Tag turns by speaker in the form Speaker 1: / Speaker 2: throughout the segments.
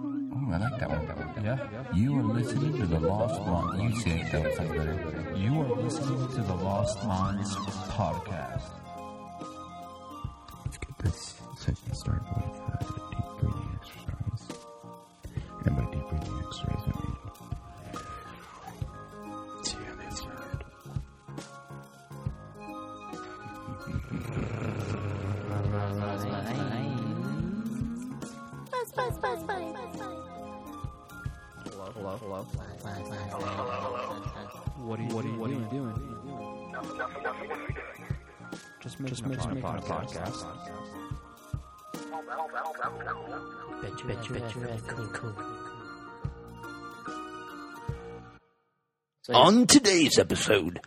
Speaker 1: Oh, I like that one. You are listening to the Lost Blonde. You say it though. It sounds better.
Speaker 2: You are listening to the Lost Minds podcast.
Speaker 3: Let's get this session started with uh, deep breathing exercise. And by deep breathing exercise, I mean. Let's see how they sound.
Speaker 4: What are you, what doing? Are you doing? Just make just making a podcast.
Speaker 5: On today's episode,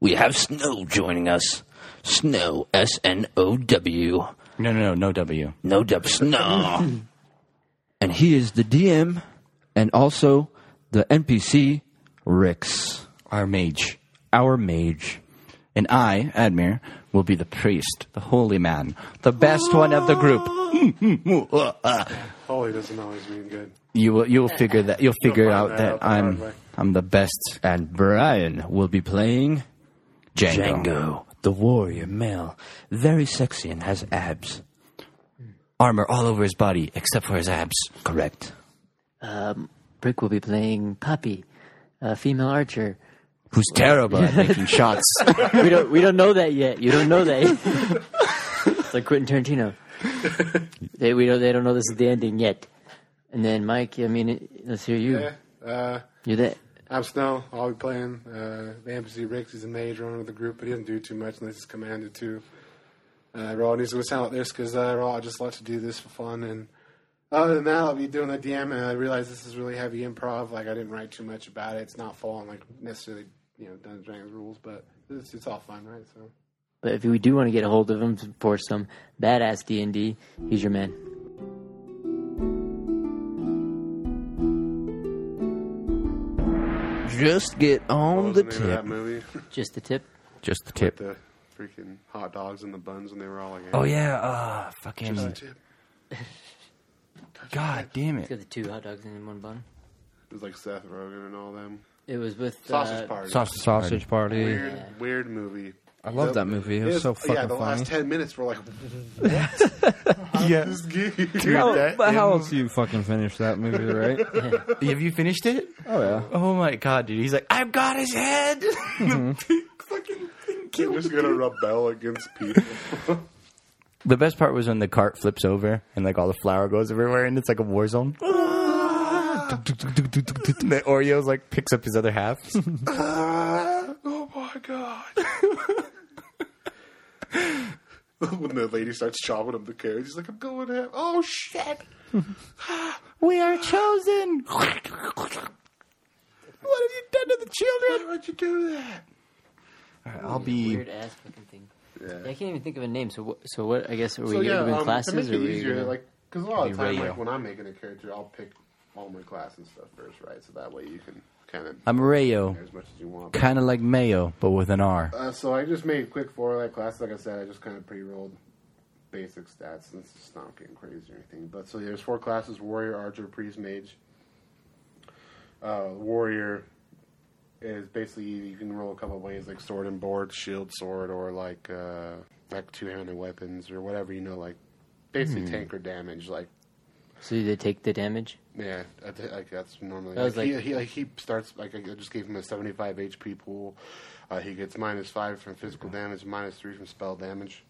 Speaker 5: we have Snow joining us. Snow, S N O W.
Speaker 1: No, no, no, no W.
Speaker 5: No dub Snow. and he is the DM and also the NPC, Rix,
Speaker 1: Our mage.
Speaker 5: our mage.
Speaker 1: And I, Admir, will be the priest, the holy man, the best one of the group.
Speaker 6: Holy doesn't always mean good.
Speaker 1: You will, you'll figure that, you'll figure
Speaker 6: find
Speaker 1: out
Speaker 6: that
Speaker 1: that
Speaker 6: out the
Speaker 1: I'm,
Speaker 6: hard way.
Speaker 1: I'm the best
Speaker 5: And Brian will be playing
Speaker 1: Django.
Speaker 5: Django, the warrior male. Very sexy and has abs.
Speaker 1: Armor all over his body, except for his abs.
Speaker 5: Correct.
Speaker 7: Brick will be playing Poppy, a female archer.
Speaker 1: Who's terrible at making shots.
Speaker 7: We don't we don't know that yet. You don't know that. Yet. it's like Quentin Tarantino. They we don't they don't know this is the ending yet. And then Mike, I mean, let's hear you.
Speaker 6: Uh,
Speaker 7: You're that.
Speaker 6: I'm Snow. I'll be playing uh, the Embassy Ricks. He's a mage runner of the group, but he doesn't do too much unless he's commanded to. Uh, Raw needs to sound like this because uh, Raw just likes to do this for fun. And other than that, I'll be doing the DM. And I realize this is really heavy improv. Like I didn't write too much about it. It's not following like necessarily you know Dungeons and Dragons rules, but it's, it's all fun, right? So
Speaker 7: But if we do want to get a hold of him for some badass D and D, he's your man.
Speaker 5: Just get on the
Speaker 6: name of that
Speaker 5: tip.
Speaker 6: movie?
Speaker 7: Just the tip.
Speaker 5: Just the tip.
Speaker 6: the freaking hot dogs and the buns when they were all like,
Speaker 1: oh yeah, uh, fucking,
Speaker 6: It
Speaker 1: god damn it.
Speaker 7: Got the two hot dogs in one bun.
Speaker 6: was like Seth Rogen and all them.
Speaker 7: It was with
Speaker 6: Sausage
Speaker 7: uh,
Speaker 6: Party.
Speaker 1: Sausage, sausage.
Speaker 2: party.
Speaker 6: Weird, weird movie.
Speaker 2: I love that movie. It was so fucking
Speaker 6: yeah, the
Speaker 2: funny.
Speaker 6: last ten minutes were like,
Speaker 2: yeah.
Speaker 6: this game.
Speaker 2: How, but how else do you fucking finish that movie, right?
Speaker 1: Have you finished it?
Speaker 2: oh yeah.
Speaker 1: Oh my god, dude. He's like, I've got his head.
Speaker 6: They're just gonna rebel against people.
Speaker 1: The best part was when the cart flips over and like all the flour goes everywhere and it's like a war zone. and the Oreos like picks up his other half.
Speaker 6: oh my god. when the lady starts chopping up the carrots, he's like, "I'm going to." Oh shit!
Speaker 1: we are chosen. what have you done to the children?
Speaker 6: Why'd you do that?
Speaker 1: I'll be
Speaker 7: weird ass fucking thing. Yeah. I can't even think of a name. So what? So what? I guess are we
Speaker 6: So
Speaker 7: gonna
Speaker 6: yeah,
Speaker 7: do in
Speaker 6: um,
Speaker 7: classes? or
Speaker 6: to make
Speaker 7: are
Speaker 6: it
Speaker 7: we
Speaker 6: easier,
Speaker 7: gonna-
Speaker 6: like because a lot of the time,
Speaker 1: radio.
Speaker 6: like when I'm making a character, I'll pick all my class and stuff first, right? So that way you can kind of
Speaker 1: I'm Rayo.
Speaker 6: as much as you want.
Speaker 1: Kind of like Mayo, but with an R.
Speaker 6: Uh, so I just made quick four like class. Like I said, I just kind of pre-rolled basic stats, and it's just not getting crazy or anything. But so there's four classes: warrior, archer, priest, mage. Uh, warrior is basically you can roll a couple ways, like sword and board, shield, sword, or like uh, like two-handed weapons or whatever you know, like basically tank or damage, like
Speaker 7: so do they take the damage?
Speaker 6: yeah, I thi- like that's normally.
Speaker 7: That was
Speaker 6: Like, he,
Speaker 7: like-
Speaker 6: he, like, he starts like I just gave him a seventy-five HP pool. Uh, he gets minus five from physical
Speaker 7: Mm-hmm.
Speaker 6: damage, minus three from spell damage.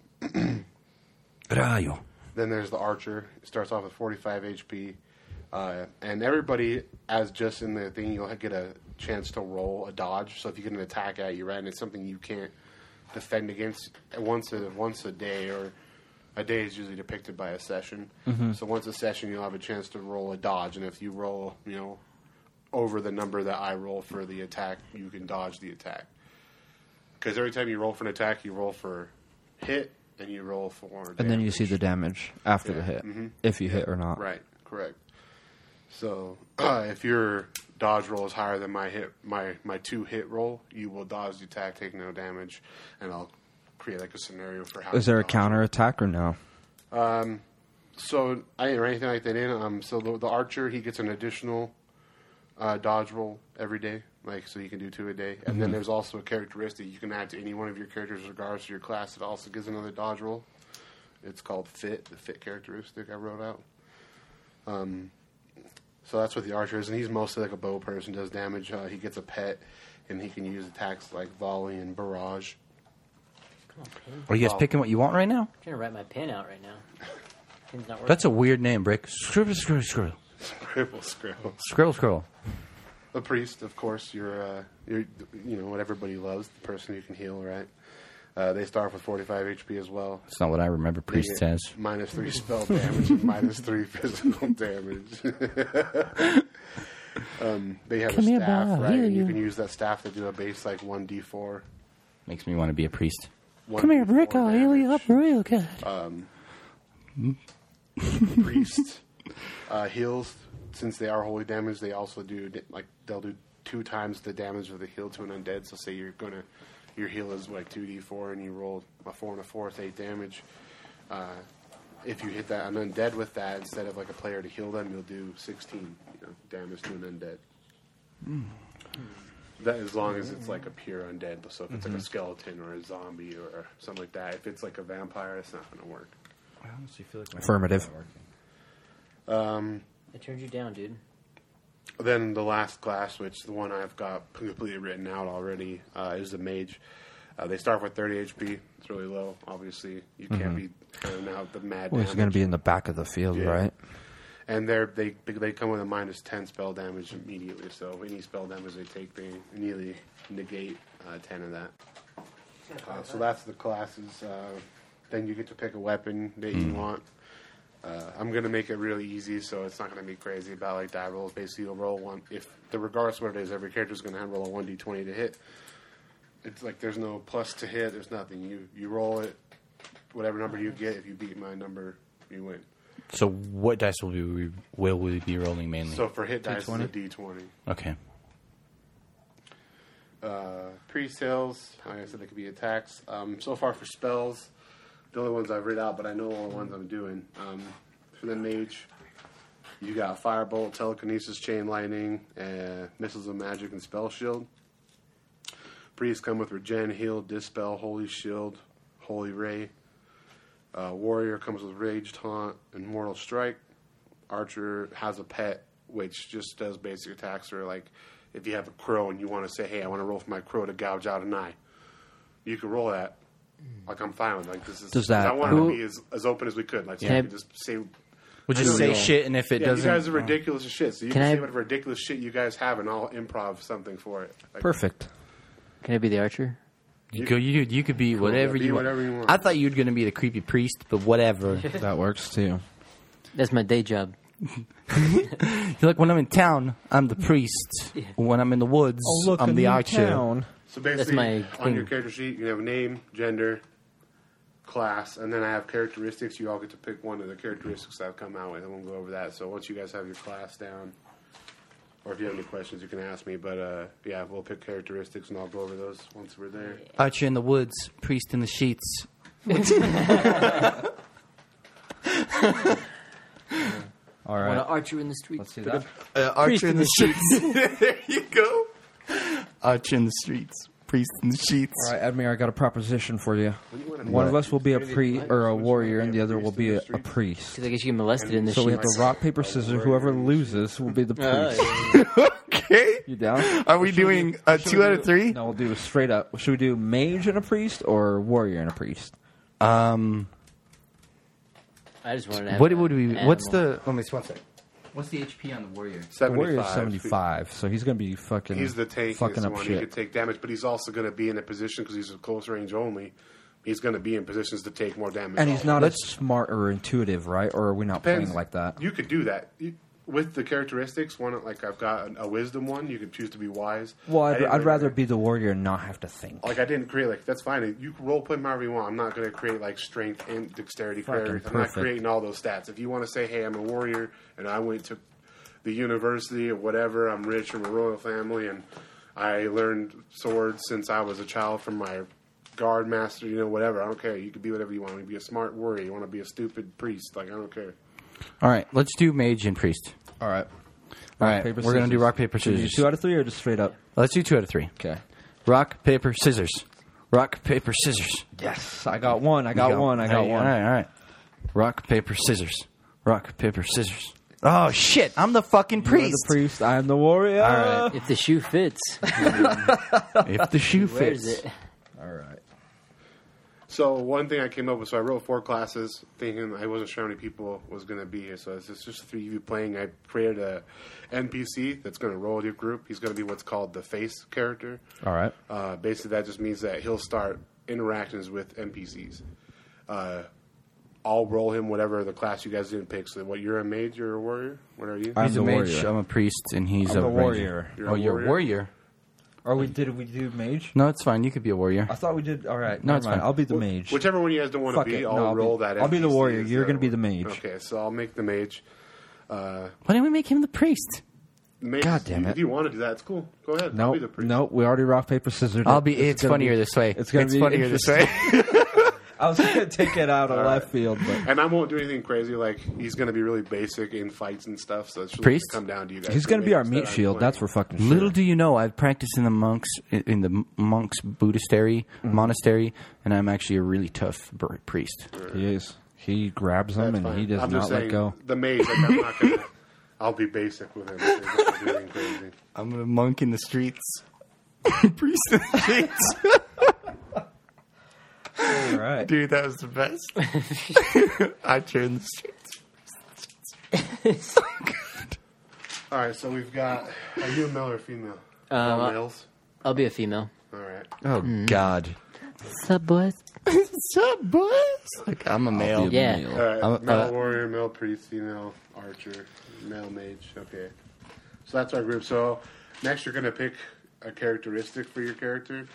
Speaker 1: Rayo.
Speaker 6: Then there's the archer. It starts off with forty-five HP, uh, and everybody, as just in the thing, you'll get a chance to roll a dodge. So if you get an attack at you, right, and it's something you can't defend against once a once a day or. A day is usually depicted by a session.
Speaker 2: Mm-hmm.
Speaker 6: So once a session, you'll have a chance to roll a dodge, and if you roll, you know, over the number that I roll for the attack, you can dodge the attack. Because every time you roll for an attack, you roll for hit and you roll for.
Speaker 2: And then you see
Speaker 6: damage.
Speaker 2: the damage after the hit,
Speaker 1: Mm-hmm.
Speaker 2: if you hit or not.
Speaker 6: Right, correct. So uh, if your dodge roll is higher than my hit, my my two hit roll, you will dodge the attack, take no damage, and I'll create like a scenario for how.
Speaker 2: Is
Speaker 6: you
Speaker 2: there a
Speaker 6: dodge.
Speaker 2: counter attack or no?
Speaker 6: so I didn't write anything like that in. Um, so the, the archer he gets an additional uh, dodge roll every day, like so you can do two a day. And then there's also a characteristic you can add to any one of your characters, regardless of your class. It also gives another dodge roll. It's called fit, the fit characteristic I wrote out. Um, So that's what the archer is, and he's mostly like a bow person. Does damage. Uh, he gets a pet, and he can use attacks like volley and barrage.
Speaker 1: Are you guys picking what you want right now?
Speaker 7: I'm trying to write my pen out right now. Pen's not working.
Speaker 1: That's a weird name, Brick. Scribble, scribble, scribble.
Speaker 6: Scribble, scribble.
Speaker 1: Scribble, scribble.
Speaker 6: A priest, of course. You're, uh, you're, you know what everybody loves. The person who can heal, right? Uh, they start off with 45 HP as well.
Speaker 1: That's not what I remember
Speaker 6: They
Speaker 1: priest
Speaker 6: get
Speaker 1: says.
Speaker 6: minus three spell damage, and minus three physical damage. um, they have a staff, right? and you can use that staff to do a base like one d four.
Speaker 1: Makes me want to be a priest.
Speaker 6: Come here, Brick. I'll heal you up real good. Um, priest uh, heals since they are holy damage. They also do d- like they'll do two times the damage of the heal to an undead. So say you're gonna your heal is like two d four and you roll a four and a fourth eight damage. Uh, if you hit that an undead with that instead of like a player to heal them, you'll do sixteen you know, damage to an undead. That as long as it's like a pure undead, so if it's like a skeleton or a zombie or something like that, if it's like a vampire, it's not going to work.
Speaker 5: Affirmative.
Speaker 7: I turned you down, dude.
Speaker 6: Then the last class, which the one I've got completely written out already, uh, is the mage. Uh, they start with 30 HP. It's really low. Obviously, you can't be throwing out the mad.
Speaker 5: Well, he's
Speaker 6: damage.
Speaker 5: going to be in the back of the field,
Speaker 6: Yeah.
Speaker 5: right?
Speaker 6: and they're, they they come with a minus 10 spell damage immediately. So any spell damage they take, they immediately negate uh, 10 of that. Uh, so that's the classes. Uh, then you get to pick a weapon that you want. Uh, I'm gonna make it really easy, so it's not gonna be crazy about like die rolls. Basically, you'll roll one. If the regardless of what it is, every character's gonna have roll a 1d20 to hit. It's like there's no plus to hit. There's nothing. You you roll it, whatever number you get. If you beat my number, you win.
Speaker 1: So, what dice will we will we be rolling mainly?
Speaker 6: So for hit dice, it's a d20.
Speaker 1: okay.
Speaker 6: Uh, pre-sales, like I said, they could be attacks. Um, so far for spells, the only ones I've read out, but I know all the ones I'm doing. Um, for the mage, you got firebolt, telekinesis, chain lightning, uh, missiles of magic, and spell shield. Priests come with regen, heal, dispel, holy shield, holy ray. Uh, warrior comes with rage, taunt, and mortal strike. Archer has a pet, which just does basic attacks. Or like, if you have a crow and you want to say, "Hey, I want to roll for my crow to gouge out an eye," you can roll that. Like I'm fine with. Like this is.
Speaker 5: Does that-
Speaker 6: I wanted
Speaker 7: who-
Speaker 6: to be as, as open as we could. Like so
Speaker 7: Yeah.
Speaker 6: we could just say.
Speaker 1: We'll
Speaker 6: I
Speaker 1: just
Speaker 6: know
Speaker 1: say
Speaker 6: y'all-
Speaker 1: shit, and if it
Speaker 6: Yeah, you
Speaker 1: doesn't,
Speaker 6: guys are ridiculous as shit. So you
Speaker 7: Can
Speaker 6: can,
Speaker 7: I-
Speaker 6: say whatever ridiculous shit you guys have, and I'll improv something for it. Like,
Speaker 5: Perfect.
Speaker 7: Can I be the archer?
Speaker 1: you, go, you, you could be whatever
Speaker 6: be
Speaker 1: you want.
Speaker 6: whatever you want.
Speaker 1: I thought you were going to be the creepy priest, but whatever.
Speaker 5: That works too.
Speaker 7: That's my day job.
Speaker 1: You're like when I'm in town, I'm the priest. When I'm in the woods, I'm the archer.
Speaker 6: So basically,
Speaker 7: my
Speaker 6: on
Speaker 7: thing.
Speaker 6: your character sheet, you can have a name, gender, class, and then I have characteristics. You all get to pick one of the characteristics I've come out with, and we'll go over that. So once you guys have your class down, or if you have any questions, you can ask me. But uh, yeah, we'll pick characteristics, and I'll go over those once we're there.
Speaker 1: Archer in the woods, priest in the sheets.
Speaker 5: All
Speaker 7: I want
Speaker 5: right.
Speaker 7: to archer in the streets.
Speaker 1: Uh, archer in the sheets. there you go. Archer in the streets, priest in the sheets.
Speaker 5: All right, Admir, I got a proposition for you.
Speaker 6: What?
Speaker 5: One of us will be a pre or a
Speaker 6: Which one
Speaker 5: warrior,
Speaker 6: will
Speaker 5: and
Speaker 6: be
Speaker 5: the
Speaker 6: a
Speaker 5: other will
Speaker 6: priest
Speaker 5: be a,
Speaker 6: in the
Speaker 5: a
Speaker 6: street?
Speaker 5: priest.
Speaker 7: Because I guess you get molested in the
Speaker 5: So we have to
Speaker 7: sheets.
Speaker 5: rock paper scissors. Whoever loses will be the priest.
Speaker 1: Okay.
Speaker 5: You down?
Speaker 1: Are we doing uh, two out of three?
Speaker 5: No, we'll do straight up. Should we do mage and a priest or warrior and a priest?
Speaker 1: Um.
Speaker 7: I just wanted to have
Speaker 1: What
Speaker 7: an
Speaker 1: would we? What's
Speaker 7: animal.
Speaker 1: the? Let me one sec. What's the HP on the warrior?
Speaker 5: The warrior is
Speaker 6: 75.
Speaker 5: seventy-five, so he's gonna be fucking.
Speaker 6: He's the tank.
Speaker 5: Fucking
Speaker 6: He's the
Speaker 5: up
Speaker 6: one who could
Speaker 5: shit.
Speaker 6: take damage, but he's also going to be in a position because he's a close range only. He's going to be in positions to take more damage.
Speaker 5: And he's
Speaker 6: also.
Speaker 5: not as smart or intuitive, right? Or are we not
Speaker 6: Depends.
Speaker 5: playing like that?
Speaker 6: You could do that You- with the characteristics. One like I've got an- a wisdom one. You could choose to be wise.
Speaker 5: Well,
Speaker 6: I
Speaker 5: I'd,
Speaker 6: didn't
Speaker 5: I'd
Speaker 6: really-
Speaker 5: rather be the warrior and not have to think.
Speaker 6: Like I didn't create like that's fine. You can role play them however you want. I'm not going to create like strength and dexterity
Speaker 5: Fucking
Speaker 6: characters. I'm
Speaker 5: perfect.
Speaker 6: not creating all those stats. If you want to say, hey, I'm a warrior and I went to the university or whatever, I'm rich from a royal family and I learned swords since I was a child from my guard master, you know, whatever. I don't care. You could be whatever you want. You could be a smart warrior. You want to be a stupid priest. Like I don't care.
Speaker 1: All right, let's do mage and priest.
Speaker 8: All right.
Speaker 1: All right,
Speaker 8: paper,
Speaker 1: we're gonna do
Speaker 8: scissors.
Speaker 1: rock paper
Speaker 8: Should we do
Speaker 1: scissors.
Speaker 8: two out of three or just straight up?
Speaker 1: let's do two out of three.
Speaker 8: Okay.
Speaker 1: Rock paper scissors. Rock paper scissors.
Speaker 8: Yes, I got one. I got
Speaker 1: Go.
Speaker 8: one. I
Speaker 1: All
Speaker 8: got
Speaker 1: right,
Speaker 8: one.
Speaker 1: All right, all right. Rock paper scissors. Rock paper scissors. Oh shit! I'm the fucking
Speaker 8: You are
Speaker 1: priest.
Speaker 8: the priest. I am the warrior.
Speaker 1: All right.
Speaker 7: If the shoe fits,
Speaker 1: if the shoe
Speaker 7: where's
Speaker 1: fits.
Speaker 7: it?
Speaker 8: All right.
Speaker 6: So one thing I came up with, so I wrote four classes, thinking I wasn't sure how many people was going to be here. So it's just, just the three of you playing. I created a NPC that's going to roll with your group. He's going to be what's called the face character.
Speaker 8: All right.
Speaker 6: Uh, basically, that just means that he'll start interactions with NPCs. Uh, I'll roll him whatever the class you guys didn't pick. So what? You're a mage. You're a warrior. What are you?
Speaker 8: I'm
Speaker 1: He's a
Speaker 8: the
Speaker 1: mage.
Speaker 8: warrior.
Speaker 1: I'm a priest, and he's
Speaker 8: I'm
Speaker 1: a
Speaker 8: the
Speaker 1: ranger.
Speaker 8: warrior.
Speaker 6: You're a
Speaker 1: oh, you're a
Speaker 6: warrior?
Speaker 1: warrior.
Speaker 8: Are we? Did we do mage?
Speaker 1: No, it's fine. You could be a warrior.
Speaker 8: I thought we did. All right.
Speaker 1: No,
Speaker 8: never
Speaker 1: it's
Speaker 8: mind.
Speaker 1: fine.
Speaker 8: I'll be the mage.
Speaker 6: Whichever one you guys don't want to
Speaker 8: Fuck
Speaker 6: be,
Speaker 8: it. No,
Speaker 6: I'll,
Speaker 8: I'll be-
Speaker 6: roll that.
Speaker 8: I'll be the
Speaker 6: NPC
Speaker 8: warrior.
Speaker 6: as
Speaker 8: You're gonna be the
Speaker 6: one.
Speaker 8: mage.
Speaker 6: Okay, so I'll make the mage.
Speaker 1: Why didn't we make him the priest?
Speaker 6: mage
Speaker 5: God damn it.
Speaker 6: If you want to do that, it's cool. Go ahead. I'll
Speaker 8: No,
Speaker 6: be the priest.
Speaker 8: no, we already rock paper scissors.
Speaker 1: I'll be.
Speaker 8: This
Speaker 1: It's,
Speaker 8: is gonna
Speaker 1: funnier
Speaker 8: be-
Speaker 1: this way.
Speaker 8: It's gonna be
Speaker 1: funnier this way.
Speaker 8: I was gonna take it out of left field, but
Speaker 6: And I won't do anything crazy. Like he's going to be really basic in fights and stuff. So it's really
Speaker 1: Priest?
Speaker 6: gonna come down to you guys.
Speaker 8: he's gonna
Speaker 6: the
Speaker 8: be our
Speaker 6: mages
Speaker 8: meat
Speaker 6: that I'm
Speaker 8: shield.
Speaker 6: playing.
Speaker 8: That's for fucking sure.
Speaker 1: Little do you know, I practice in the monks in the monks Buddhistary monastery, and I'm actually a really tough br- priest.
Speaker 8: He is. He grabs
Speaker 6: That's
Speaker 8: him and
Speaker 6: fine.
Speaker 8: he does
Speaker 6: I'm
Speaker 8: not
Speaker 6: just
Speaker 8: let
Speaker 6: saying,
Speaker 8: go.
Speaker 6: The mage. Like, I'm not going to. I'll be basic with him. He's not gonna do anything crazy.
Speaker 1: I'm a monk in the streets. priest in the streets.
Speaker 8: All right.
Speaker 1: Dude, that was the best. I turned the streets.
Speaker 6: All right, so we've got. Are you a male or female?
Speaker 7: Um,
Speaker 6: All males.
Speaker 7: I'll be a female.
Speaker 6: All right.
Speaker 5: Oh
Speaker 1: Mm.
Speaker 5: God.
Speaker 7: Sub boys?
Speaker 1: What's up, boys? Like, I'm a male.
Speaker 7: Yeah.
Speaker 6: All right.
Speaker 5: I'm-
Speaker 6: male
Speaker 5: uh,
Speaker 6: warrior, male priest, female archer, male mage. Okay. So that's our group. So next, you're going to pick a characteristic for your character.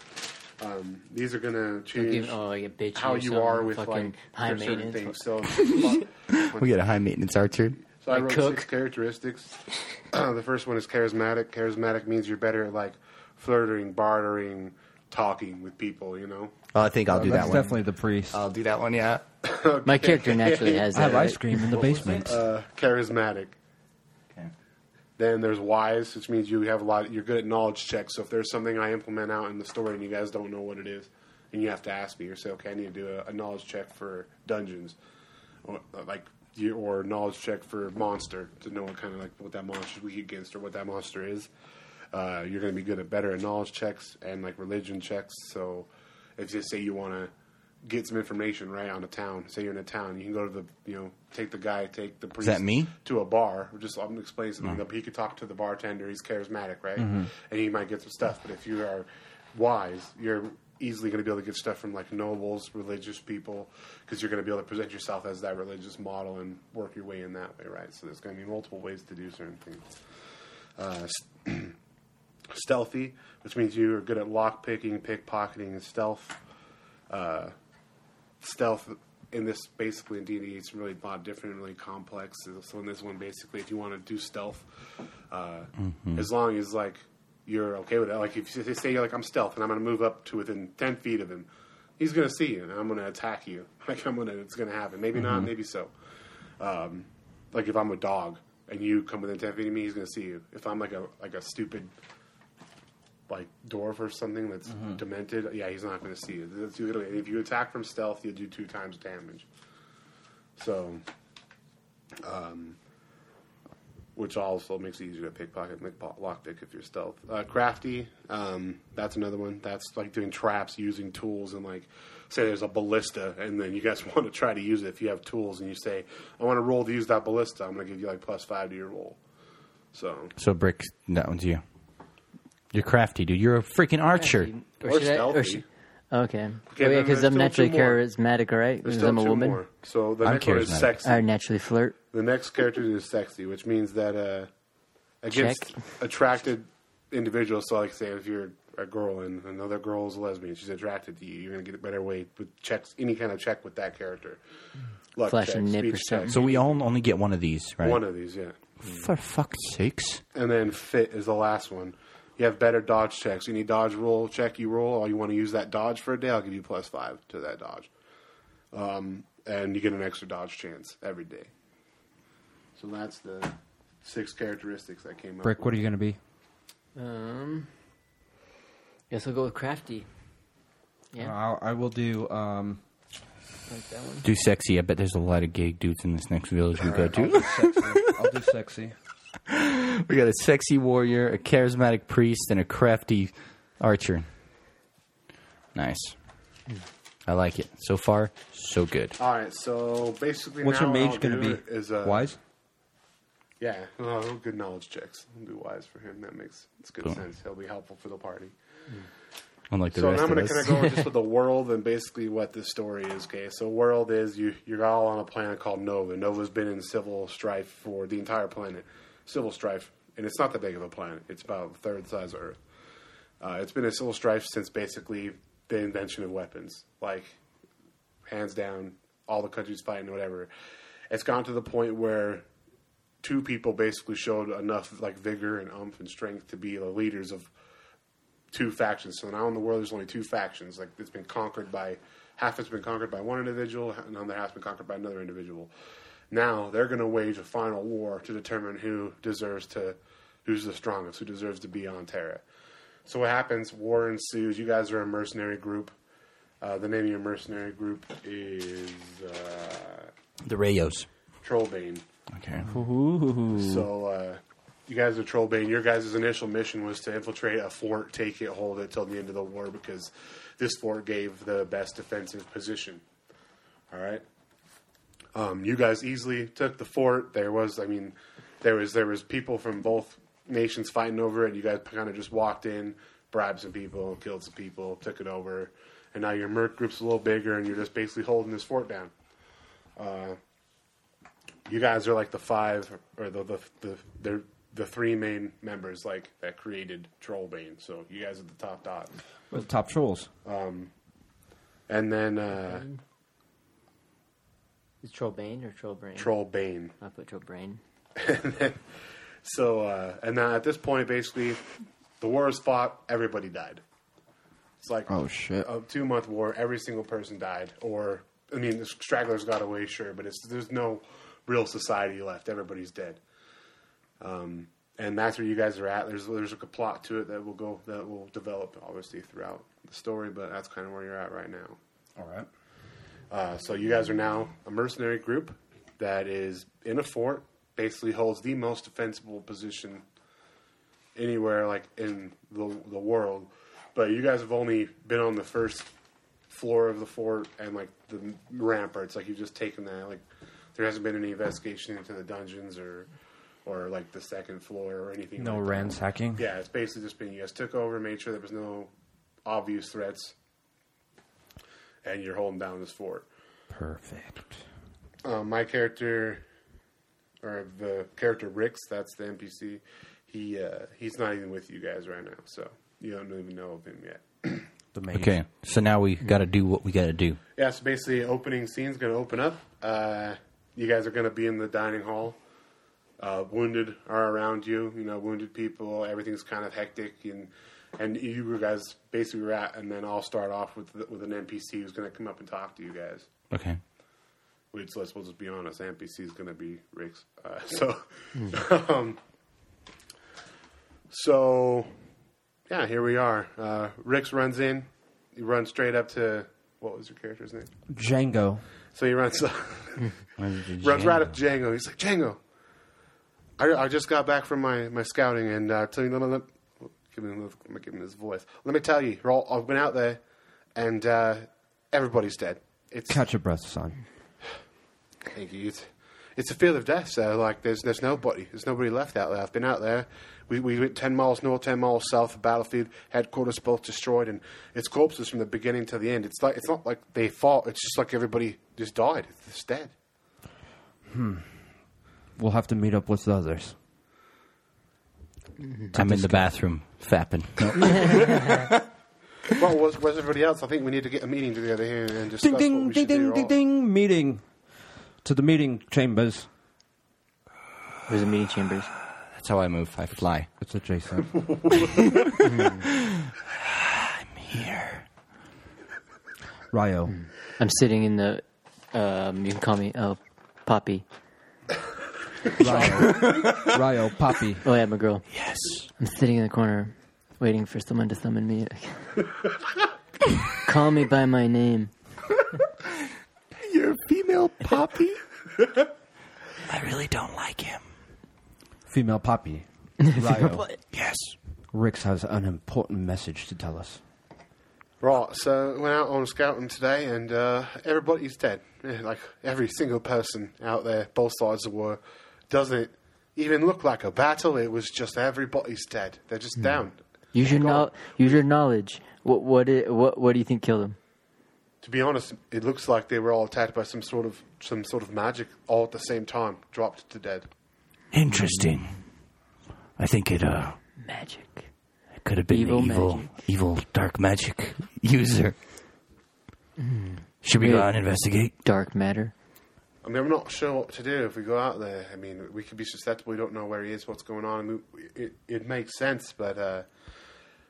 Speaker 6: Um, these are going to change.
Speaker 7: Give- oh, like a bitch.
Speaker 6: how
Speaker 7: or
Speaker 6: you
Speaker 7: something,
Speaker 6: are with
Speaker 7: fucking
Speaker 6: like
Speaker 7: high
Speaker 6: there's certain
Speaker 7: maintenance.
Speaker 6: things. So, so
Speaker 1: We got a high maintenance archer.
Speaker 6: I
Speaker 7: Like
Speaker 6: wrote
Speaker 7: cook.
Speaker 6: six characteristics. the first one is charismatic. Charismatic means you're better at like flirting, bartering, talking with people. You know.
Speaker 1: Oh, I think
Speaker 9: Uh,
Speaker 1: I'll do
Speaker 8: That's
Speaker 1: that one.
Speaker 8: definitely the priest.
Speaker 1: I'll do that one. Yeah.
Speaker 7: My character naturally has
Speaker 8: I
Speaker 7: that.
Speaker 8: have
Speaker 7: right?
Speaker 8: ice cream in the basement.
Speaker 6: Uh, charismatic. Then there's wise, which means you have a lot. You're good at knowledge checks. So if there's something I implement out in the story and you guys don't know what it is, and you have to ask me, or say, "Okay, I need to do a, a knowledge check for dungeons, or uh, like you, or knowledge check for monster to know what kind of like what that monster is weak against or what that monster is." Uh, you're going to be good at better at knowledge checks and like religion checks. So if you say you want to get some information right on a town, say you're in a town, you can go to the you know take the guy, take the priest
Speaker 1: that me? Mm-hmm.
Speaker 6: to a bar. Just I'm explaining something. He could talk to the bartender. He's charismatic, right? And he might get some stuff. But if you are wise, you're easily going to be able to get stuff from like nobles, religious people, because you're going to be able to present yourself as that religious model and work your way in that way, right? So there's going to be multiple ways to do certain things. Uh, s- stealthy, which means you are good at lock picking, pickpocketing, and stealth Uh, stealth in this basically in D&D it's really a lot different really complex so in this one basically if you want to do stealth uh, as long as like you're okay with it like if you say you're like I'm stealth and I'm going to move up to within 10 feet of him he's going to see you and I'm going to attack you like I'm going to it's going to happen maybe not maybe so um, like if I'm a dog and you come within 10 feet of me he's going to see you if I'm like a like a stupid like dwarf or something that's demented, yeah, he's not going to see you. That's usually- if you attack from stealth, you do two times damage. So, um, which also makes it easier to pickpocket and lockpo- lockpick if you're stealth. Uh, crafty, um, that's another one. That's like doing traps, using tools, and like say there's a ballista, and then you guys want to try to use it. If you have tools, and you say, "I want to roll to use that ballista," I'm going to give you like plus five to your roll. So
Speaker 1: So, Brick, that one's you. You're crafty, dude. You're a freaking archer.
Speaker 6: Or
Speaker 7: should I-
Speaker 6: stealthy.
Speaker 7: should- okay.
Speaker 6: Okay,
Speaker 7: oh, yeah,
Speaker 6: then
Speaker 7: because
Speaker 6: there's
Speaker 7: I'm
Speaker 6: still
Speaker 7: naturally
Speaker 6: two more.
Speaker 7: charismatic, right?
Speaker 6: There's
Speaker 7: Because
Speaker 6: still
Speaker 7: I'm a
Speaker 6: two
Speaker 7: woman.
Speaker 6: more. So the
Speaker 1: I'm
Speaker 6: next one is
Speaker 1: charismatic.
Speaker 6: sexy.
Speaker 7: I naturally flirt.
Speaker 6: The next character is sexy, which means that uh, against
Speaker 7: Check.
Speaker 6: attracted individuals. So, like, say if you're a girl and another girl's lesbian, she's attracted to you. You're gonna get a better way with checks, any kind of check with that character. Luck
Speaker 7: Flash
Speaker 6: check,
Speaker 7: a nip
Speaker 6: speech
Speaker 7: or something.
Speaker 6: check.
Speaker 1: So we all only get one of these, right?
Speaker 6: one of these, yeah.
Speaker 1: For fuck's sakes.
Speaker 6: And then fit is the last one. You have better dodge checks. Any dodge roll check you roll, or you want to use that dodge for a day, I'll give you plus five to that dodge. Um, and you get an extra dodge chance every day. So that's the six characteristics that came up.
Speaker 9: Brick, what are
Speaker 6: with.
Speaker 9: you going to be?
Speaker 7: Um, guess I'll go with crafty.
Speaker 8: Uh,
Speaker 7: Yeah,
Speaker 9: I'll, I will do. Um,
Speaker 7: like that one.
Speaker 1: Do sexy. I bet there's a lot of gay dudes in this next village we go to.
Speaker 9: sexy. I'll do sexy.
Speaker 1: we got a sexy warrior, a charismatic priest, and a crafty archer. Nice. I like it. So far, so good.
Speaker 6: All right, so basically,
Speaker 9: What's
Speaker 6: now
Speaker 9: your
Speaker 6: what
Speaker 9: mage
Speaker 6: I'll
Speaker 9: going
Speaker 6: do
Speaker 9: to be?
Speaker 6: Is uh,
Speaker 9: Wise?
Speaker 6: Yeah, oh, good knowledge checks. I'll do wise for him. That makes it's good
Speaker 1: Cool.
Speaker 6: sense. He'll be helpful for the party.
Speaker 1: Unlike the
Speaker 6: so
Speaker 1: rest
Speaker 6: I'm
Speaker 1: of
Speaker 6: going to
Speaker 1: us.
Speaker 6: kind of go just with the world and basically what this story is. Okay, so world is you you're all on a planet called Nova. Nova's been in civil strife for the entire planet, civil strife, and it's not that big of a planet. It's about a third the size of Earth. Uh, it's been in civil strife since basically the invention of weapons. Like hands down, all the countries fighting whatever. It's gone to the point where two people basically showed enough like vigor and umph and strength to be the leaders of two factions. So now in the world, there's only two factions. Like it's been conquered by half. It's been conquered by one individual, and the other half's been conquered by another individual. Now they're going to wage a final war to determine who deserves to, who's the strongest, who deserves to be on Terra. So what happens? War ensues. You guys are a mercenary group. Uh, the name of your mercenary group is uh,
Speaker 1: the Rayos.
Speaker 6: Trollbane.
Speaker 1: Okay.
Speaker 6: So uh, you guys are Trollbane. Your guys' initial mission was to infiltrate a fort, take it, hold it till the end of the war because this fort gave the best defensive position. All right. Um, you guys easily took the fort. There was, I mean, there was there was people from both nations fighting over it. You guys kind of just walked in, bribed some people, killed some people, took it over, and now your merc group's a little bigger, and you're just basically holding this fort down you guys are like the five or the the the they're the three main members like that created Trollbane. So you guys are the top dot.
Speaker 9: Well, top trolls.
Speaker 6: And then uh
Speaker 7: Is Trollbane or Trollbrain?
Speaker 6: Trollbane.
Speaker 7: I put Trollbrain.
Speaker 6: So uh and then at this point basically the war is fought, everybody died. It's like
Speaker 3: Oh, shit.
Speaker 6: a two month war, every single person died or I mean the stragglers got away sure, but it's there's no real society left. Everybody's dead. Um, and that's where you guys are at. There's there's like a plot to it that will go that will develop obviously throughout the story, but that's kind of where you're at right now.
Speaker 9: All right.
Speaker 6: Uh, so you guys are now a mercenary group that is in a fort, basically holds the most defensible position anywhere like in the the world. But you guys have only been on the first floor of the fort and like the ramparts. Like you've just taken that. Like there hasn't been any investigation into the dungeons or or like the second floor or anything.
Speaker 9: No
Speaker 6: like that.
Speaker 9: ransacking.
Speaker 6: Yeah, it's basically just been you guys took over, made sure there was no obvious threats, and you're holding down this fort.
Speaker 9: Perfect.
Speaker 6: Uh, my character, or the character Ricks, that's the NPC. He uh, he's not even with you guys right now, so you don't even know of him yet.
Speaker 9: The mage.
Speaker 1: Okay. So now we got to do what we got to do.
Speaker 6: Yeah, so basically, opening scene's going to open up. Uh, you guys are going to be in the dining hall. Uh, wounded are around you. You know, wounded people. Everything's kind of hectic, and and you guys basically were at. And then I'll start off with the, with an NPC who's going to come up and talk to you guys.
Speaker 1: Okay.
Speaker 6: Which let's we'll just be honest, NPC is going to be Rick's. Uh, so, um, so yeah, here we are. Uh, Rick's runs in. He runs straight up to what was your character's name?
Speaker 9: Django.
Speaker 6: So he runs runs right up to Django. He's like, Django, I, I just got back from my, my scouting and uh, tell you, let me, let, give him the- give him his voice. Let me tell you, Raul, I've been out there and uh, everybody's dead. It's
Speaker 9: Catch your breath, son.
Speaker 6: Thank you. It's, it's a field of death, so like there's there's nobody. There's nobody left out there. I've been out there. We we went ten miles north, ten miles south of battlefield, headquarters both destroyed and it's corpses from the beginning to the end. It's like it's not like they fought, it's just like everybody just died. It's just dead.
Speaker 9: We'll have to meet up with the others.
Speaker 1: I'm in the bathroom fapping.
Speaker 6: well where's, where's everybody else? I think we need to get a meeting together here and
Speaker 9: Ding
Speaker 6: discuss
Speaker 9: ding
Speaker 6: what
Speaker 9: ding
Speaker 6: we should
Speaker 9: ding
Speaker 6: do.
Speaker 9: ding ding meeting to the meeting chambers.
Speaker 7: Where's the meeting chambers?
Speaker 1: That's how I move. I fly.
Speaker 9: It's adjacent.
Speaker 1: Here.
Speaker 9: Ryo.
Speaker 7: oh, I'm sitting in the. Um, you can call me uh, Poppy.
Speaker 9: Ryo Poppy.
Speaker 7: Oh yeah, my girl. Yes. I'm sitting in the corner, waiting for someone to summon me. Call me by my name.
Speaker 1: You're a female poppy? I really don't like him.
Speaker 9: Female Poppy. Ryo.
Speaker 1: Yes.
Speaker 9: Rix has an important message to tell us.
Speaker 6: Right, so went out on scouting today, and uh, everybody's dead. Yeah, Like every single person out there, both sides of the war. Doesn't even look like a battle. It was just everybody's dead. They're just down.
Speaker 7: Use your know- use your knowledge. What what i- what what do you think killed him?
Speaker 6: To be honest, it looks like they were all attacked by some sort of some sort of magic, all at the same time, dropped to dead.
Speaker 1: Interesting. I think it uh
Speaker 7: Magic.
Speaker 1: it could have been
Speaker 7: Evil
Speaker 1: the evil
Speaker 7: magic.
Speaker 1: evil dark magic user. Should we go
Speaker 7: Really?
Speaker 1: out and investigate?
Speaker 7: Dark matter.
Speaker 6: I mean, I'm not sure what to do if we go out there. I mean, we could be susceptible. We don't know where he is, what's going on. I mean, it, it makes sense, but uh,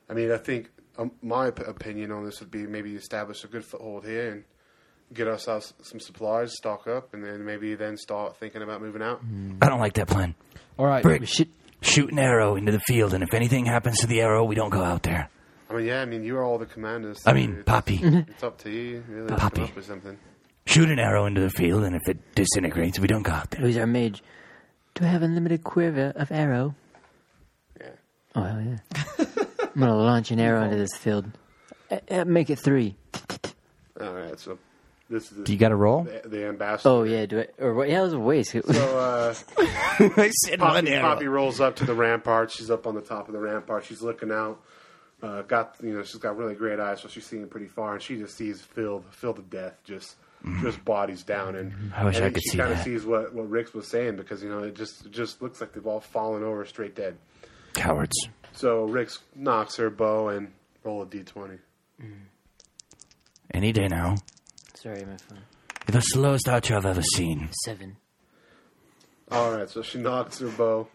Speaker 6: I mean, I think um, my op- opinion on this would be maybe establish a good foothold here and get ourselves some supplies, stock up, and then maybe then start thinking about moving out.
Speaker 1: I don't like that plan.
Speaker 9: All right.
Speaker 1: Brick,
Speaker 7: We should
Speaker 1: shoot an arrow into the field, and if anything happens to the arrow, we don't go out there.
Speaker 6: I mean, yeah, I mean, you're all the commanders.
Speaker 1: I
Speaker 6: so
Speaker 1: mean,
Speaker 6: it's-
Speaker 1: Poppy,
Speaker 6: It's up to you, really, to
Speaker 1: Poppy.
Speaker 6: come up with something.
Speaker 1: shoot an arrow into the field, and if it disintegrates, we don't go out there.
Speaker 7: use our mage. Do I have unlimited quiver of arrow?
Speaker 6: Yeah.
Speaker 7: Oh hell yeah! I'm gonna launch an arrow into this field. Uh, uh, make it three.
Speaker 6: All right, so this is
Speaker 1: Do you
Speaker 6: the,
Speaker 1: got to roll?
Speaker 6: the, the ambassador.
Speaker 7: Oh yeah, do it or what? Yeah, it was a waste.
Speaker 6: So, uh,
Speaker 1: I said one
Speaker 6: Poppy,
Speaker 1: arrow.
Speaker 6: Poppy rolls up to the rampart. She's up on the top of the rampart. She's looking out. Uh, got you know, she's got really great eyes, so she's seeing pretty far, and she just sees filled, filled to death, just just bodies down. And
Speaker 1: Mm-hmm. I wish
Speaker 6: and
Speaker 1: I could
Speaker 6: she
Speaker 1: see
Speaker 6: kinda
Speaker 1: that.
Speaker 6: sees what what Rix was saying because you know it just it just looks like they've all fallen over straight dead.
Speaker 1: Cowards.
Speaker 6: So Rix knocks her bow and roll a d twenty.
Speaker 1: Any day now.
Speaker 7: Sorry, my phone.
Speaker 1: You're the slowest archer I've ever seen.
Speaker 7: Seven.
Speaker 6: All right, so she knocks her bow.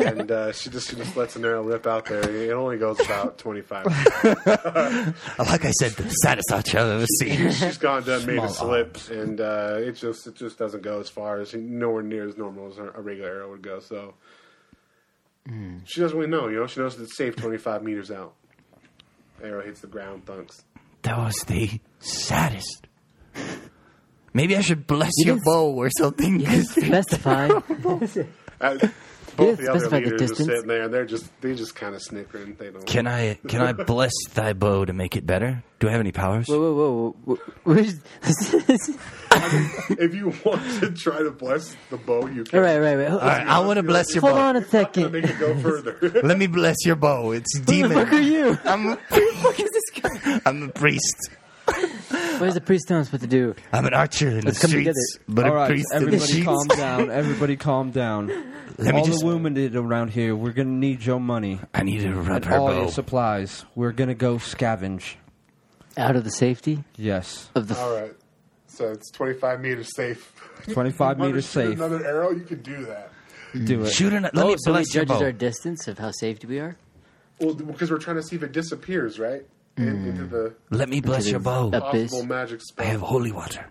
Speaker 6: and uh, she just she just lets an arrow rip out there. It only goes about twenty five.
Speaker 1: Like I said, the saddest archer I've ever seen.
Speaker 6: she's gone done made a slip, and uh, it just it just doesn't go as far as nowhere near as normal as a regular arrow would go. So she doesn't really know. You know, she knows that it's safe twenty five meters out. Arrow hits the ground, thunks.
Speaker 1: That was the saddest. Maybe I should bless your bow or something.
Speaker 7: Specify.
Speaker 6: Uh, both
Speaker 7: didn't
Speaker 6: the other
Speaker 7: specify the
Speaker 6: leaders are
Speaker 7: distance.
Speaker 6: sitting there, and they're just they just kind of snickering. They don't.
Speaker 1: Can I can I bless thy bow to make it better? Do I have any powers?
Speaker 7: whoa, whoa, whoa, whoa! Where's
Speaker 6: if you want to try to bless the bow, you can.
Speaker 7: All right, right, right.
Speaker 1: All right, I want to bless your
Speaker 7: Hold
Speaker 1: bow.
Speaker 7: on a
Speaker 6: To make
Speaker 7: second.
Speaker 6: it go further.
Speaker 1: Let me bless your bow. It's demon.
Speaker 7: Who the fuck are you?
Speaker 1: I'm a, I'm a priest.
Speaker 7: Where's the priest telling us what to do?
Speaker 1: I'm an archer in
Speaker 7: Let's
Speaker 1: the
Speaker 7: come
Speaker 1: streets,
Speaker 7: together.
Speaker 1: but
Speaker 9: All
Speaker 1: a
Speaker 9: right.
Speaker 1: priest in the
Speaker 9: Everybody
Speaker 1: sheets.
Speaker 9: calm down. Everybody calm down.
Speaker 1: Let me
Speaker 9: all
Speaker 1: just.
Speaker 9: the wounded around here, we're going to need your money.
Speaker 1: I need to rub
Speaker 9: And
Speaker 1: her
Speaker 9: all
Speaker 1: bow.
Speaker 9: your supplies. We're going to go scavenge.
Speaker 7: Out of the safety
Speaker 9: Yes.
Speaker 7: of the.
Speaker 6: All right. So it's twenty five meters safe.
Speaker 9: 25
Speaker 6: Wanna
Speaker 9: meters
Speaker 6: shoot
Speaker 9: safe.
Speaker 6: Another arrow, you can do that.
Speaker 9: Do it.
Speaker 1: Shoot her. Let
Speaker 7: oh,
Speaker 1: me
Speaker 7: so we
Speaker 1: bless your
Speaker 7: judges
Speaker 1: bow.
Speaker 7: our distance of how safety we are.
Speaker 6: Well, because we're trying to see if it disappears, right? In, into the
Speaker 1: Let me bless your bow.
Speaker 7: Up- Abyss.
Speaker 6: possible magic
Speaker 1: I
Speaker 6: spell.
Speaker 1: have holy water.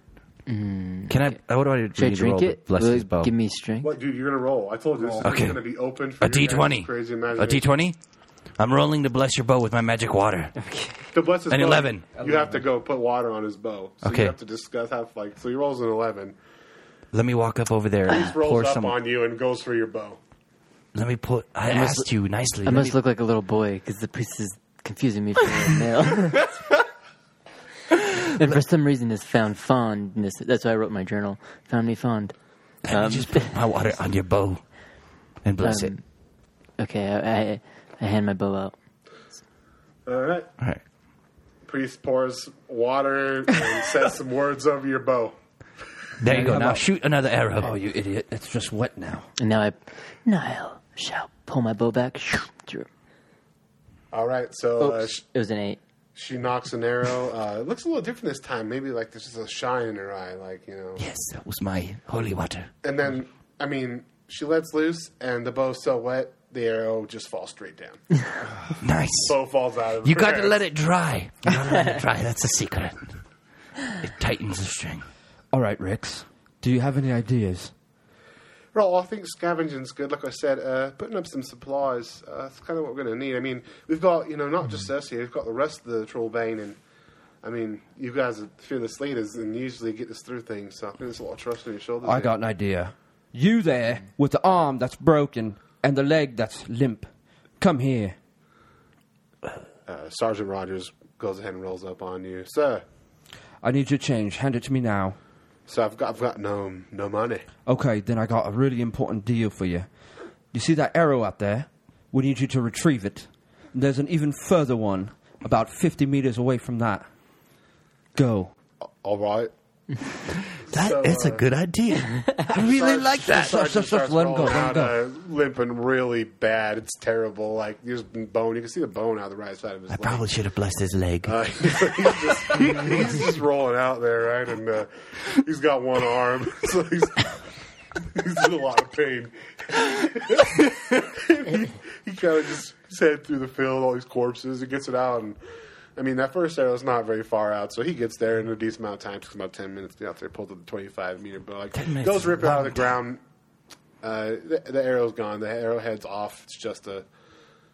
Speaker 1: Can I? uh, What do I do?
Speaker 7: Mm, Should I
Speaker 1: need to
Speaker 7: drink
Speaker 1: roll to
Speaker 7: it?
Speaker 1: Bless
Speaker 7: Will
Speaker 1: his
Speaker 7: it
Speaker 1: bow.
Speaker 7: Give me strength.
Speaker 6: What, dude? You're gonna roll. I told you this
Speaker 1: Okay.
Speaker 6: is gonna be open for
Speaker 1: A
Speaker 6: your guys'
Speaker 1: D twenty.
Speaker 6: Crazy
Speaker 1: A
Speaker 6: imagination.
Speaker 1: D twenty. I'm rolling to bless your bow with my magic water.
Speaker 6: To bless his
Speaker 1: An
Speaker 6: bow,
Speaker 1: 11.
Speaker 6: You have to go put water on his bow. So
Speaker 1: Okay.
Speaker 6: You have to discuss how like so he rolls an eleven.
Speaker 1: Let me walk up over there and
Speaker 6: Rolls
Speaker 1: pour
Speaker 6: up
Speaker 1: some.
Speaker 6: on you and goes for your bow.
Speaker 1: Let me put. I
Speaker 7: must-
Speaker 1: asked you nicely.
Speaker 7: I
Speaker 1: Let
Speaker 7: must
Speaker 1: me-
Speaker 7: look like a little boy because the priest is confusing me for a male. and for some reason, has found fondness. That's why I wrote my journal. Found me fond.
Speaker 1: Let me just put my water on your bow and bless it.
Speaker 7: Um, Okay, I, I, I hand my bow out.
Speaker 6: All right.
Speaker 1: All right.
Speaker 6: Priest pours water and says some words over your bow.
Speaker 1: There you go. Now
Speaker 9: about-
Speaker 1: shoot another arrow.
Speaker 9: Oh, you idiot. It's just wet now.
Speaker 7: And now I, Niall, shall pull my bow back. Drew.
Speaker 6: All right. So uh,
Speaker 7: Oops,
Speaker 6: sh-
Speaker 7: it was an eight.
Speaker 6: she knocks an arrow. Uh, it looks a little different this time. Maybe like there's just a shine in her eye, like you know.
Speaker 1: Yes, that was my holy water.
Speaker 6: And then, I mean, she lets loose, and the bow's so wet, the arrow just falls straight down.
Speaker 1: Nice.
Speaker 6: bow falls out of
Speaker 1: You got to let it dry. You got to let it dry. That's a secret. It tightens the string.
Speaker 9: All right, Rix. Do you have any ideas?
Speaker 6: Well, I think scavenging's good. Like I said, uh, putting up some supplies, uh, that's kind of what we're going to need. I mean, we've got, you know, not just us here, we've got the rest of the Troll Bane, and I mean, you guys are fearless leaders and usually get us through things, so I think there's a lot of trust on your shoulders.
Speaker 9: I
Speaker 6: here.
Speaker 9: got an idea. You there with the arm that's broken and the leg that's limp. Come here.
Speaker 6: Uh, Sergeant Rogers goes ahead and rolls up on you. Sir,
Speaker 9: I need your change. Hand it to me now.
Speaker 6: so I've got, I've got no, no money.
Speaker 9: Okay, then I got a really important deal for you. You see that arrow out there? We need you to retrieve it. There's an even further one, about 50 meters away from that. Go.
Speaker 6: All right.
Speaker 1: That
Speaker 6: So,
Speaker 1: that's
Speaker 6: uh,
Speaker 1: a good idea. I really
Speaker 6: Sarge-
Speaker 1: like that.
Speaker 6: Sarge
Speaker 9: Stop, stop,
Speaker 6: starts
Speaker 9: stop, let him go,
Speaker 6: rolling
Speaker 9: let him
Speaker 6: out, uh, limping really bad. It's terrible. Like there's bone. You can see the bone out of the right side of his
Speaker 1: I
Speaker 6: leg.
Speaker 1: probably should have blessed his leg.
Speaker 6: Uh, he's, just, he's just rolling out there, right? And uh, he's got one arm, so he's he's in a lot of pain. he he kind of just his head through the field, all these corpses. He gets it out, and I mean that first arrow's not very far out, so he gets there in a decent amount of time. Took about ten minutes to get out there, pulled up the twenty-five meter, but like
Speaker 1: minutes
Speaker 6: goes
Speaker 1: is
Speaker 6: ripping out of the
Speaker 1: long
Speaker 6: ground. Uh, the, the arrow's gone. The arrowhead's off. It's just a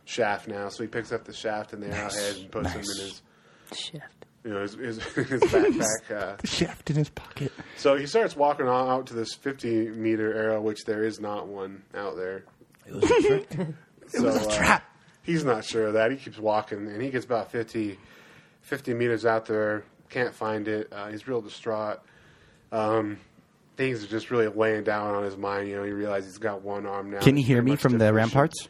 Speaker 6: shaft now. So he picks up the shaft and the arrowhead and puts them in his
Speaker 7: Shift.
Speaker 6: you know, his, his, his backpack. Uh,
Speaker 1: Shaft in his pocket.
Speaker 6: so he starts walking on out to this 50 meter arrow, which there is not one out there. It was a trap. he's not sure of that. He keeps walking, and he gets about 50, 50 meters out there, can't find it. Uh, he's real distraught. Um, things are just really weighing down on his mind. You know, he realizes he's got one arm now.
Speaker 1: Can you
Speaker 6: It's
Speaker 1: hear
Speaker 6: pretty
Speaker 1: me
Speaker 6: much
Speaker 1: from the
Speaker 6: different.
Speaker 1: ramparts?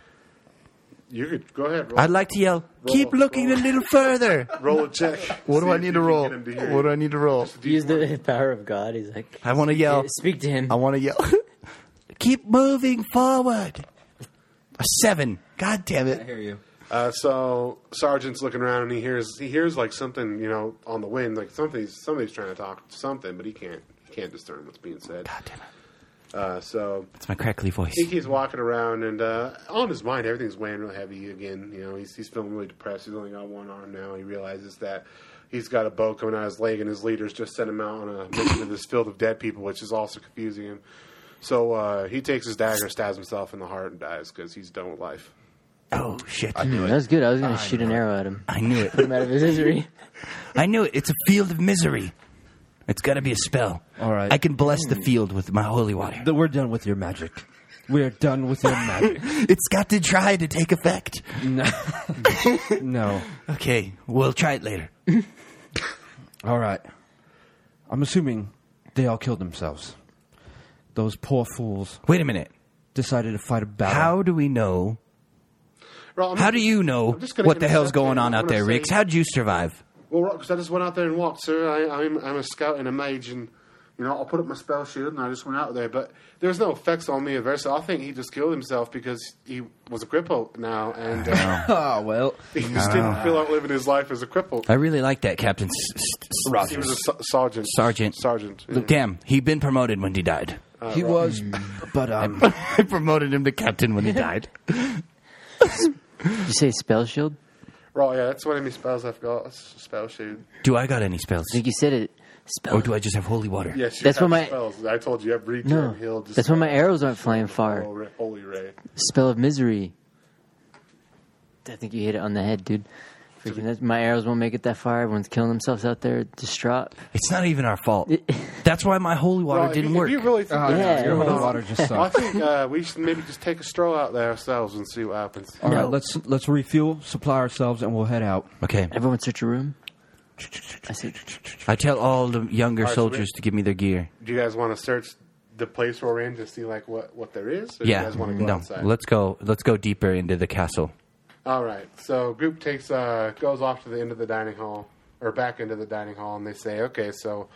Speaker 6: You could go ahead. Roll,
Speaker 1: I'd like to yell. Keep
Speaker 6: roll,
Speaker 1: looking a
Speaker 6: roll."
Speaker 1: little further.
Speaker 6: roll a check.
Speaker 1: What
Speaker 6: See
Speaker 1: do I
Speaker 6: if
Speaker 1: need
Speaker 6: you
Speaker 1: to
Speaker 6: can
Speaker 1: roll?
Speaker 6: get him to hear
Speaker 1: What do
Speaker 6: you.
Speaker 1: I need to roll?
Speaker 7: Use the power of God. He's like,
Speaker 1: I want to yell.
Speaker 7: "Yeah, speak to him.
Speaker 1: I want to yell. Keep moving forward. A seven. God damn it.
Speaker 8: hear you.
Speaker 6: Uh, so sergeant's looking around and he hears he hears like something you know on the wind like something's somebody's trying to talk something but he can't he can't discern what's being said.
Speaker 1: God damn it.
Speaker 6: Uh, so
Speaker 1: It's my crackly voice.
Speaker 6: he keeps walking around and uh, on his mind everything's weighing real heavy again. You know he's he's feeling really depressed. He's only got one arm now. He realizes that he's got a bow coming out of his leg and his leaders just sent him out on a mission to this field of dead people, which is also confusing him. So uh, he takes his dagger, stabs himself in the heart, and dies because he's done with life.
Speaker 1: Oh shit!
Speaker 7: Hmm, that was good. I was going to shoot an arrow at him.
Speaker 1: I knew it.
Speaker 7: Put him out of his misery.
Speaker 1: I knew it. It's a field of misery. It's got to be a spell.
Speaker 9: All right.
Speaker 1: I can bless the field with my holy water.
Speaker 9: Th- We're done with your magic. We're done with your magic.
Speaker 1: It's got to try to take effect.
Speaker 9: No. no.
Speaker 1: Okay, we'll try it later.
Speaker 9: All right. I'm assuming they all killed themselves. Those poor fools
Speaker 1: Wait a minute.
Speaker 9: decided to fight a battle.
Speaker 1: How do we know?
Speaker 6: Well, I'm-
Speaker 1: How do you know
Speaker 6: I'm just gonna
Speaker 1: what the hell's
Speaker 6: intercept
Speaker 1: going
Speaker 6: you.
Speaker 1: on
Speaker 6: I
Speaker 1: out
Speaker 6: wanna
Speaker 1: there,
Speaker 6: say-
Speaker 1: Riggs? How'd you survive?
Speaker 6: Well, because I just went out there and walked, sir. I, I'm, I'm a scout and a mage, and you know I put up my spell shield and I just went out there. But there's no effects on me of it, so I think he just killed himself because he was a cripple now, and uh,
Speaker 9: Oh, well.
Speaker 6: he just didn't feel like living his life as a cripple.
Speaker 7: Uh,
Speaker 1: I really like that, Captain S- S- S-
Speaker 6: He
Speaker 1: Rogers.
Speaker 6: was a ser- sergeant.
Speaker 1: Sergeant.
Speaker 6: Sergeant. yeah.
Speaker 1: Damn, he'd been promoted when he died.
Speaker 9: he was, Uh, but um,
Speaker 1: I promoted him to captain when he died.
Speaker 7: Did you say spell shield?
Speaker 6: Right, yeah, that's one of my spells I've got. It's a spell shield.
Speaker 1: Do I got any spells?
Speaker 7: I think you said it. Spell.
Speaker 1: Or do I just have holy water?
Speaker 6: Yes, you
Speaker 7: That's
Speaker 6: have
Speaker 7: what my-
Speaker 6: spells. I told you, I've read
Speaker 7: no.
Speaker 6: Hill.
Speaker 7: That's why my arrows aren't flying far.
Speaker 6: Holy Ray.
Speaker 7: Spell of misery. I think you hit it on the head, dude. Freaking, that's, my arrows won't make it that far. Everyone's killing themselves out there, distraught.
Speaker 1: It's not even our fault. That's why my holy water
Speaker 6: Well, if
Speaker 1: didn't
Speaker 6: you- if
Speaker 1: work.
Speaker 6: You really think
Speaker 9: Oh,
Speaker 6: that's
Speaker 7: yeah,
Speaker 6: what's
Speaker 7: your
Speaker 6: going
Speaker 7: holy
Speaker 6: on,
Speaker 9: water just sucked.
Speaker 6: I think uh, we should maybe just take a stroll out there ourselves and see what happens.
Speaker 9: all right,
Speaker 7: No.
Speaker 9: let's let's refuel, supply ourselves, and we'll head out.
Speaker 1: okay.
Speaker 7: Everyone search a room. I said,
Speaker 1: I tell all the younger
Speaker 6: right, so we-
Speaker 1: soldiers to give me their gear.
Speaker 6: Do you guys want to search the place we're in to see like what, what there is? Or do
Speaker 1: Yeah.
Speaker 6: you guys want to go
Speaker 1: no.
Speaker 6: outside?
Speaker 1: Let's go. Let's go deeper into the castle.
Speaker 6: All right. So group takes uh, goes off to the end of the dining hall or back into the dining hall, and they say, "Okay, so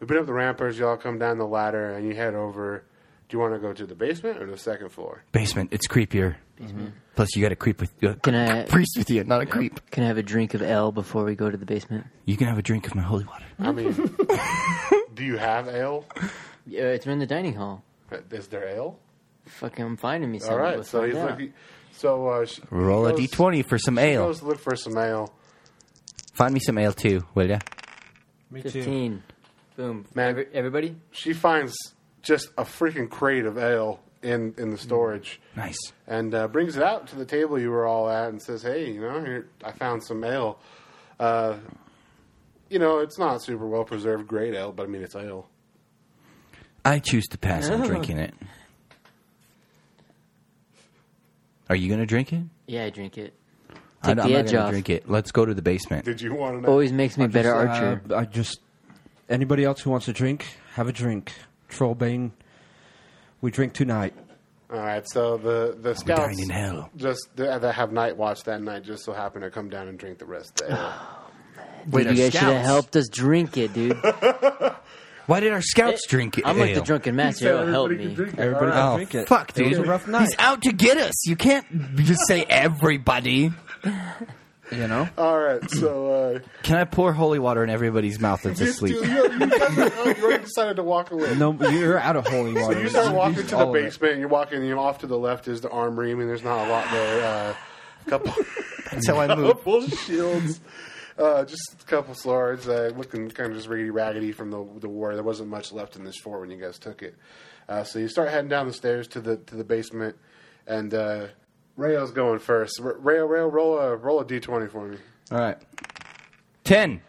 Speaker 6: we have been up the ramparts. Y'all come down the ladder, and you head over. Do you want to go to the basement or the second floor?
Speaker 1: Basement. It's creepier. Plus, you got to creep with uh,
Speaker 7: Can I-
Speaker 1: priest with you, not a creep.
Speaker 7: "Can I have a drink of L before we go to the basement?"
Speaker 1: You can have a drink of my holy water.
Speaker 6: I mean, do you have ale?
Speaker 7: Yeah, it's in the dining hall.
Speaker 6: Is there ale?
Speaker 7: Fucking, I'm finding me.
Speaker 6: All
Speaker 7: Something.
Speaker 6: right.
Speaker 7: We'll
Speaker 6: so
Speaker 7: find
Speaker 6: he's
Speaker 7: out.
Speaker 6: looking. So uh, she-
Speaker 1: Roll
Speaker 6: he
Speaker 1: a
Speaker 6: goes-
Speaker 1: d20 for some
Speaker 6: He
Speaker 1: ale.
Speaker 6: goes to look for some ale.
Speaker 1: Find me some ale too, will ya?
Speaker 7: Fifteen. Boom.
Speaker 6: Man.
Speaker 7: Every- everybody.
Speaker 6: She finds just a freaking crate of ale in
Speaker 1: Mm-hmm.
Speaker 6: in the storage.
Speaker 1: Nice.
Speaker 6: and uh, brings it out to the table you were all at and says, "Hey, you know, here, I found some ale. Uh, you know, it's not super well preserved, great ale, but I mean, it's ale.
Speaker 1: I choose to pass
Speaker 9: Oh.
Speaker 1: on drinking it. Are you going to drink it?
Speaker 7: Yeah, I drink it.
Speaker 1: I-
Speaker 7: Take
Speaker 1: I'm
Speaker 7: the
Speaker 1: not
Speaker 7: edge
Speaker 1: gonna
Speaker 7: off.
Speaker 1: drink it. Let's go to the basement.
Speaker 6: Did you want to know?
Speaker 7: Always makes me better
Speaker 9: Just,
Speaker 7: archer.
Speaker 9: uh, I just anybody else who wants a drink, have a drink. Trollbane, we drink tonight.
Speaker 6: All right, so the the
Speaker 1: dying
Speaker 6: scouts
Speaker 1: in hell.
Speaker 6: just th- uh, that have night watch that night just so happen to come down and drink the rest of the ale.
Speaker 1: Wait,
Speaker 7: Dude,
Speaker 1: our
Speaker 7: you guys should have
Speaker 1: scouts-
Speaker 7: helped us drink it, dude.
Speaker 1: Why did our scouts drink it?
Speaker 7: I'm like
Speaker 1: ale?
Speaker 7: the drunken master. It'll help me.
Speaker 9: Everybody
Speaker 1: Oh,
Speaker 9: can drink it.
Speaker 1: fuck,
Speaker 9: It
Speaker 1: dude.
Speaker 9: was a rough night,
Speaker 1: He's out to get us. You can't just say everybody.
Speaker 9: you know.
Speaker 6: All right, so uh,
Speaker 1: Can I pour holy water in everybody's mouth that's
Speaker 6: you,
Speaker 1: asleep?
Speaker 6: you, you guys are out, you already decided to walk away.
Speaker 9: No, you're out of holy water.
Speaker 6: So you start walking to the
Speaker 9: All of it.
Speaker 6: basement. and You're walking. You know, off to the left is the armory. I mean, there's not a lot there. Uh, a couple.
Speaker 1: That's how I move.
Speaker 6: couple shields, uh, just a couple swords, uh, looking kind of just riggedy raggedy from the the war. There wasn't much left in this fort when you guys took it. Uh, so you start heading down the stairs to the to the basement, and uh, Rayo's going first. R- Rayo, Rayo, roll a roll a d twenty for me.
Speaker 1: All right. Ten.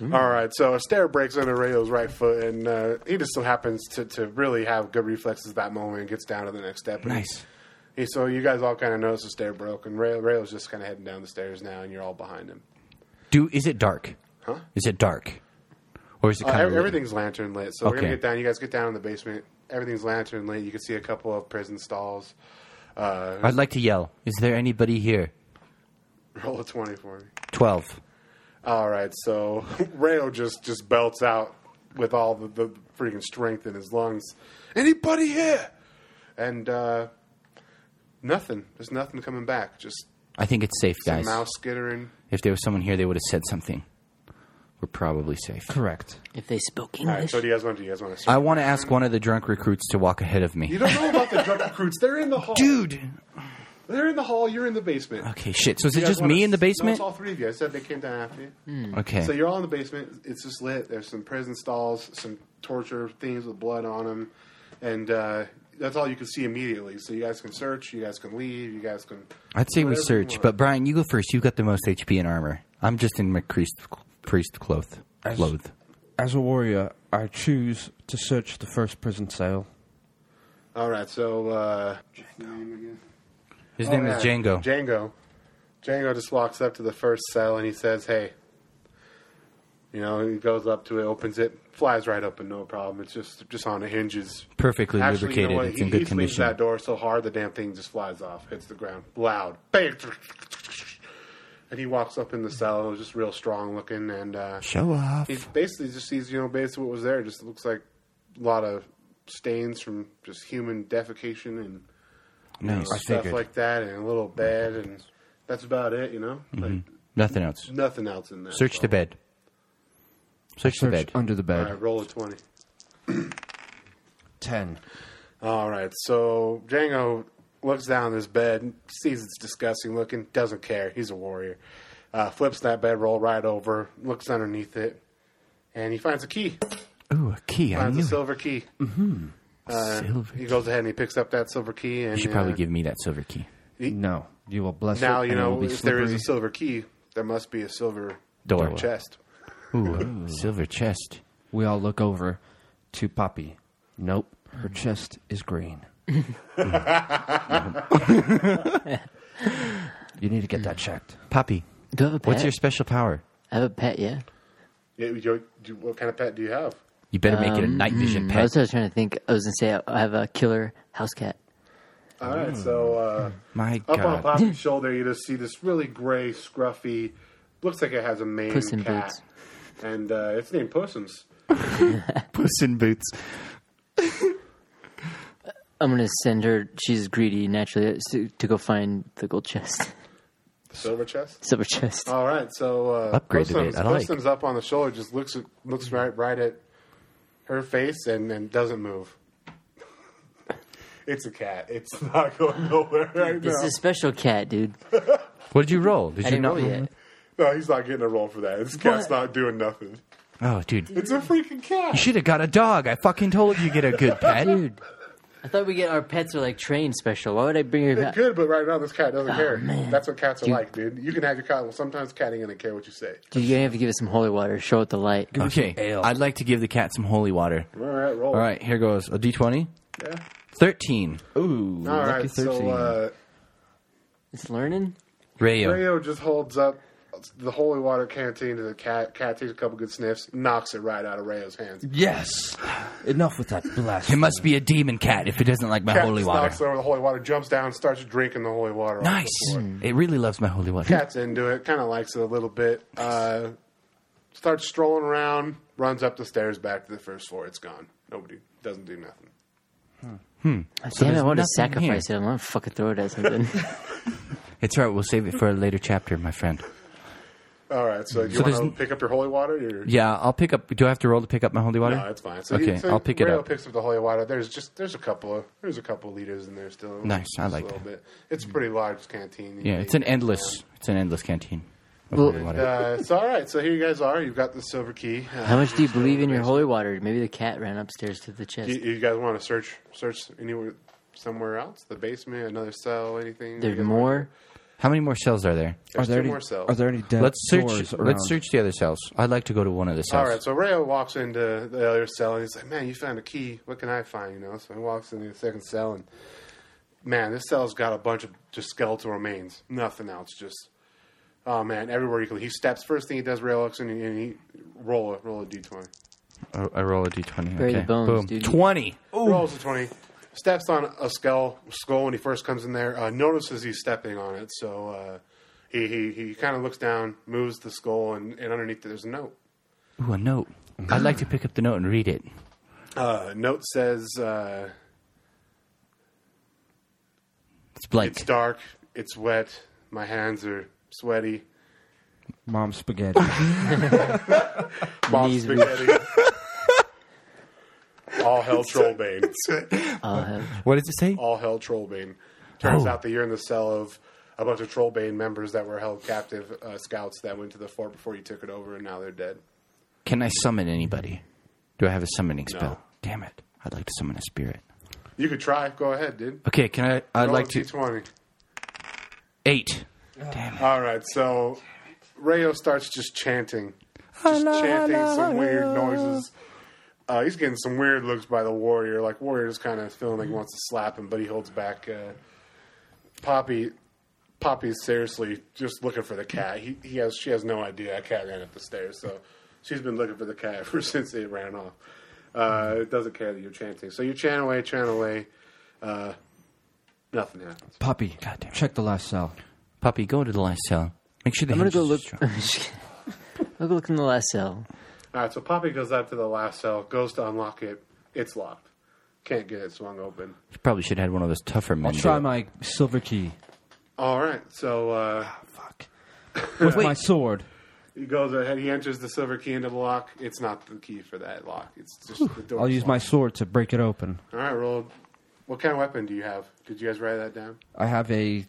Speaker 9: Mm.
Speaker 6: All right, so a stair breaks under Rayo's right foot, and uh, he just so happens to, to really have good reflexes at that moment and gets down to the next step. And
Speaker 1: Nice.
Speaker 6: He, so you guys all kind of notice the stair broke, and Rayo, Rayo's just kind of heading down the stairs now, and you're all behind him.
Speaker 1: Do is it dark?
Speaker 6: Huh?
Speaker 1: Is it dark? Or is it
Speaker 6: Uh,
Speaker 1: kind of
Speaker 6: ev- everything's lantern lit, so we're
Speaker 1: Okay.
Speaker 6: gonna get down. You guys get down in the basement. Everything's lantern lit. You can see a couple of prison stalls. Uh,
Speaker 1: I'd like to yell. Is there anybody here?
Speaker 6: roll a twenty for me.
Speaker 1: Twelve.
Speaker 6: All right, so Rayo just just belts out with all the, the freaking strength in his lungs. Anybody here? And uh, nothing. There's nothing coming back. Just
Speaker 1: I think it's safe,
Speaker 6: some
Speaker 1: guys.
Speaker 6: mouse skittering.
Speaker 1: If there was someone here, they would have said something. We're probably safe.
Speaker 9: Correct.
Speaker 7: If they spoke
Speaker 6: All right,
Speaker 7: English,
Speaker 6: so do you guys want to? Do you guys want to?
Speaker 1: I want to ask one of the drunk recruits to walk ahead of
Speaker 6: you
Speaker 1: me.
Speaker 6: don't know about the drunk recruits. They're in the hall.
Speaker 1: Dude.
Speaker 6: they're in the hall. You're in the basement.
Speaker 1: Okay, shit. So is
Speaker 6: You
Speaker 1: it
Speaker 6: guys
Speaker 1: just
Speaker 6: wanna-
Speaker 1: me in the
Speaker 6: no, it's
Speaker 1: basement?
Speaker 6: all three of you. I said they came down after you.
Speaker 1: Okay.
Speaker 6: So you're all in the basement. It's just lit. There's some prison stalls, some torture things with blood on them, and uh, that's all you can see immediately. So you guys can search. You guys can leave. You guys can.
Speaker 1: I'd say we
Speaker 6: Whatever you
Speaker 1: search,
Speaker 6: want.
Speaker 1: but Brian, you go first. You've got the most HP and armor. I'm just in my priest, priest cloth.
Speaker 9: As-
Speaker 1: Cloth.
Speaker 9: As a warrior, I choose to search the first prison cell.
Speaker 6: All right. So uh, name again?
Speaker 1: His
Speaker 6: Oh,
Speaker 1: name
Speaker 6: yeah,
Speaker 1: is Django.
Speaker 6: Django. Django just walks up to the first cell and he says, "Hey." You know, he goes up to it, opens it, flies right open, no problem. It's just just on the hinges.
Speaker 1: Perfectly
Speaker 6: Actually, you
Speaker 1: lubricated.
Speaker 6: know what?
Speaker 1: it's
Speaker 6: He,
Speaker 1: in
Speaker 6: he
Speaker 1: good
Speaker 6: swings
Speaker 1: condition.
Speaker 6: that door so hard the damn thing just flies off, hits the ground, loud, bang, and he walks up in the cell. It was just real strong looking, and uh,
Speaker 1: Show off.
Speaker 6: he basically just sees you know basically what was there. Just looks like a lot of stains from just human defecation and
Speaker 1: Nice.
Speaker 6: stuff like that, and a little bed, and that's about it. You know, like
Speaker 1: Nothing else.
Speaker 6: nothing else in there.
Speaker 1: Mm-hmm. Search
Speaker 6: so.
Speaker 1: the bed. Search, the
Speaker 9: Search
Speaker 1: bed.
Speaker 9: under the
Speaker 6: All
Speaker 9: bed.
Speaker 6: right, roll a twenty.
Speaker 9: Ten.
Speaker 6: All right, so Django looks down this bed, sees it's disgusting looking, doesn't care. He's a warrior. Uh, flips that bedroll right over, looks underneath it, and he finds a key.
Speaker 1: Ooh, a key. I
Speaker 6: Finds
Speaker 1: knew
Speaker 6: a
Speaker 1: it.
Speaker 6: silver key. Mm-hmm. Uh,
Speaker 1: Silver
Speaker 6: He goes ahead and he picks up that silver key, and
Speaker 1: You should
Speaker 6: uh,
Speaker 1: probably give me that silver key.
Speaker 9: No, you will bless
Speaker 6: now
Speaker 9: it.
Speaker 6: you
Speaker 9: and it
Speaker 6: know
Speaker 9: will
Speaker 6: if
Speaker 9: be
Speaker 6: there is
Speaker 9: slippery.
Speaker 6: a silver key, there must be a silver
Speaker 1: Door.
Speaker 6: chest.
Speaker 1: Ooh, silver chest.
Speaker 9: We all look over to Poppy. Nope, her chest is green. you need to get that checked.
Speaker 1: Poppy,
Speaker 7: do I have a pet?
Speaker 1: what's your special power?
Speaker 7: I have a pet. Yeah.
Speaker 6: Yeah, you- you- what kind of pet do you have?
Speaker 1: You better make it a
Speaker 6: Um,
Speaker 1: night vision
Speaker 7: I
Speaker 1: pet.
Speaker 7: was, I was trying to think. I was gonna say I I have a killer house cat.
Speaker 6: All right, so uh,
Speaker 1: My
Speaker 6: Up on
Speaker 1: God.
Speaker 6: Poppy's shoulder, you just see this really gray, scruffy. Looks like it has a mane
Speaker 7: Puss in
Speaker 6: cat,
Speaker 7: Boots.
Speaker 6: and uh, it's named Pussums.
Speaker 1: Puss in Boots.
Speaker 7: I'm gonna send her. She's greedy naturally to, to go find the gold chest,
Speaker 6: Silver chest.
Speaker 7: silver chest.
Speaker 6: All right, so uh,
Speaker 1: Upgraded it.
Speaker 6: Pussums,
Speaker 1: I like.
Speaker 6: Pussums up on the shoulder just looks at, looks right right at her face and, and doesn't move. it's a cat. It's not going nowhere right
Speaker 7: this
Speaker 6: now.
Speaker 7: is a special cat, dude.
Speaker 1: What did you roll? Did
Speaker 7: I
Speaker 1: you
Speaker 7: didn't
Speaker 1: not
Speaker 7: roll yet.
Speaker 6: No, he's not getting a roll for that. This cat's
Speaker 7: What?
Speaker 6: not doing nothing.
Speaker 1: Oh, dude.
Speaker 6: It's a freaking cat.
Speaker 1: You should have got a dog. I fucking told you get a good pet.
Speaker 7: Dude, I thought we get our pets are like trained special. Why would I bring her
Speaker 6: They
Speaker 7: back?
Speaker 6: could, but right now this cat
Speaker 1: Oh,
Speaker 6: doesn't care.
Speaker 7: man.
Speaker 6: That's what cats are like, dude. You can have your cat. Well, sometimes cat ain't gonna care what you say.
Speaker 7: Dude, you're gonna have to give it some holy water. Show it the light.
Speaker 1: Okay. I'd like to give the cat some holy water.
Speaker 6: All right, roll.
Speaker 1: All right, here goes a d20.
Speaker 6: Yeah.
Speaker 1: 13.
Speaker 9: Ooh,
Speaker 6: All right. So uh,
Speaker 7: It's learning.
Speaker 1: Rayo.
Speaker 6: Rayo just holds up the holy water canteen to the cat. Cat takes a couple good sniffs, knocks it right out of Rayo's hands.
Speaker 9: yes. Enough with that
Speaker 1: It
Speaker 9: blasphemy.
Speaker 1: must be a demon cat if it doesn't like my
Speaker 6: Cat
Speaker 1: holy
Speaker 6: just
Speaker 1: water.
Speaker 6: knocks over the holy water, jumps down, starts drinking the holy water. off the
Speaker 1: Nice.
Speaker 6: floor.
Speaker 1: It really loves my holy water.
Speaker 6: Cat's into it, kind of likes it a little bit. Uh, starts strolling around, runs up the stairs back to the first floor. It's gone. Nobody doesn't do nothing.
Speaker 7: Damn, I want
Speaker 1: there's
Speaker 7: to
Speaker 1: nothing here.
Speaker 7: sacrifice it. I want to fucking throw it at something.
Speaker 1: It's all right. We'll save it for a later chapter, my friend.
Speaker 6: All right, so you
Speaker 1: Mm. So
Speaker 6: want
Speaker 1: there's
Speaker 6: to
Speaker 1: n-
Speaker 6: pick up your holy water? You're,
Speaker 1: Yeah, I'll pick up. Do I have to roll to pick up my holy water?
Speaker 6: No, it's fine. So
Speaker 1: okay,
Speaker 6: you, so
Speaker 1: I'll pick it
Speaker 6: Rayo
Speaker 1: up.
Speaker 6: picks up the holy water. There's just there's a couple of there's a couple of liters in there still.
Speaker 1: Nice, I
Speaker 6: Just
Speaker 1: like
Speaker 6: a
Speaker 1: that.
Speaker 6: little bit. It's a pretty large canteen.
Speaker 1: yeah, it's an endless. It's an endless canteen. of
Speaker 7: Well-
Speaker 1: holy water.
Speaker 6: Uh, so all right, so here you guys are. You've got the silver key. Uh,
Speaker 7: How much do you believe in your holy water? Maybe the cat ran upstairs to the
Speaker 6: You,
Speaker 7: chest.
Speaker 6: you guys want to search search anywhere somewhere else? The basement, another cell, anything? You
Speaker 7: There's
Speaker 6: guys
Speaker 7: more.
Speaker 1: How many more cells are there?
Speaker 6: wanna- There's two
Speaker 9: any,
Speaker 6: more cells.
Speaker 9: Are there any dead
Speaker 1: Let's search.
Speaker 9: doors around?
Speaker 1: Let's search the other cells. I'd like to go to one of the cells.
Speaker 6: All right, so Rayo walks into the other cell and he's like, "Man, you found a key. What can I find?" You know. So he walks into the second cell and, man, this cell's got a bunch of just skeletal remains. Nothing else. Just, oh man, everywhere he can. He steps. First thing he does, Rayo walks in and he roll a roll a d twenty.
Speaker 1: I, I roll a d20.
Speaker 7: Bury the
Speaker 1: okay.
Speaker 7: bones,
Speaker 1: Boom.
Speaker 7: dude.
Speaker 1: Twenty.
Speaker 6: Rolls a twenty. Steps on a skull. Skull when he first comes in there. Uh, notices he's stepping on it. So uh, he he, he kind of looks down, moves the skull, and, and underneath there's a note.
Speaker 1: Ooh, a note. I'd like to pick up the note and read it.
Speaker 6: Uh, note says. Uh,
Speaker 1: It's blank.
Speaker 6: It's dark. It's wet. My hands are sweaty.
Speaker 9: Mom spaghetti.
Speaker 6: Mom
Speaker 7: Knees
Speaker 6: spaghetti. All hell trollbane.
Speaker 7: I'll have
Speaker 1: what does it say?
Speaker 6: All hell trollbane.
Speaker 1: Oh.
Speaker 6: Turns out that you're in the cell of a bunch of trollbane members that were held captive uh, scouts that went to the fort before you took it over, and now they're dead.
Speaker 1: Can I summon anybody? Do I have a summoning spell?
Speaker 6: No.
Speaker 1: Damn it! I'd like to summon a spirit.
Speaker 6: You could try. Go ahead, dude.
Speaker 1: Okay, can I? I'd
Speaker 6: Roll
Speaker 1: like
Speaker 6: a
Speaker 1: to
Speaker 6: D20.
Speaker 1: eight. Damn it!
Speaker 6: All right, so Rayo starts just chanting, just chanting some weird noises. Uh, he's getting some weird looks by the warrior. Like warrior's kind of feeling like he wants to slap him, but he holds back. Uh, Poppy, Poppy's seriously just looking for the cat. He, he has she has no idea that cat ran up the stairs, so she's been looking for the cat ever since it ran off. Uh, it doesn't care that you're chanting, so you chant away, chant away. Uh, nothing happens.
Speaker 9: Puppy,
Speaker 1: God damn it.
Speaker 9: check the last cell.
Speaker 1: Puppy, go to the last cell. Make sure the
Speaker 7: I'm gonna
Speaker 1: hinges
Speaker 7: go
Speaker 1: are
Speaker 7: look.
Speaker 1: strong.
Speaker 7: I'm just kidding. I'll go look in the last cell.
Speaker 6: All right, so Poppy goes up to the last cell, goes to unlock it. It's locked. Can't get it swung open.
Speaker 1: You probably should have had one of those tougher men.
Speaker 9: I'll
Speaker 1: do
Speaker 9: try
Speaker 1: it.
Speaker 9: my silver key.
Speaker 6: All right, so uh,
Speaker 9: Fuck. With my sword.
Speaker 6: he goes ahead. He enters the silver key into the lock. It's not the key for that lock. It's just the door.
Speaker 9: I'll use my sword to break it open.
Speaker 6: All right, roll. What kind of weapon do you have? Did you guys write that down?
Speaker 9: I have a.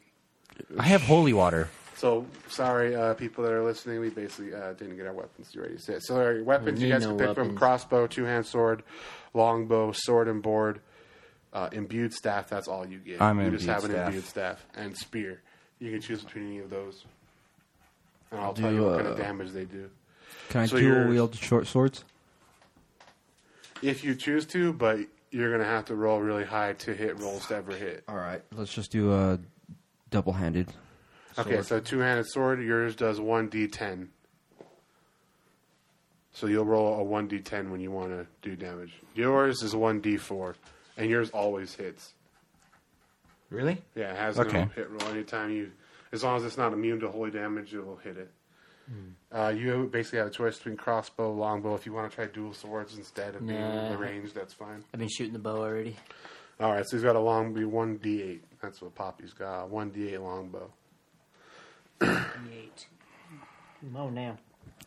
Speaker 1: I have holy water.
Speaker 6: So sorry, uh, people that are listening. We basically uh, didn't get our weapons ready. So, so our weapons
Speaker 7: We
Speaker 6: you guys
Speaker 7: need
Speaker 6: can
Speaker 7: no
Speaker 6: pick from
Speaker 7: weapons.
Speaker 6: crossbow, two hand sword, longbow, sword and board, uh, imbued staff. That's all you get.
Speaker 1: I'm an
Speaker 6: you just
Speaker 1: imbued
Speaker 6: have an
Speaker 1: staff.
Speaker 6: imbued staff and spear. You can choose between any of those, and I'll tell you what kind of damage they do
Speaker 9: Can I
Speaker 6: So
Speaker 9: dual
Speaker 6: you're-
Speaker 9: wield short swords?
Speaker 6: if you choose to. But you're gonna have to roll really high to hit rolls to ever hit.
Speaker 9: All right, let's just do a double handed.
Speaker 6: Okay, so two handed sword, yours does one D ten. So you'll roll a one D ten when you want to do damage. Yours is one D four, and yours always hits.
Speaker 1: Really?
Speaker 6: Yeah, it has
Speaker 1: Okay.
Speaker 6: no hit roll anytime you, as long as it's not immune to holy damage, it will hit it. Uh, you basically have a choice between crossbow, longbow. If you want to try dual swords instead of being
Speaker 7: Nah.
Speaker 6: the range, that's fine.
Speaker 7: I've been shooting the bow already.
Speaker 6: All right, so he's got a long be one D eight. That's what Poppy's got. One D eight longbow.
Speaker 7: Eight. Oh, now.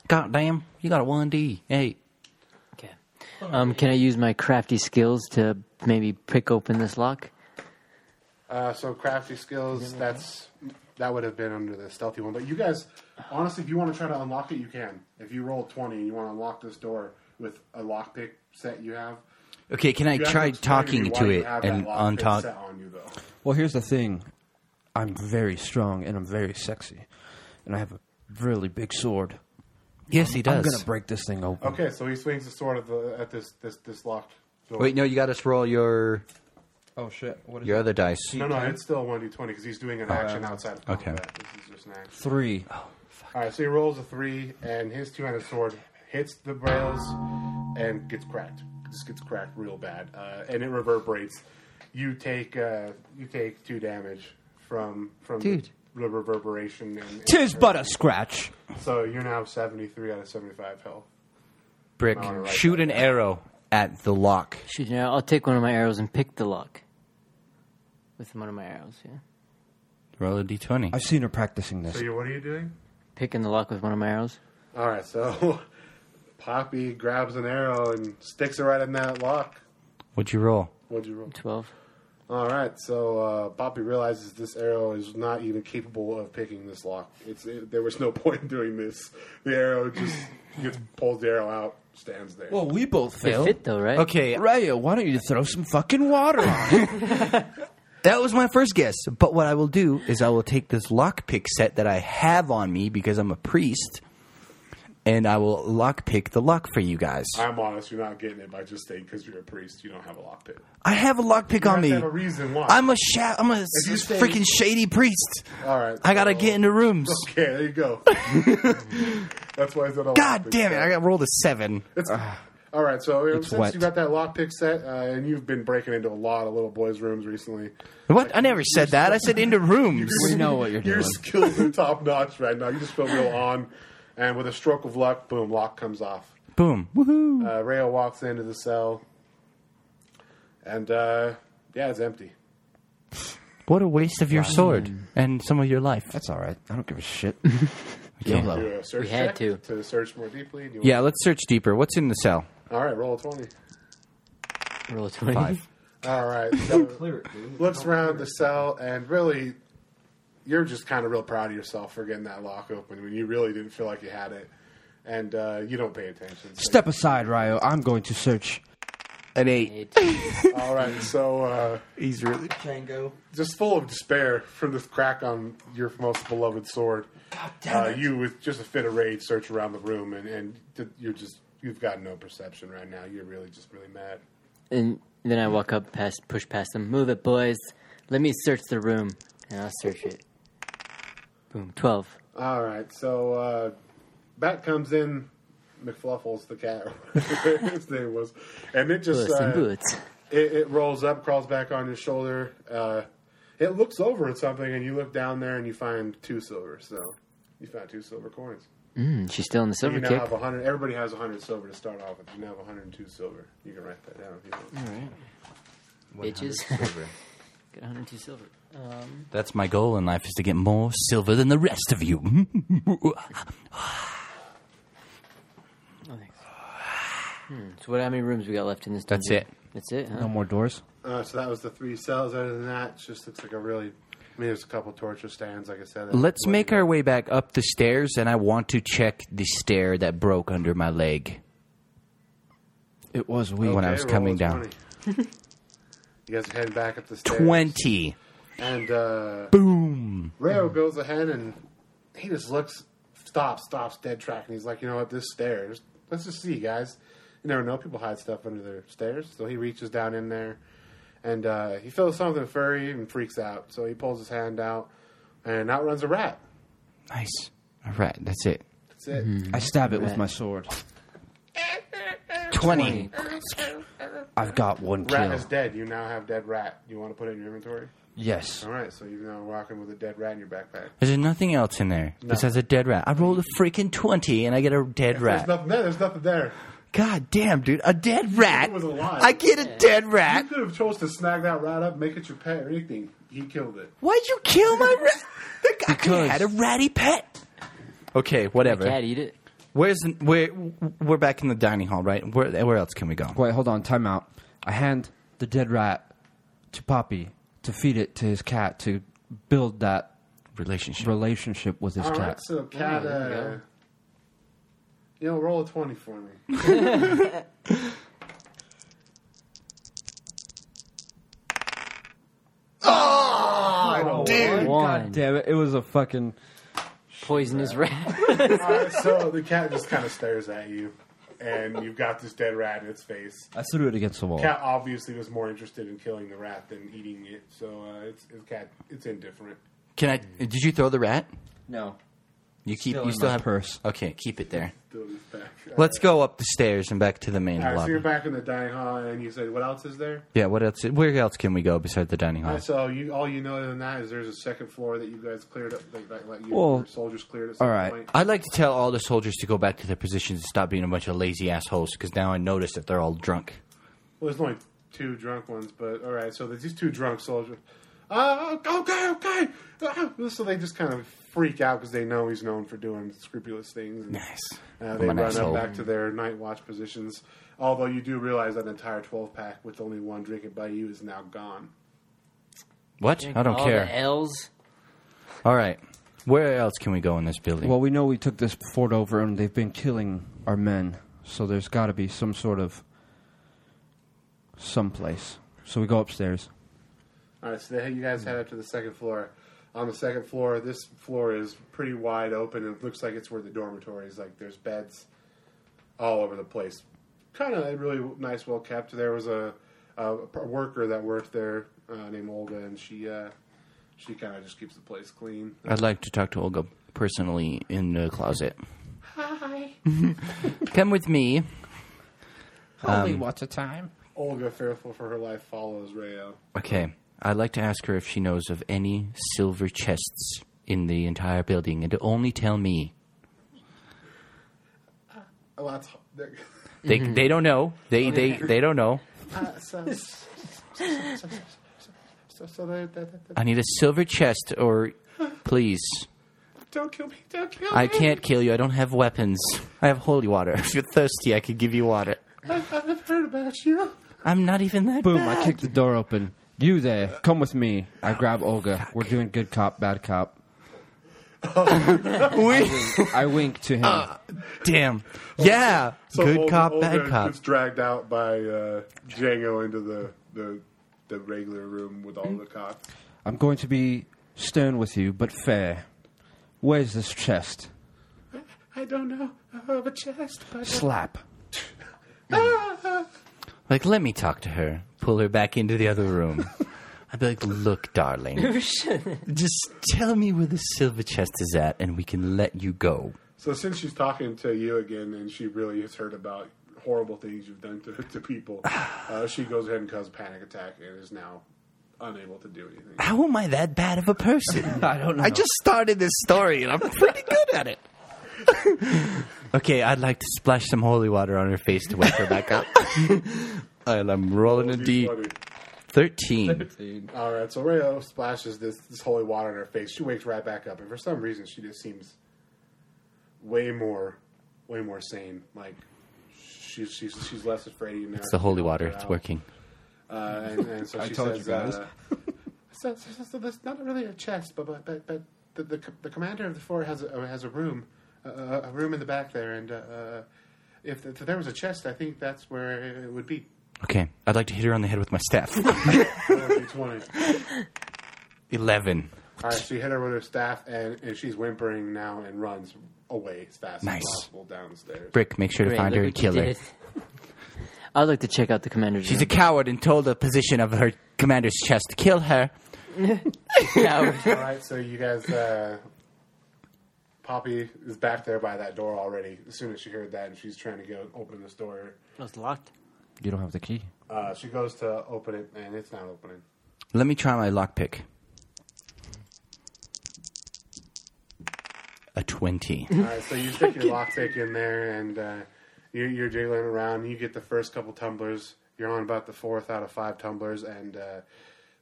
Speaker 1: God damn! You got a one D eight.
Speaker 7: Okay. Um, can I use my crafty skills to maybe pick open this lock?
Speaker 6: Uh, so crafty skills. That's that would have been under the stealthy one. But you guys, honestly, if you want to try to unlock it, you can. If you roll twenty and you want to unlock this door with a lockpick set you have,
Speaker 1: Okay, can I
Speaker 6: you have
Speaker 1: try
Speaker 6: explain
Speaker 1: talking
Speaker 6: me why
Speaker 1: to
Speaker 6: you
Speaker 1: it
Speaker 6: have that
Speaker 1: and
Speaker 6: lockpick
Speaker 1: on top?
Speaker 6: set on you though.
Speaker 9: Well, here's the thing. I'm very strong and I'm very sexy, and I have a really big sword.
Speaker 1: Yes, he
Speaker 9: I'm
Speaker 1: does.
Speaker 9: gonna break this thing open.
Speaker 6: Okay, so he swings the sword at, the, at this this this locked door.
Speaker 1: Wait, no, you got us roll your
Speaker 9: Oh shit! What
Speaker 1: your other dice.
Speaker 6: no, no, it's still one d twenty because he's doing an action outside of
Speaker 1: Oh, okay.
Speaker 6: combat. This is just an action.
Speaker 9: Three.
Speaker 6: All right, so he rolls a three, and his two-handed sword hits the rails and gets cracked. Just gets cracked real bad, uh, and it reverberates. You take uh, you take two damage from from
Speaker 7: Dude.
Speaker 6: the reverberation. And, and-
Speaker 9: Tis but a scratch.
Speaker 6: so you're now seventy-three out of seventy-five health.
Speaker 1: Brick,
Speaker 6: I wanna write
Speaker 1: shoot
Speaker 6: that
Speaker 1: an arrow at the lock.
Speaker 7: Shoot, now I'll take one of my arrows and pick the lock with one of my arrows. Yeah,
Speaker 1: Roll a d20.
Speaker 9: I've seen her practicing this.
Speaker 6: So you what are you doing?
Speaker 7: picking the lock with one of my arrows.
Speaker 6: All right, so Poppy grabs an arrow and sticks it right in that lock.
Speaker 1: What'd you roll?
Speaker 6: What'd you roll?
Speaker 7: Twelve.
Speaker 6: All right, so uh, Poppy realizes this arrow is not even capable of picking this lock. It's it, there was no point in doing this. The arrow just gets pulls the arrow out, stands there.
Speaker 9: Well, we both
Speaker 7: They
Speaker 9: failed.
Speaker 7: fit though, right?
Speaker 1: Okay,
Speaker 9: Raya, why don't you throw some fucking water on?
Speaker 1: that was my first guess. But what I will do is I will take this lockpick set that I have on me because I'm a priest, and I will lockpick the lock for you guys.
Speaker 6: I'm honest, you're not getting it by just saying because you're a priest, you don't have a lockpick.
Speaker 1: I have a lockpick on
Speaker 6: have to
Speaker 1: me.
Speaker 6: have a reason why.
Speaker 1: I'm a sha- I'm a
Speaker 6: you
Speaker 1: s-
Speaker 6: say-
Speaker 1: freaking shady priest.
Speaker 6: All right,
Speaker 1: I gotta
Speaker 6: so-
Speaker 1: get into rooms.
Speaker 6: Okay, there you go. That's why it's not a
Speaker 1: God
Speaker 6: lockpick
Speaker 1: damn it!
Speaker 6: set.
Speaker 1: I got Ah. rolled a seven.
Speaker 6: All right, so since
Speaker 9: wet.
Speaker 6: you got that lockpick set, uh, and you've been breaking into a lot of little boys' rooms recently,
Speaker 1: What? I never said that. I said into rooms.
Speaker 9: we know what you're
Speaker 6: Your
Speaker 9: doing.
Speaker 6: skills are top notch right now. You just feel real on, and with a stroke of luck, boom, lock comes off.
Speaker 1: Boom. Woohoo.
Speaker 6: Uh, Rayo walks into the cell, and uh, yeah, it's empty.
Speaker 1: What a waste of your sword and some of your life.
Speaker 9: That's all right. I don't give a shit.
Speaker 6: Do
Speaker 9: YOLO.
Speaker 6: a search
Speaker 7: We had
Speaker 6: check
Speaker 7: to.
Speaker 6: search more deeply. Do you
Speaker 1: Yeah, let's search deeper. What's in the cell?
Speaker 6: want- All right, roll a twenty.
Speaker 7: Roll a twenty.
Speaker 1: Five.
Speaker 6: All right, so looks around the cell, and really, you're just kind of real proud of yourself for getting that lock open when you really didn't feel like you had it, and uh, you don't pay attention. so-
Speaker 9: Step aside, Ryo. I'm going to search.
Speaker 1: An eight.
Speaker 6: All right, so. Uh,
Speaker 1: He's really.
Speaker 6: just full of despair from this crack on your most beloved sword. uh, You, with just a fit of rage, search around the room, and, and th- you're just you've got no perception right now. You're really just really mad.
Speaker 7: And then I walk up past, push past them. Move it, boys. Let me search the room, and I'll search it. Boom. Twelve.
Speaker 6: All right, so uh, back comes in McFluffles the cat. his name was, and it just
Speaker 7: Puss and
Speaker 6: uh,
Speaker 7: boots.
Speaker 6: it, it rolls up, crawls back on your shoulder. Uh, it looks over at something, and you look down there, and you find two silver. So you found two silver coins.
Speaker 7: Mm, she's still in the silver
Speaker 6: You now
Speaker 7: cape.
Speaker 6: have 100. Everybody has 100 silver to start off with. You now have 102 silver. You can write that down if you want.
Speaker 7: Bitches. Got 102 silver. Um,
Speaker 1: That's my goal in life is to get more silver than the rest of you.
Speaker 7: Oh, thanks. Hmm. So what? How many rooms we got left in this?
Speaker 1: That's
Speaker 7: dungeon?
Speaker 1: it.
Speaker 7: That's it. Huh?
Speaker 9: No more doors.
Speaker 6: Uh, so that was the three cells. Other than that, it just looks like a really. I mean, there's a couple torture stands, like I said.
Speaker 1: Let's make our way back up the stairs, and I want to check the stair that broke under my leg.
Speaker 9: It was we.
Speaker 1: When I was coming down.
Speaker 6: you guys are heading back up the stairs.
Speaker 1: 20.
Speaker 6: And uh, boom. Rayo goes ahead and he just looks, stops, stops dead track, and he's like, you know what, this stairs. Let's just see, guys. You never know, people hide stuff under their stairs. So he reaches down in there, and uh, he feels something furry and freaks out. So he pulls his hand out, and out runs a rat.
Speaker 1: Nice. All right, that's it.
Speaker 6: That's it.
Speaker 9: I stab it with my sword.
Speaker 1: 20.
Speaker 9: I've got one
Speaker 6: Rat
Speaker 9: kill.
Speaker 6: is dead. You now have dead rat. You want to put it in your inventory?
Speaker 9: Yes.
Speaker 6: All right. So you're now walking with a dead rat in your backpack.
Speaker 1: There's nothing else in there besides a dead rat. I rolled a freaking 20 and I get a dead
Speaker 6: There's
Speaker 1: rat.
Speaker 6: nothing there. There's nothing there.
Speaker 1: God damn, dude. A dead rat.
Speaker 6: It was alive.
Speaker 1: I get a dead
Speaker 6: You
Speaker 1: rat.
Speaker 6: could have chose to snag that rat up, make it your pet, or anything. He killed it.
Speaker 1: Why'd you kill my rat? The guy
Speaker 9: Because-
Speaker 1: had a ratty pet. Okay,
Speaker 7: Cat
Speaker 1: whatever.
Speaker 7: eat it.
Speaker 1: Where's the, where we're back in the dining hall, right? Where where else can we go?
Speaker 9: Wait, hold on. Time out. I hand the dead rat to Poppy to feed it to his cat to build that
Speaker 1: Relationship.
Speaker 9: relationship with his
Speaker 6: All
Speaker 9: cat.
Speaker 6: right, so cat.
Speaker 7: Yeah, there you
Speaker 6: uh,
Speaker 7: go.
Speaker 6: you know, roll a twenty for me.
Speaker 9: God
Speaker 7: One
Speaker 9: damn it! It was a fucking.
Speaker 7: poisonous rat.
Speaker 6: All right, so the cat just kind of stares at you, and you've got this dead rat in its face.
Speaker 9: I threw it against the wall.
Speaker 6: Cat obviously was more interested in killing the rat than eating it, so uh, it's, it's cat. It's indifferent.
Speaker 1: Can I? Did you throw the rat?
Speaker 9: No.
Speaker 1: You keep.
Speaker 9: Still
Speaker 1: you
Speaker 9: in
Speaker 1: still
Speaker 9: my
Speaker 1: have
Speaker 9: purse.
Speaker 1: Okay, keep it there.
Speaker 6: Still is back.
Speaker 1: Let's go up the stairs and back to the main
Speaker 6: All right, so
Speaker 1: lobby.
Speaker 6: you're back in the dining hall, and you say, "What else is there?"
Speaker 1: Yeah. What else? Where else can we go besides the dining hall?
Speaker 6: Uh, so you all you know than that is there's a second floor that you guys cleared up, like, like, like you
Speaker 9: Well,
Speaker 6: your soldiers cleared at some
Speaker 9: all right.
Speaker 6: point.
Speaker 1: I'd like to tell all the soldiers to go back to their positions and stop being a bunch of lazy assholes. Because now I notice that they're all drunk.
Speaker 6: Well, there's only two drunk ones, but all right. So there's these two drunk soldiers. Uh, okay, okay. Uh, so they just kind of freak out because they know he's known for doing scrupulous things. And, Uh, they
Speaker 1: I'm an
Speaker 6: run
Speaker 1: asshole.
Speaker 6: up back to their night watch positions. Although you do realize that entire 12 pack with only one drinking by you is now gone.
Speaker 1: What? I don't
Speaker 7: All
Speaker 1: care.
Speaker 7: The L's.
Speaker 1: All right. Where else can we go in this building?
Speaker 9: Well, we know we took this fort over, and they've been killing our men. So there's got to be some sort of someplace. So we go upstairs.
Speaker 6: All right, so they, you guys head up to the second floor. On the second floor, this floor is pretty wide open. It looks like it's where the dormitories. Like there's beds all over the place. Kind of really nice, well kept. There was a, a worker that worked there uh, named Olga, and she uh, she kind of just keeps the place clean.
Speaker 1: I'd like to talk to Olga personally in the closet. Hi. Come with me.
Speaker 9: Um,
Speaker 6: Olga, fearful for her life, follows Rayo.
Speaker 1: Okay. I'd like to ask her if she knows of any silver chests in the entire building and to only tell me.
Speaker 6: Oh, that's there-
Speaker 1: They,
Speaker 9: Mm-hmm.
Speaker 1: they don't know. They, they, they don't know.
Speaker 6: uh, so, so, so there- there- there-
Speaker 1: I need a silver chest or please.
Speaker 6: don't kill me! Don't kill me!
Speaker 1: I can't kill you. I don't have weapons. I have holy water. If you're thirsty, I could give you water.
Speaker 6: I've, I've heard about you.
Speaker 1: I'm not even that
Speaker 9: Boom!
Speaker 1: bad.
Speaker 9: I kick the door open. You there? Come with me. I grab Olga. We're doing good cop, bad cop. I wink to him.
Speaker 1: Damn. Yeah.
Speaker 6: So
Speaker 1: Good
Speaker 6: Olga-
Speaker 1: cop,
Speaker 6: Olga
Speaker 1: bad cop.
Speaker 6: Gets dragged out by uh, Django into the, the the regular room with all the cops.
Speaker 9: I'm going to be stern with you, but fair. Where's this chest?
Speaker 6: I don't know. I have a chest, but ah!
Speaker 9: Slap.
Speaker 1: Like, let me talk to her. Pull her back into the other room. I'd be like, look, darling, just tell me where the silver chest is at and we can let you go.
Speaker 6: so since she's talking to you again, and she really has heard about horrible things you've done to, to people, uh, she goes ahead and causes a panic attack and is now unable to do anything.
Speaker 1: How am I that bad of a person?
Speaker 9: I don't know.
Speaker 1: I just started this story and I'm pretty good at it. okay, I'd like to splash some holy water on her face to wake her back up. and I'm rolling a D.
Speaker 6: Funny.
Speaker 1: 13.
Speaker 6: All right, so Rayo splashes this, this holy water in her face. She wakes right back up, and for some reason, she just seems way more, way more sane. Like she's she's she's less afraid. You know,
Speaker 1: It's the holy water. It's working.
Speaker 6: Uh, and, and so she
Speaker 9: told you guys.
Speaker 6: says, Uh, so, so, so, so that's not really a chest, but but but, but the, the co- the commander of the fort has a, uh, has a room, a, a a room in the back there, and uh, uh, if, th there was a chest, I think that's where it would be.
Speaker 1: Okay, I'd like to hit her on the head with my staff.
Speaker 6: Twenty.
Speaker 1: 11.
Speaker 6: All right, she hit her with her staff, and, and she's whimpering now and runs away as fast
Speaker 1: Nice.
Speaker 6: as possible downstairs.
Speaker 1: Brick, make sure to
Speaker 7: Great,
Speaker 1: find
Speaker 7: look
Speaker 1: her and
Speaker 7: what you
Speaker 1: kill her.
Speaker 7: did. I'd like to check out the commander's
Speaker 1: She's a
Speaker 7: room.
Speaker 1: coward and told the position of her commander's chest to kill her.
Speaker 6: All right, so you guys, uh, Poppy is back there by that door already. As soon as she heard that, and she's trying to go and open this door.
Speaker 7: It's locked.
Speaker 9: You don't have the key.
Speaker 6: Uh, she goes to open it, and it's not opening.
Speaker 1: Let me try my lockpick. A 20.
Speaker 6: All right, so you stick your lockpick in there, and uh, you're, you're jiggling around. You get the first couple tumblers. You're on about the fourth out of five tumblers, and uh,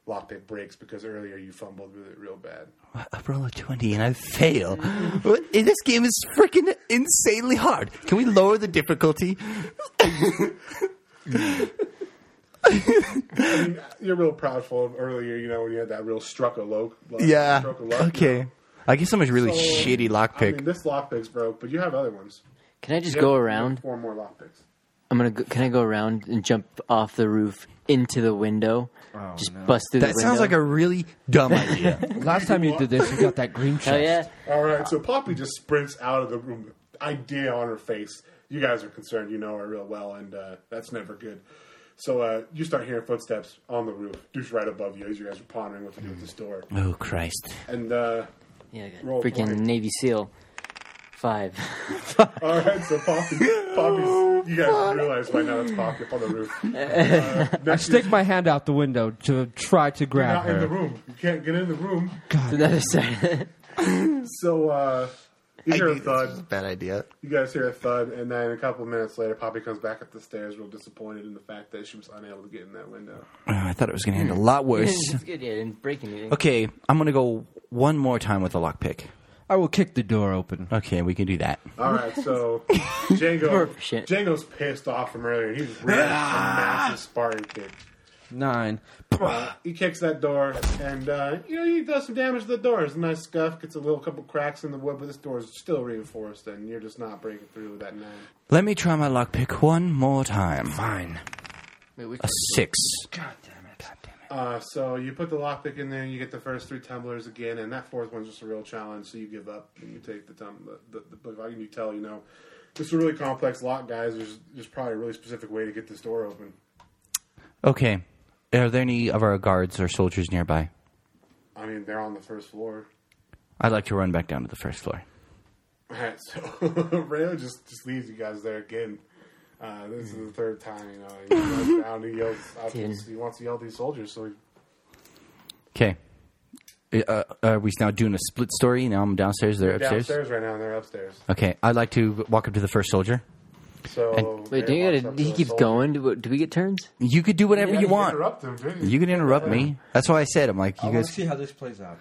Speaker 6: lockpick breaks because earlier you fumbled with it real bad.
Speaker 1: I roll a 20 and I fail. What- this game is freaking insanely hard. Can we lower the difficulty?
Speaker 6: I mean, you're real proudful of earlier, you know, when you had that real struck a low.
Speaker 1: Yeah.
Speaker 6: Struck a low.
Speaker 1: Okay. I guess someone's really shitty
Speaker 6: I
Speaker 1: lockpick.
Speaker 6: mean, this lockpick's broke, but you have other ones.
Speaker 7: Can I just
Speaker 6: You
Speaker 7: go
Speaker 6: have
Speaker 7: around?
Speaker 6: Four more lockpicks.
Speaker 7: I'm gonna. Go, can I go around and jump off the roof into the window? just bust through.
Speaker 1: that
Speaker 7: the
Speaker 1: sounds like
Speaker 7: window?
Speaker 1: a really dumb idea.
Speaker 9: Last time you did this, you got that green chest.
Speaker 7: Hell yeah!
Speaker 6: All right, so Poppy just sprints out of the room, idea on her face. You guys are concerned, you know her real well, and uh, that's never good. So uh, you start hearing footsteps on the roof, just right above you, as you guys are pondering what to do with this door.
Speaker 1: oh Christ!
Speaker 6: And uh,
Speaker 7: Yeah, I got
Speaker 6: Roll
Speaker 7: freaking
Speaker 6: twice.
Speaker 7: Navy SEAL. Five.
Speaker 6: all right, so Poppy, Poppy's, you guys realize by now it's Poppy up on the roof. Uh,
Speaker 9: I
Speaker 6: next
Speaker 9: stick my hand out the window to try to
Speaker 6: you're
Speaker 9: grab
Speaker 6: not in
Speaker 9: her.
Speaker 6: the room. You can't get in the room.
Speaker 7: Another side.
Speaker 6: So uh, you hear a thud.
Speaker 1: bad idea.
Speaker 6: You guys hear a thud, and then a couple minutes later, Poppy comes back up the stairs, real disappointed in the fact that she was unable to get in that window.
Speaker 1: Oh, I thought it was going to end a lot worse.
Speaker 7: it's good. Yeah, didn't break anything.
Speaker 1: Okay, I'm going to go one more time with the lockpick.
Speaker 9: I will kick the door open.
Speaker 1: Okay, we can do that.
Speaker 6: All right, so Django,
Speaker 7: Oh, shit.
Speaker 6: Django's pissed off from earlier. He's ready for a massive Spartan kick.
Speaker 9: Nine.
Speaker 6: He kicks that door, and uh, you know he does some damage to the door. It's a nice scuff, gets a little couple cracks in the wood, but this door is still reinforced, and you're just not breaking through with that nine.
Speaker 1: Let me try my lockpick one more time. Fine. A six.
Speaker 6: Uh, so you put the lockpick in there, and you get the first three tumblers again, and that fourth one's just a real challenge. So you give up and you take the tum the, the, the book out, and you tell you know this is a really complex lock, guys. There's there's probably a really specific way to get this door open.
Speaker 1: Okay. Are there any of our guards or soldiers nearby?
Speaker 6: I mean, they're on the first floor.
Speaker 1: I'd like to run back down to the first floor.
Speaker 6: Alright, so Rayo just, just leaves you guys there again. Uh, this is the third time, you know. He goes down, he yells out to-
Speaker 7: Dude.
Speaker 6: he wants to yell at these soldiers, so he,
Speaker 1: Okay. Uh, are we now doing a split story? Now I'm downstairs, they're upstairs.
Speaker 6: downstairs right now, and they're upstairs.
Speaker 1: Okay, I'd like to walk up to the first soldier.
Speaker 6: So
Speaker 7: Wait,
Speaker 6: Rayo
Speaker 7: do you
Speaker 6: walks
Speaker 7: gotta?
Speaker 6: up to
Speaker 7: He
Speaker 6: the
Speaker 7: keeps
Speaker 6: soldier.
Speaker 7: going. Do, do we get turns?
Speaker 1: You could do whatever
Speaker 6: Yeah,
Speaker 1: you want.
Speaker 6: Interrupt him, didn't you?
Speaker 1: You can interrupt me. That's why I said I'm like you
Speaker 9: Let's
Speaker 1: guys.
Speaker 9: see how this plays out.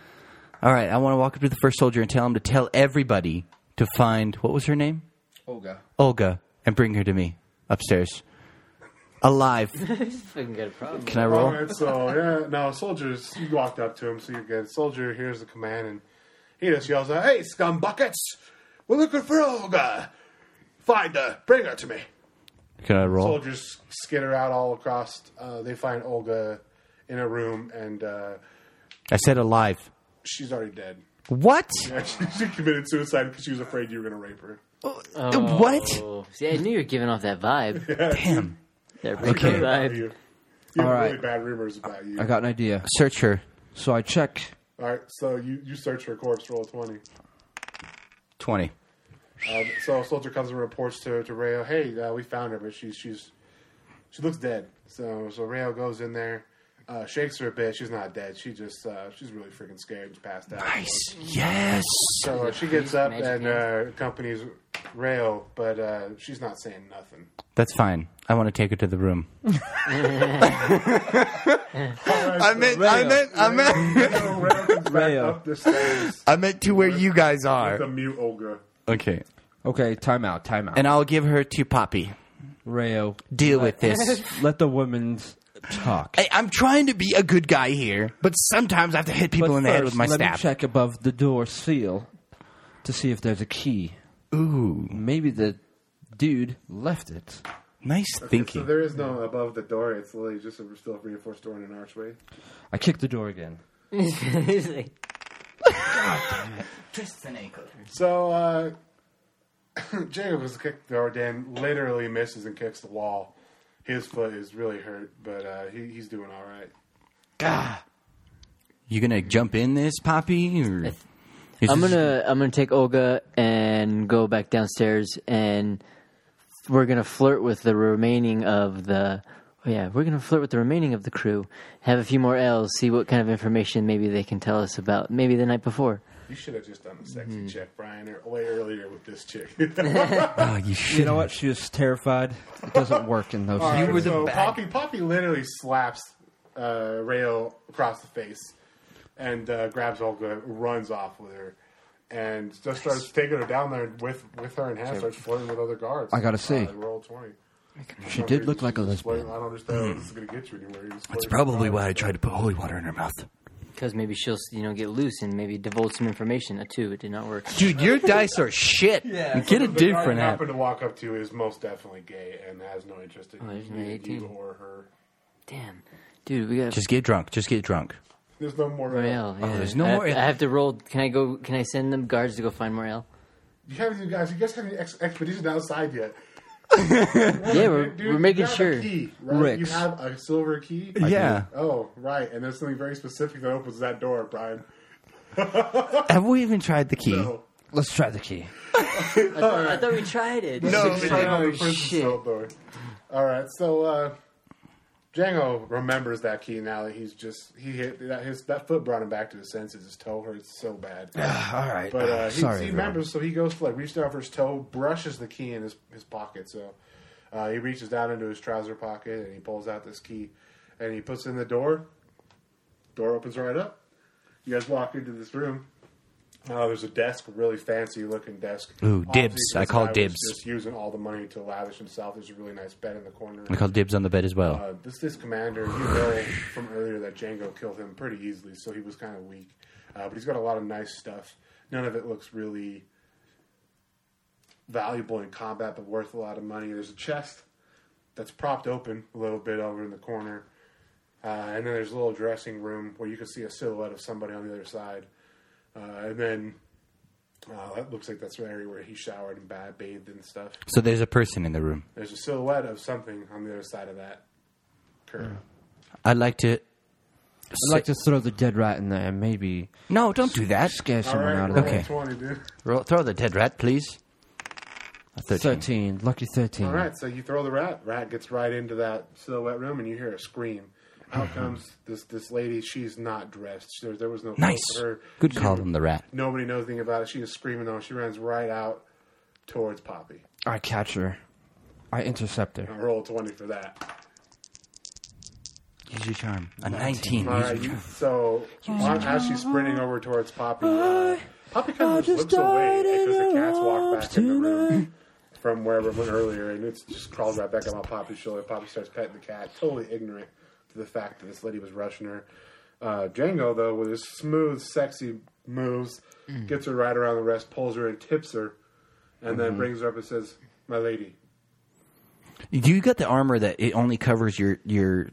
Speaker 1: All right, I want to walk up to the first soldier and tell him to tell everybody to find what was her name,
Speaker 9: Olga.
Speaker 1: Olga, and bring her to me upstairs, alive.
Speaker 7: Fucking got a problem.
Speaker 1: Can I
Speaker 6: All
Speaker 1: roll?
Speaker 6: right, so yeah, now soldiers, you walked up to him, so you're good. Soldier hears the command, and he just yells out, "Hey, scum buckets! We're looking for Olga. Find her, bring her to me."
Speaker 1: Can I roll?
Speaker 6: soldiers skitter out all across. Uh, they find Olga in a room, and uh,
Speaker 1: I said alive.
Speaker 6: she's already dead.
Speaker 1: What?
Speaker 6: she, she committed suicide because she was afraid you were going to rape her.
Speaker 1: What?
Speaker 7: Oh, see, I knew you were giving off that vibe.
Speaker 1: Damn.
Speaker 7: That
Speaker 1: Okay.
Speaker 7: okay. vibe.
Speaker 6: You, you have
Speaker 9: All right.
Speaker 6: really bad rumors about you.
Speaker 9: I got an idea.
Speaker 1: Search her.
Speaker 9: So I check.
Speaker 6: All right, so you, you search her corpse, roll 20.
Speaker 1: Twenty.
Speaker 6: Um, so a soldier comes and reports to, to Rayo, hey, uh, we found her, but she's she's she looks dead. So so Rayo goes in there, uh, shakes her a bit. She's not dead. She just uh, she's really freaking scared. Just passed out.
Speaker 1: Nice. Yes.
Speaker 6: So uh, she gets up
Speaker 7: magic
Speaker 6: and
Speaker 7: hands.
Speaker 6: uh, accompanies Rayo, but uh, she's not saying nothing.
Speaker 1: That's fine. I want to take her to the room.
Speaker 6: I meant,
Speaker 1: I meant. I meant.
Speaker 6: Rayo comes back
Speaker 9: Rayo.
Speaker 6: up the stairs
Speaker 1: I meant to where you guys
Speaker 6: with a
Speaker 1: are.
Speaker 6: mute Olga.
Speaker 1: Okay.
Speaker 9: Okay, time out, time out.
Speaker 1: And I'll give her to Poppy.
Speaker 9: Rayo,
Speaker 1: Deal with this.
Speaker 9: let the women's talk.
Speaker 1: I, I'm trying to be a good guy here, but sometimes I have to hit people
Speaker 9: But
Speaker 1: in the head
Speaker 9: first,
Speaker 1: with my
Speaker 9: let me
Speaker 1: staff.
Speaker 9: check above the door seal to see if there's a key.
Speaker 1: Ooh,
Speaker 9: Maybe the dude left it.
Speaker 1: nice
Speaker 6: So
Speaker 1: thinking.
Speaker 6: there is no above the door. It's literally just a still reinforced door and an archway.
Speaker 9: I kicked the door again.
Speaker 7: He's like,
Speaker 6: So uh, Jacob was kicked the door. Dan literally misses and kicks the wall. His foot is really hurt, but uh, he, he's doing all right.
Speaker 1: You gonna jump in this, Poppy? Or is
Speaker 7: I'm
Speaker 1: this-
Speaker 7: gonna I'm gonna take Olga and go back downstairs and we're gonna flirt with the remaining of the oh yeah we're gonna flirt with the remaining of the crew have a few more L's see what kind of information maybe they can tell us about maybe the night before
Speaker 6: You should have just done the sexy check, Brian, or way earlier with this chick.
Speaker 1: Oh, you should.
Speaker 9: You know what? She was terrified. It doesn't work in those.
Speaker 6: All right,
Speaker 1: were the
Speaker 6: so
Speaker 1: bad-
Speaker 6: Poppy. Poppy literally slaps uh, Rayo across the face and uh, grabs Olga, runs off with her, and just starts taking her down there with with her in hand, starts flirting with other guards.
Speaker 9: I gotta see.
Speaker 6: Uh, roll twenty.
Speaker 10: She did look like a lesbian.
Speaker 6: I don't understand how this is going to get you anywhere. You're just
Speaker 1: That's
Speaker 6: floating
Speaker 1: probably
Speaker 6: around.
Speaker 1: why I tried to put holy water in her mouth.
Speaker 7: Because maybe she'll, you know, get loose and maybe divulge some information. Uh, too, it did not work.
Speaker 1: Dude, your dice are shit. Get a
Speaker 6: The guy
Speaker 1: different
Speaker 6: I
Speaker 1: app.
Speaker 6: happen to walk up to is most definitely gay and has no interest in
Speaker 7: Oh, there's an
Speaker 6: either
Speaker 7: 18.
Speaker 6: you or her.
Speaker 7: Damn, dude, we got
Speaker 1: Just get drunk. Just get drunk.
Speaker 6: There's no more. uh,
Speaker 7: Morel. yeah.
Speaker 1: there's no
Speaker 7: I have,
Speaker 1: Morel.
Speaker 7: I have to roll. Can I go? Can I send them guards to go find Morel?
Speaker 6: You haven't, you guys. You guys haven't ex- expedition outside yet.
Speaker 7: Yeah, we're,
Speaker 6: Dude,
Speaker 7: we're making
Speaker 6: you have
Speaker 7: sure.
Speaker 6: A key, right? You
Speaker 9: Ricks.
Speaker 6: have a silver key.
Speaker 1: Yeah.
Speaker 6: Oh, right. And there's something very specific that opens that door, Brian.
Speaker 1: Have we even tried the key?
Speaker 6: No.
Speaker 9: Let's try the key.
Speaker 7: I thought, Oh, I thought we tried it.
Speaker 6: No, it's not
Speaker 7: oh,
Speaker 6: the prison cell
Speaker 7: shit.
Speaker 6: door. All right, so uh, Django remembers that key now that he's just he hit that his that foot brought him back to his senses. His toe hurts so bad.
Speaker 9: All right.
Speaker 6: But
Speaker 1: Oh,
Speaker 6: uh, he,
Speaker 9: Sorry,
Speaker 6: he
Speaker 9: everyone.
Speaker 6: remembers, so he goes to like reach down for his toe, brushes the key in his, his pocket. So uh, he reaches down into his trouser pocket and he pulls out this key and he puts it in the door. Door opens right up. You guys walk into this room. Uh, there's a desk, a really fancy looking desk.
Speaker 1: Ooh,
Speaker 6: Obviously,
Speaker 1: dibs.
Speaker 6: this
Speaker 1: I call
Speaker 6: guy was
Speaker 1: dibs.
Speaker 6: Just using all the money to lavish himself. There's a really nice bed in the corner.
Speaker 1: I call dibs on the bed as well.
Speaker 6: Uh, this this commander, you know from earlier that Django killed him pretty easily, so he was kind of weak. Uh, but he's got a lot of nice stuff. None of it looks really valuable in combat, but worth a lot of money. There's a chest that's propped open a little bit over in the corner, uh, and then there's a little dressing room where you can see a silhouette of somebody on the other side, uh, and then. Uh, that looks like that's the area where he showered and ba- bathed and stuff.
Speaker 1: so there's a person in the room.
Speaker 6: There's a silhouette of something on the other side of that curve.
Speaker 1: I'd like to.
Speaker 9: I'd like to throw the dead rat in there and maybe
Speaker 1: No, don't do that.
Speaker 9: scare
Speaker 6: All
Speaker 9: someone
Speaker 6: right,
Speaker 9: out of
Speaker 6: roll
Speaker 9: it.
Speaker 6: a
Speaker 1: Okay.
Speaker 6: 20, dude.
Speaker 1: Roll, throw the dead rat, please. A 13.
Speaker 9: 13. Lucky 13.
Speaker 6: All right, so you throw the rat. Rat gets right into that silhouette room, and you hear a scream. Out
Speaker 1: Mm-hmm.
Speaker 6: comes this this lady. She's not dressed. There, there was no clothes
Speaker 1: Nice.
Speaker 6: for her.
Speaker 1: Good
Speaker 6: She-
Speaker 1: call on the rat.
Speaker 6: Nobody knows anything about it. She is screaming though. She runs right out towards Poppy.
Speaker 9: I catch her. I intercept her.
Speaker 6: I roll a twenty for that.
Speaker 1: Use your charm. A 19.
Speaker 6: All right, you, so on- as she's sprinting over towards Poppy, uh, Poppy kind of just looks away because the cats walk back in the room from wherever it went earlier, and it's just crawls right back up on Poppy's shoulder. Poppy starts petting the cat, totally ignorant to the fact that this lady was rushing her. Uh, Django, though, with his smooth, sexy moves, gets her right around the wrist, pulls her and tips her, and then brings her up and says, "My lady."
Speaker 1: You got the armor that it only covers your your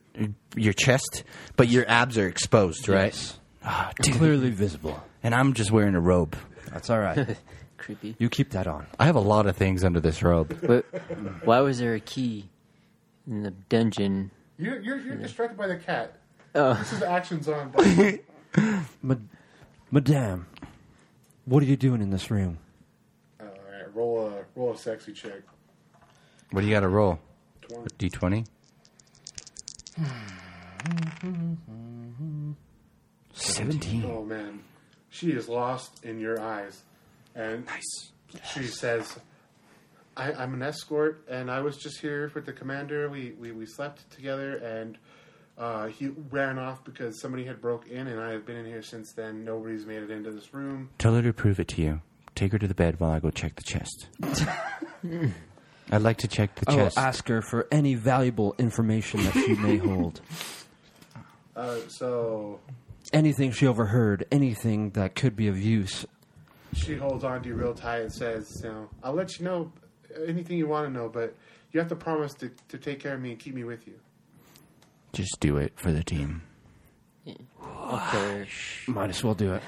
Speaker 1: your chest, but your abs are exposed, right? Ah, dude.
Speaker 9: Clearly visible.
Speaker 1: And I'm just wearing a robe.
Speaker 9: That's all right.
Speaker 7: Creepy.
Speaker 9: you keep that on.
Speaker 1: I have a lot of things under this robe.
Speaker 7: But why was there a key in the dungeon?
Speaker 6: You're, you're, you're distracted by the cat.
Speaker 7: Oh.
Speaker 6: This is actions on. By-
Speaker 9: Ma- Madame, what are you doing in this room?
Speaker 6: All right, roll a roll a sexy check.
Speaker 1: What do you got to roll?
Speaker 6: 20.
Speaker 1: D20?
Speaker 6: Oh man, she is lost in your eyes, and she says, I, "I'm an escort, and I was just here with the commander. We we, we slept together, and uh, he ran off because somebody had broke in, and I have been in here since then. Nobody's made it into this room.
Speaker 1: Tell her to prove it to you. Take her to the bed while I go check the chest. I'd like to check the
Speaker 9: Oh, I will
Speaker 1: chest.
Speaker 9: ask her for any valuable information that she may hold.
Speaker 6: Uh, so
Speaker 9: Anything she overheard, anything that could be of use.
Speaker 6: she holds on to you real tight and says, "You know, I'll let you know anything you want to know, but you have to promise to, to take care of me and keep me with you."
Speaker 1: Just do it for the team.
Speaker 7: Okay.
Speaker 9: Might as well do it.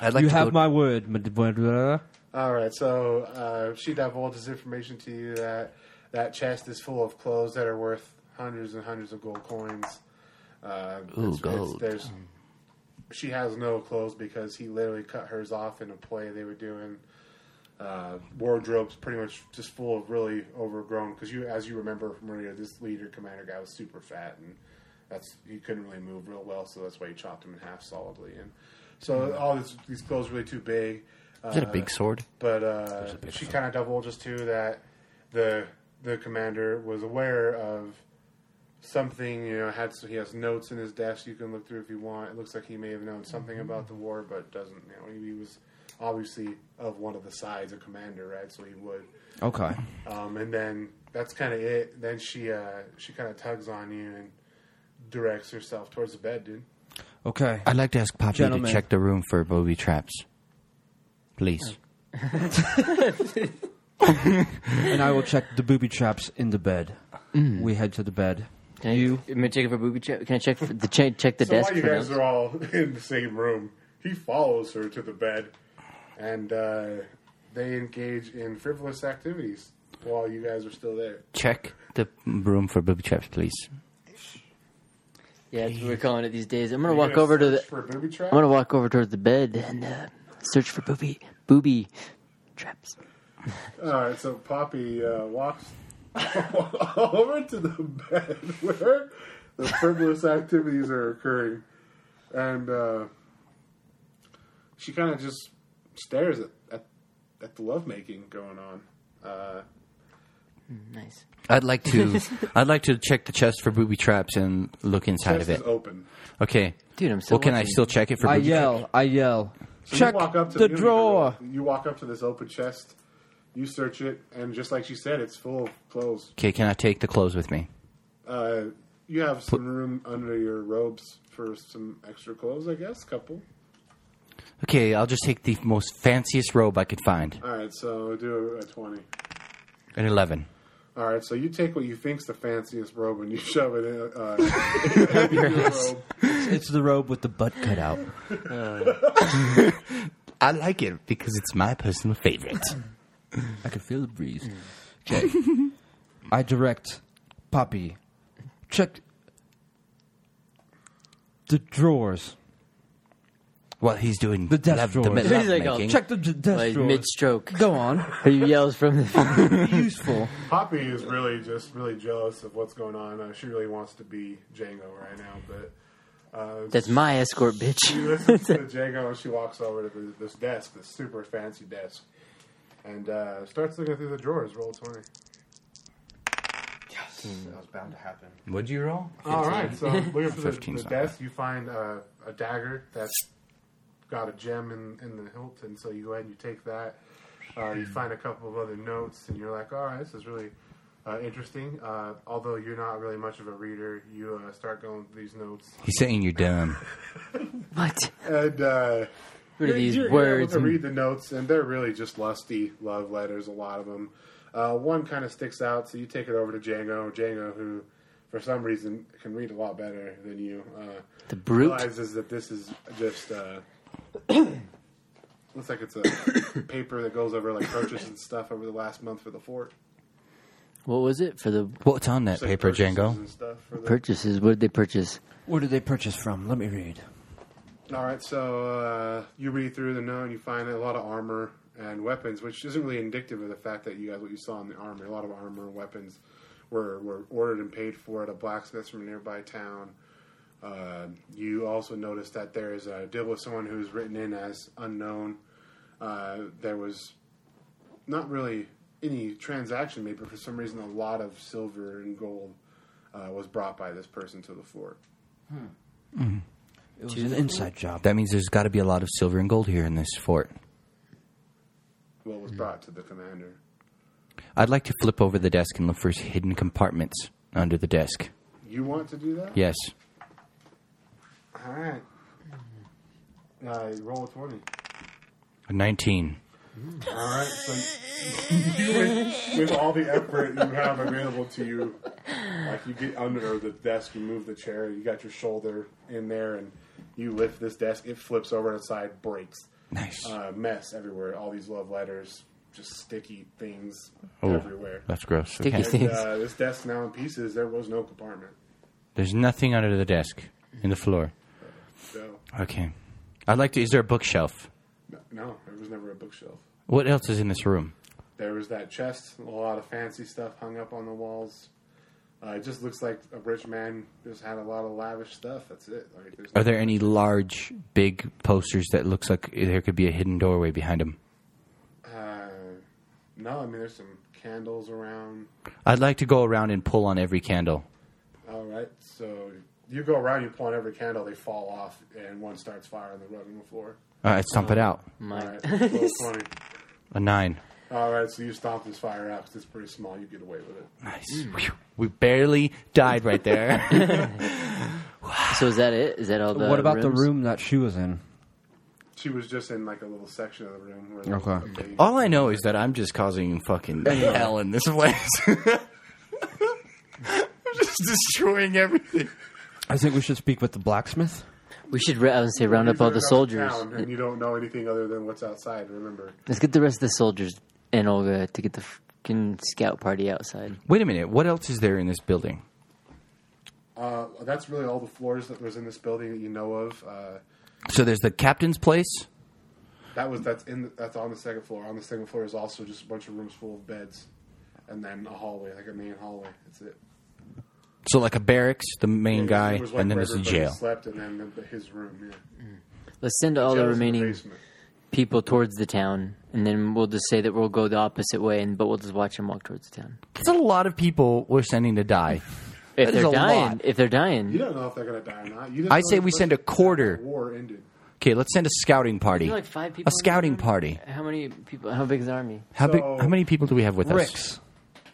Speaker 1: I'd like
Speaker 9: you
Speaker 1: to
Speaker 9: have
Speaker 1: go-
Speaker 9: my word, Madame.
Speaker 6: All right, so uh, she divulges information to you that that chest is full of clothes that are worth hundreds and hundreds of gold coins. Uh,
Speaker 1: Ooh, gold.
Speaker 6: there's, she has no clothes because he literally cut hers off in a play they were doing. Uh, wardrobes pretty much just full of really overgrown because you, as you remember from earlier, this leader commander guy was super fat and that's he couldn't really move real well, so that's why he chopped him in half solidly. And so all this, these clothes are really too big.
Speaker 1: Hmm. Is it a big sword?
Speaker 6: But uh, she kind of divulges too that the the commander was aware of something. You know, had so he has notes in his desk. You can look through if you want. It looks like he may have known something about the war, but doesn't. You know, he, he was obviously of one of the sides, a commander, right? So he would.
Speaker 9: Okay.
Speaker 6: Um, and then that's kind of it. Then she uh, she kind of tugs on you and directs herself towards the bed, dude.
Speaker 9: Okay.
Speaker 1: I'd like to ask Poppy
Speaker 9: Gentlemen.
Speaker 1: to check the room for booby traps. Please.
Speaker 9: and I will check the booby traps in the bed. We head to the bed.
Speaker 7: Can you? I, am I check for booby check? Can I check for the check, check the
Speaker 6: So
Speaker 7: desk?
Speaker 6: while you
Speaker 7: for
Speaker 6: guys
Speaker 7: notes?
Speaker 6: are all in the same room, he follows her to the bed, and uh, they engage in frivolous activities while you guys are still there.
Speaker 1: Check the room for booby traps, please.
Speaker 7: yeah, that's what we're calling it these days. I'm
Speaker 6: Are
Speaker 7: gonna
Speaker 6: you
Speaker 7: walk
Speaker 6: gonna
Speaker 7: over to the.
Speaker 6: search for a booby trap.
Speaker 7: I'm gonna walk over towards the bed and uh, search for booby booby traps.
Speaker 6: All right, so Poppy uh, walks over to the bed where the frivolous activities are occurring, and uh, she kind of just stares at, at at the lovemaking going on. Uh,
Speaker 7: Nice.
Speaker 1: I'd like to I'd like to check the chest for booby traps and look inside
Speaker 6: chest
Speaker 1: of
Speaker 6: is
Speaker 1: it.
Speaker 6: open.
Speaker 1: Okay.
Speaker 7: Dude, I'm still
Speaker 1: Well, can I
Speaker 7: watching.
Speaker 1: still check it for
Speaker 9: I
Speaker 1: booby traps?
Speaker 9: yell. I yell.
Speaker 6: So
Speaker 9: check
Speaker 6: you walk up to
Speaker 9: the
Speaker 6: you don't even
Speaker 9: drawer.
Speaker 6: really- You walk up to this open chest. You search it, and just like she said, it's full of clothes.
Speaker 1: Okay, can I take the clothes with me?
Speaker 6: Uh, you have some room under your robes for some extra clothes, I guess. Couple.
Speaker 1: Okay, I'll just take the most fanciest robe I could find.
Speaker 6: All right, so do a, a twenty.
Speaker 1: An 11.
Speaker 6: All right, so you take what you think's the fanciest robe and you shove it in, uh, in your robe.
Speaker 9: It's the robe with the butt cut out.
Speaker 1: I like it because it's my personal favorite.
Speaker 9: I can feel the breeze. Okay. I direct Poppy. Check the drawers.
Speaker 1: While he's doing
Speaker 9: The death
Speaker 1: love, the
Speaker 9: drawers.
Speaker 1: ma-
Speaker 9: He's
Speaker 7: like, oh,
Speaker 1: lovemaking.
Speaker 9: Check the d- desk
Speaker 7: Like
Speaker 9: drawers.
Speaker 7: mid stroke,
Speaker 9: Go on.
Speaker 7: he yells from the.
Speaker 9: Useful.
Speaker 6: Poppy is really just really jealous of what's going on. Uh, she really wants to be Django right now, but uh,
Speaker 7: That's my escort,
Speaker 6: she
Speaker 7: bitch.
Speaker 6: listens to Django and she walks over to the, this desk, this super fancy desk, and uh, starts looking through the drawers. Roll twenty.
Speaker 11: That was bound to happen.
Speaker 1: Hmm. What'd you roll?
Speaker 6: All right, so looking for the,
Speaker 1: 15's
Speaker 6: the
Speaker 1: not
Speaker 6: desk, you find uh, a dagger that's got a gem in, in the hilt, and so you go ahead and you take that. Uh,
Speaker 1: Hmm.
Speaker 6: you find a couple of other notes, and you're like, all right, this is really uh, interesting. Uh, although you're not really much of a reader, you uh, start going through these notes.
Speaker 1: He's saying you're dumb.
Speaker 7: What?
Speaker 6: And
Speaker 7: What
Speaker 6: uh,
Speaker 7: are
Speaker 6: you're-
Speaker 7: these
Speaker 6: you're able
Speaker 7: words?
Speaker 6: to
Speaker 7: and-
Speaker 6: read the notes, and they're really just lusty love letters. A lot of them. Uh, one kind of sticks out, so you take it over to Django. Django, who for some reason can read a lot better than you, uh,
Speaker 7: The brute.
Speaker 6: realizes that this is just uh, looks like it's a paper that goes over like purchase and stuff over the last month for the fort.
Speaker 7: What was it for the
Speaker 1: What's on that
Speaker 6: It's like
Speaker 1: paper,
Speaker 6: purchases
Speaker 1: Django?
Speaker 6: and stuff for the-
Speaker 7: purchases? What did they purchase?
Speaker 9: Where did they purchase from? Let me read.
Speaker 6: All right, so uh, you read through the note and you find a lot of armor and weapons, which isn't really indicative of the fact that you guys what you saw in the armor. A lot of armor and weapons were were ordered and paid for at a blacksmith from a nearby town. Uh, you also notice that there is a deal with someone who's written in as unknown. Uh, there was not really any transaction made, but for some reason, a lot of silver and gold uh, was brought by this person to the fort.
Speaker 9: It was an inside job.
Speaker 1: That means there's got to be a lot of silver and gold here in this fort.
Speaker 6: Well, was brought to the commander.
Speaker 1: I'd like to flip over the desk and look for hidden compartments under the desk.
Speaker 6: You want to do that?
Speaker 1: Yes.
Speaker 6: All right. Uh, roll a twenty.
Speaker 1: A 19.
Speaker 6: All right. So with, with all the effort you have available to you, like you get under the desk, you move the chair, you got your shoulder in there, and you lift this desk. It flips over on its side, breaks.
Speaker 1: Nice.
Speaker 6: Uh, mess everywhere. All these love letters, just sticky things
Speaker 1: Oh.
Speaker 6: everywhere.
Speaker 1: That's gross.
Speaker 7: Sticky
Speaker 1: Okay.
Speaker 7: thing.
Speaker 6: And, uh, this desk now in pieces. There was no compartment.
Speaker 1: There's nothing under the desk in the floor.
Speaker 6: So
Speaker 1: Okay. I'd like to. Is there a bookshelf?
Speaker 6: no, no there was never a bookshelf.
Speaker 1: What else is in this room?
Speaker 6: There was that chest, a lot of fancy stuff hung up on the walls. Uh, it just looks like a rich man just had a lot of lavish stuff. That's it. Like, there's
Speaker 1: Are there any large, big posters that looks like there could be a hidden doorway behind them?
Speaker 6: Uh, no, I mean there's some candles around.
Speaker 1: I'd like to go around and pull on every candle.
Speaker 6: All right, so you go around, you pull on every candle, they fall off, and one starts fire on the rug on the floor.
Speaker 1: All right, stomp it out.
Speaker 6: All right, roll 20.
Speaker 1: A nine.
Speaker 6: All right, so you stomp this fire out 'cause it's pretty small. You get away with it.
Speaker 1: Nice. Phew. We barely died right there.
Speaker 7: So is that it? Is that all the?
Speaker 9: what about the
Speaker 7: rooms?
Speaker 9: room that she was in?
Speaker 6: She was just in like a little section of the room. Where
Speaker 9: Okay.
Speaker 6: they-
Speaker 1: All I know is that I'm just causing fucking hell in this place. I'm just destroying everything.
Speaker 9: I think we should speak with the blacksmith.
Speaker 7: We should ra- I would say round up
Speaker 6: You're
Speaker 7: all
Speaker 6: out
Speaker 7: the
Speaker 6: of
Speaker 7: soldiers.
Speaker 6: town, and you don't know anything other than what's outside. Remember,
Speaker 7: Let's get the rest of the soldiers and Olga to get the fucking scout party outside.
Speaker 1: Wait a minute. What else is there in this building?
Speaker 6: uh, that's really all the floors that was in this building that you know of. Uh,
Speaker 1: So there's the captain's place.
Speaker 6: that was that's in the, that's on the second floor. On the second floor is also just a bunch of rooms full of beds, and then a hallway, like a main hallway. That's it.
Speaker 1: So like a barracks, the main
Speaker 6: It
Speaker 1: guy,
Speaker 6: was, like,
Speaker 1: and then
Speaker 6: where
Speaker 1: there's the
Speaker 6: everybody
Speaker 1: jail.
Speaker 6: Slept and then the, his room. Yeah.
Speaker 7: Let's send all the
Speaker 6: Jail's in
Speaker 7: remaining
Speaker 6: basement.
Speaker 7: people towards the town, and then we'll just say that we'll go the opposite way, and but we'll just watch them walk towards the town.
Speaker 1: That's a lot of people we're sending to die.
Speaker 7: If
Speaker 1: That is
Speaker 7: they're
Speaker 1: a
Speaker 7: dying,
Speaker 1: lot.
Speaker 7: if they're dying,
Speaker 6: You don't know if they're gonna die or not. You just
Speaker 1: I
Speaker 6: know
Speaker 1: say
Speaker 6: this
Speaker 1: we
Speaker 6: place-
Speaker 1: send a quarter.
Speaker 6: War ended.
Speaker 1: Okay, let's send a scouting party.
Speaker 7: There are, like five people.
Speaker 1: a scouting party.
Speaker 7: How many people? How big is the army?
Speaker 1: How big?
Speaker 6: So-
Speaker 1: How many people do we have with us?
Speaker 9: Ricks.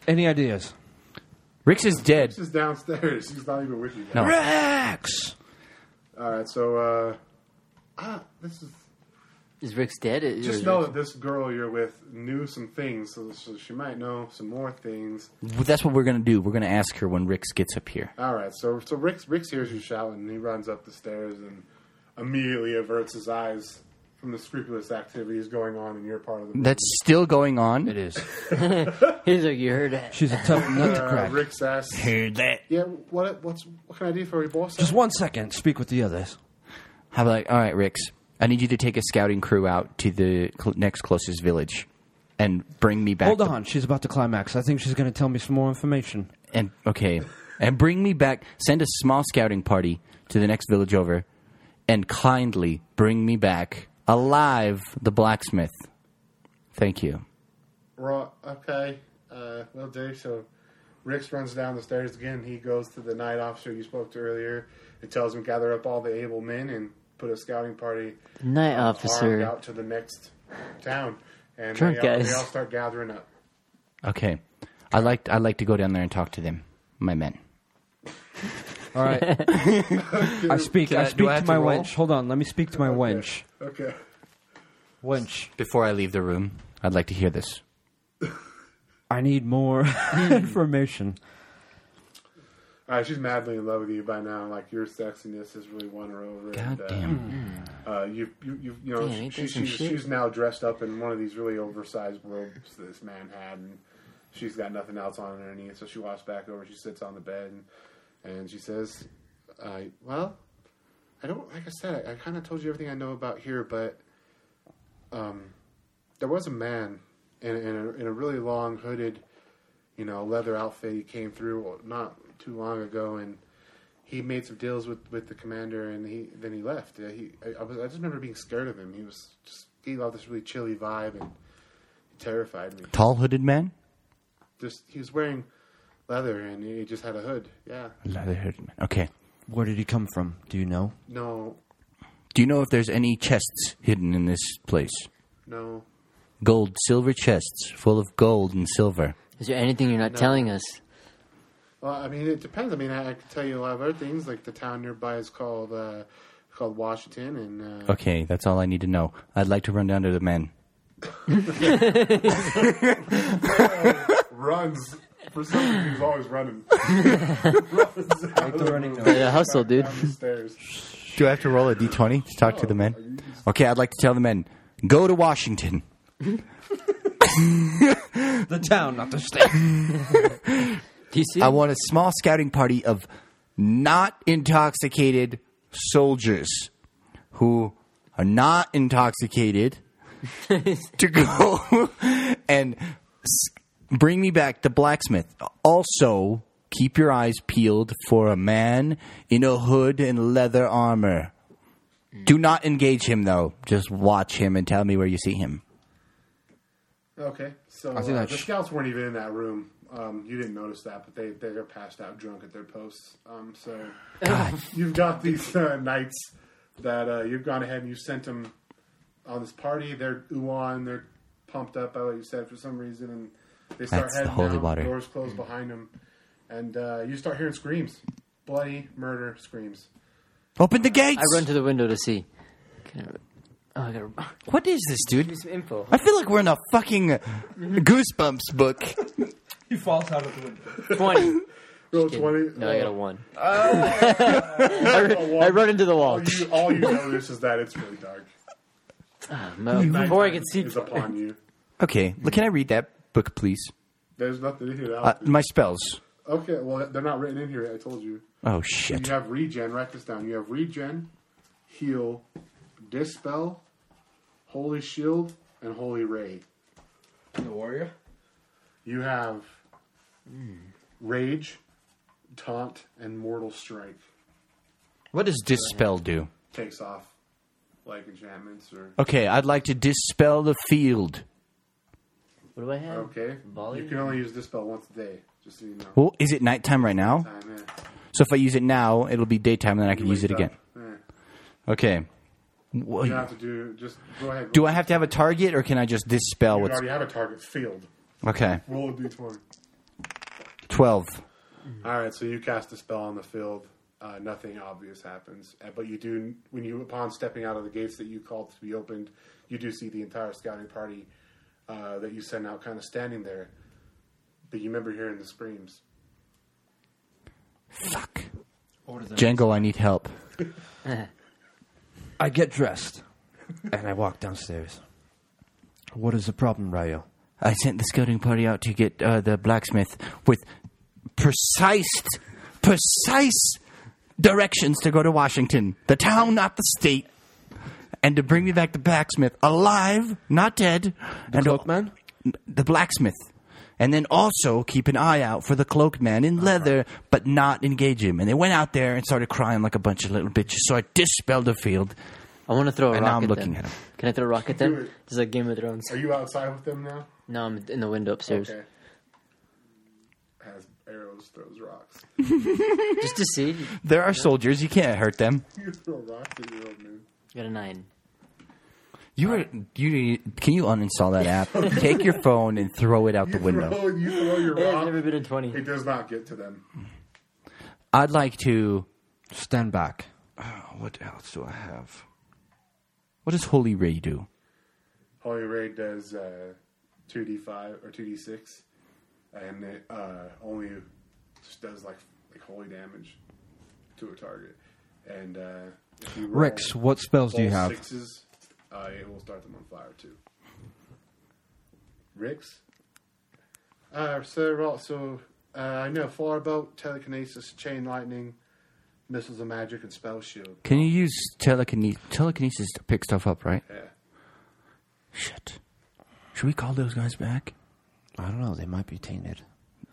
Speaker 9: Any ideas?
Speaker 1: Rix is dead.
Speaker 6: This is downstairs. He's not even with you. Guys.
Speaker 1: No.
Speaker 9: Rex.
Speaker 6: All right. So uh, ah, this is
Speaker 7: Is Rick's dead? Is-
Speaker 6: just
Speaker 7: is
Speaker 6: know
Speaker 7: Rick-
Speaker 6: that this girl you're with knew some things, so, so she might know some more things.
Speaker 1: Well, That's what we're gonna do. We're gonna ask her when Rix gets up here.
Speaker 6: All right, so so Rick's Rick's hears you shouting, and he runs up the stairs and immediately averts his eyes from the scrupulous activities going on in your part of the room.
Speaker 1: That's still going on.
Speaker 9: It is.
Speaker 7: He's like, you heard that.
Speaker 9: She's a tough nut to
Speaker 6: uh,
Speaker 9: crack.
Speaker 6: Rick's ass.
Speaker 1: Heard that?
Speaker 6: Yeah, what what's what can I do for you, boss?
Speaker 9: Just one second. Speak with the others.
Speaker 1: How about like, all right, Rix? I need you to take a scouting crew out to the cl- next closest village, and bring me back.
Speaker 9: Hold
Speaker 1: the-
Speaker 9: on. She's about to climax. I think she's going to tell me some more information.
Speaker 1: and okay, and bring me back. Send a small scouting party to the next village over, and kindly bring me back alive the blacksmith. Thank you.
Speaker 6: Right, okay, uh, will do. So Rick's runs down the stairs again. He goes to the night officer you spoke to earlier. and tells him gather up all the able men and put a scouting party
Speaker 7: Night
Speaker 6: armed
Speaker 7: officer.
Speaker 6: out to the next town, and
Speaker 7: Drunk
Speaker 6: they, all,
Speaker 7: guys.
Speaker 6: they all start gathering up.
Speaker 1: Okay, I like I like to go down there and talk to them, my men.
Speaker 9: All right. I speak.
Speaker 1: Can I-
Speaker 9: I speak
Speaker 1: do I
Speaker 9: to
Speaker 1: have
Speaker 9: my
Speaker 1: to roll?
Speaker 9: wench. Hold on. Let me speak to my wench.
Speaker 6: Okay.
Speaker 9: Wench.
Speaker 1: Before I leave the room, I'd like to hear this.
Speaker 9: I need more information.
Speaker 6: All right, Uh, she's madly in love with you by now. Like your sexiness has really won her over.
Speaker 1: God
Speaker 6: and, uh,
Speaker 1: damn.
Speaker 6: Uh, you, you, you, you know,
Speaker 7: Damn, ain't
Speaker 6: she,
Speaker 7: that some
Speaker 6: she's,
Speaker 7: shit?
Speaker 6: she's now dressed up in one of these really oversized robes that this man had, and she's got nothing else on underneath. So she walks back over, she sits on the bed, and, and she says, uh, "Well, I don't like I said, I, I kind of told you everything I know about here, but um, there was a man in, in, a, in a really long hooded, you know, leather outfit. He came through not too long ago, and." he made some deals with, with the commander, and he then he left. Uh, he I, I was I just remember being scared of him. He was just gave off this really chilly vibe and he terrified me.
Speaker 1: Tall hooded man.
Speaker 6: Just he was wearing leather and he just had a hood. Yeah.
Speaker 1: Leather hooded man. Okay.
Speaker 9: Where did he come from? Do you know?
Speaker 6: No,
Speaker 1: Do you know if there's any chests hidden in this place?
Speaker 6: no.
Speaker 1: Gold, silver chests full of gold and silver.
Speaker 7: Is there anything you're not telling us?
Speaker 6: Well, I mean, it depends. I mean, I, I could tell you a lot of other things. Like the town nearby is called uh, called Washington, and uh,
Speaker 1: Okay, that's all I need to know. I'd like to run down to the men.
Speaker 6: runs. For some reason, he's always running.
Speaker 9: running note.
Speaker 7: Gotta hustle, dude.
Speaker 6: Down the stairs.
Speaker 1: Do I have to roll a d20 to talk to the men? Okay, I'd like to tell the men go to Washington.
Speaker 9: The town, not the state.
Speaker 7: Do you see?
Speaker 1: I want a small scouting party of not intoxicated soldiers who are not intoxicated to go and s- bring me back the blacksmith. Also, keep your eyes peeled for a man in a hood and leather armor. Do not engage him, though. Just watch him and tell me where you see him.
Speaker 6: Okay, so
Speaker 9: I think
Speaker 6: uh,
Speaker 9: I
Speaker 6: the
Speaker 9: sh-
Speaker 6: scouts weren't even in that room. Um, you didn't notice that, but they they're passed out drunk at their posts. Um, so you've got these uh, knights that uh, you've gone ahead and you sent them on this party. They're Uwan, they're pumped up by what you said for some reason, and they start
Speaker 1: That's the
Speaker 6: heading
Speaker 1: holy
Speaker 6: out,
Speaker 1: water.
Speaker 6: Doors close behind them, and uh, you start hearing screams, bloody murder screams.
Speaker 1: Open the gates.
Speaker 7: I run to the window to see. Can I- oh, I gotta
Speaker 1: what is this, dude?
Speaker 7: give some info.
Speaker 1: I feel like we're in a fucking Goosebumps book.
Speaker 9: He falls out of the window.
Speaker 7: Twenty.
Speaker 6: Roll twenty. Oh.
Speaker 7: No, I got a one.
Speaker 6: a Oh,
Speaker 7: I run into the wall.
Speaker 6: All you, all you notice is that it's really dark.
Speaker 7: No, Before I can see,
Speaker 6: is upon you.
Speaker 1: Okay, look, can I read that book, please?
Speaker 6: There's nothing in here.
Speaker 1: Uh,
Speaker 6: Alex.
Speaker 1: my spells.
Speaker 6: okay, well they're not written in here. I told you.
Speaker 1: Oh
Speaker 6: You
Speaker 1: shit!
Speaker 6: have regen. Write this down. You have regen, heal, dispel, holy shield, and holy ray.
Speaker 9: The warrior.
Speaker 6: You have rage, taunt, and mortal strike.
Speaker 1: What does dispel do?
Speaker 6: Takes off like enchantments or
Speaker 1: Okay, I'd like to dispel the field.
Speaker 7: what do I have?
Speaker 6: okay.
Speaker 7: Volley?
Speaker 6: You can only use dispel once a day. Just so you know.
Speaker 1: Well, is it nighttime right now?
Speaker 6: Time eh. in.
Speaker 1: So if I use it now, it'll be daytime, then I can
Speaker 6: You
Speaker 1: use it
Speaker 6: wake
Speaker 1: again.
Speaker 6: up. Yeah.
Speaker 1: Okay.
Speaker 6: eh. You don't
Speaker 1: Wha-
Speaker 6: have to do. Just go ahead.
Speaker 1: Do I have to have a target, or can I just dispel
Speaker 6: You
Speaker 1: what's?
Speaker 6: already have a target field.
Speaker 1: Okay,
Speaker 6: Roll a d20.
Speaker 1: twelve.
Speaker 6: All right, so you cast a spell on the field. Uh, nothing obvious happens, Uh, but you do when you upon stepping out of the gates that you called to be opened, you do see the entire scouting party uh, that you sent out, kind of standing there. But you remember hearing the screams.
Speaker 1: Fuck. Django, I need help.
Speaker 9: I get dressed and I walk downstairs. What is the problem, Rayo?
Speaker 1: I sent the scouting party out to get uh, the blacksmith with precise, precise directions to go to Washington, the town, not the state, and to bring me back the blacksmith alive, not dead, and to-
Speaker 9: Look, man.
Speaker 1: the blacksmith. And then also keep an eye out for the cloaked man in leather, but not engage him. And they went out there and started crying like a bunch of little bitches. So I dispelled the field.
Speaker 7: I want to throw a
Speaker 1: And
Speaker 7: rock
Speaker 1: now I'm
Speaker 7: at
Speaker 1: looking
Speaker 7: them.
Speaker 1: at 'em.
Speaker 7: Can I throw a rock at
Speaker 6: Do
Speaker 7: them?
Speaker 6: it.
Speaker 7: It's like Game of Thrones.
Speaker 6: Are you outside with them now?
Speaker 7: No, I'm in the window upstairs.
Speaker 6: Okay. Has arrows, throws rocks.
Speaker 7: Just to see. You
Speaker 1: There are soldiers; you can't hurt them.
Speaker 6: You throw rocks at your old man.
Speaker 7: got a nine.
Speaker 1: You are you need- can you uninstall that app? Take your phone and throw it out the
Speaker 6: You
Speaker 1: window.
Speaker 6: throw, you throw your
Speaker 7: It has
Speaker 6: rock.
Speaker 7: never been a 20.
Speaker 6: It does not get to them.
Speaker 1: I'd like to.
Speaker 9: Stand back.
Speaker 1: What else do I have? What does Holy Ray do?
Speaker 6: Holy Raid does uh, two D five or two D six, and it uh, only just does like like holy damage to a target. And uh, if you roll
Speaker 9: Rex, what spells do you
Speaker 6: all
Speaker 9: have?
Speaker 6: Sixes, uh, it will start them on fire too. Rix. Uh, so we're also uh, I know firebolt, telekinesis, chain lightning, missiles of magic, and spell shield.
Speaker 1: Can you use telekine- telekinesis to pick stuff up? Right?
Speaker 6: Yeah.
Speaker 1: Shit. Should we call those guys back?
Speaker 9: I don't know. They might be tainted.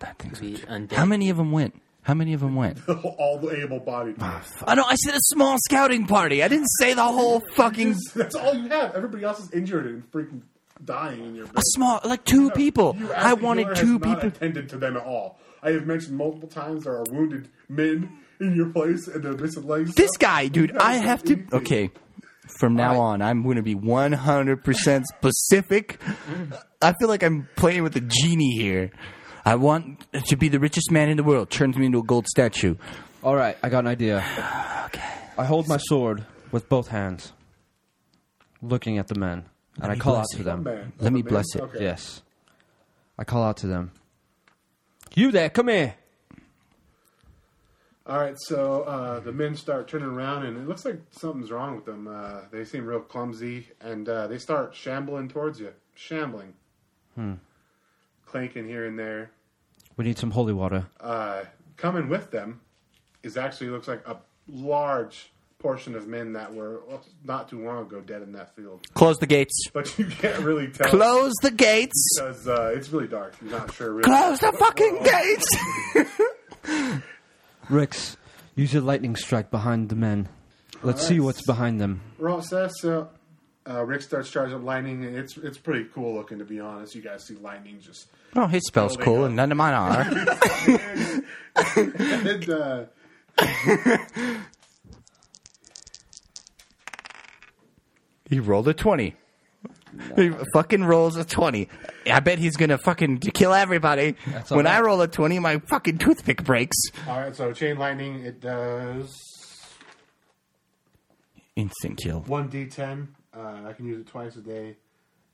Speaker 1: I think so.
Speaker 7: Be undead.
Speaker 1: How many of them went? How many of them went?
Speaker 6: all the able-bodied.
Speaker 1: I know. I said a small scouting party. I didn't say the whole fucking
Speaker 6: That's all you have. Everybody else is injured and freaking dying in your bed.
Speaker 1: a small like two people.
Speaker 6: You
Speaker 1: I
Speaker 6: as the healer
Speaker 1: wanted
Speaker 6: has
Speaker 1: two
Speaker 6: not
Speaker 1: people.
Speaker 6: attended to them at all. I have mentioned multiple times there are wounded men in your place and they're missing legs.
Speaker 1: This guy, dude,
Speaker 6: You haven't
Speaker 1: I have
Speaker 6: done
Speaker 1: to.
Speaker 6: anything.
Speaker 1: Okay, from now on, I'm going to be 100% specific. I feel like I'm playing with a genie here. I want to be the richest man in the world. Turns me into a gold statue.
Speaker 9: All right, I got an idea. okay. I hold my sword with both hands, looking at the men, and I
Speaker 1: me
Speaker 9: call
Speaker 1: bless
Speaker 9: out to
Speaker 1: you.
Speaker 9: them.
Speaker 6: Man,
Speaker 1: Let me
Speaker 6: man,
Speaker 1: bless it.
Speaker 6: okay.
Speaker 9: Yes. I call out to them. You there, come here.
Speaker 6: All right, so uh, the men start turning around, and it looks like something's wrong with them. Uh, they seem real clumsy, and uh, they start shambling towards you, shambling,
Speaker 1: Hmm.
Speaker 6: clanking here and there.
Speaker 9: We need some holy water.
Speaker 6: uh, coming with them is actually looks like a large portion of men that were not too long ago dead in that field.
Speaker 1: Close the gates.
Speaker 6: But you can't really tell
Speaker 1: Close the gates.
Speaker 6: because uh, it's really dark. You're not sure. Really.
Speaker 1: Close the fucking gates.
Speaker 9: Rix, use your lightning strike behind the men. Let's see what's behind them.
Speaker 6: Ross says so. Uh, Rick starts charging up lightning, and it's it's pretty cool looking to be honest. You guys see lightning just
Speaker 1: Oh, his spell's cool, and none of mine are.
Speaker 6: and, uh,
Speaker 1: He rolled a 20. He fucking rolls a 20. I bet he's going to fucking kill everybody.
Speaker 9: all
Speaker 1: When I
Speaker 9: right.
Speaker 1: roll a 20, my fucking toothpick breaks.
Speaker 6: All right, so chain lightning it does
Speaker 1: Instant kill.
Speaker 6: one d10. Uh, I can use it twice a day,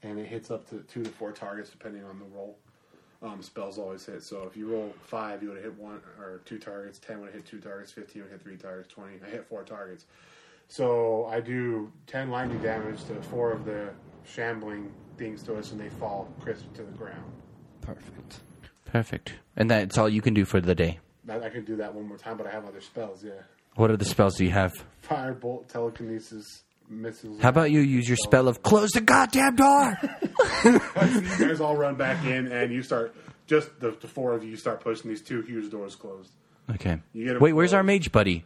Speaker 6: and it hits up to two to four targets depending on the roll. Um, spells always hit. So if you roll five, you would have hit one or two targets. Ten would have hit two targets. Fifteen would hit three targets. Twenty, I hit four targets. So I do ten lightning damage to four of the shambling things to us, and they fall crisp to the ground.
Speaker 9: Perfect.
Speaker 1: Perfect. And that's all you can do for the day.
Speaker 6: I, I could do that one more time, but I have other spells. Yeah,
Speaker 1: What other spells do you have?
Speaker 6: firebolt, telekinesis, missiles.
Speaker 1: How about you use your spell of close the goddamn door?
Speaker 6: you guys all run back in, and you start just the, the four of you start pushing these two huge doors closed.
Speaker 1: Okay.
Speaker 6: You get a-
Speaker 1: Wait, where's our mage buddy?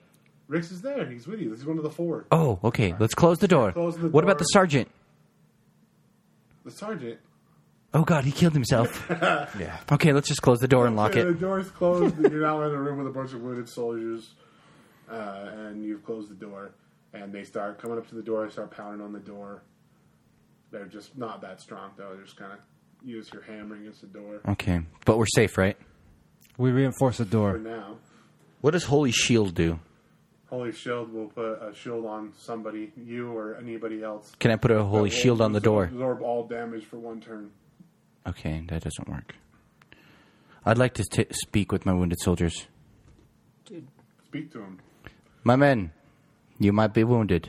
Speaker 6: Rix is there; he's with you. This is one of the four.
Speaker 1: Oh, okay. Let's close the door.
Speaker 6: Close the
Speaker 1: what about
Speaker 6: door.
Speaker 1: the sergeant?
Speaker 6: The sergeant.
Speaker 1: Oh god, he killed himself. yeah. Okay, let's just close the door and lock
Speaker 6: The
Speaker 1: it.
Speaker 6: Uh, door's closed. and you're now in a room with a bunch of wounded soldiers, uh, and you've closed the door. And they start coming up to the door, start pounding on the door. They're just not that strong though. They're just kind of use your hammer against the door.
Speaker 1: Okay. But we're safe, right?
Speaker 9: We reinforce the
Speaker 6: For
Speaker 9: door.
Speaker 6: now,
Speaker 1: What does holy shield do?
Speaker 6: holy shield will put a shield on somebody, you or anybody else.
Speaker 1: Can I put a holy
Speaker 6: That will
Speaker 1: shield on the door?
Speaker 6: Absorb all damage for one turn.
Speaker 1: Okay, that doesn't work. I'd like to t- speak with my wounded soldiers.
Speaker 6: Speak to him.
Speaker 1: My men, you might be wounded,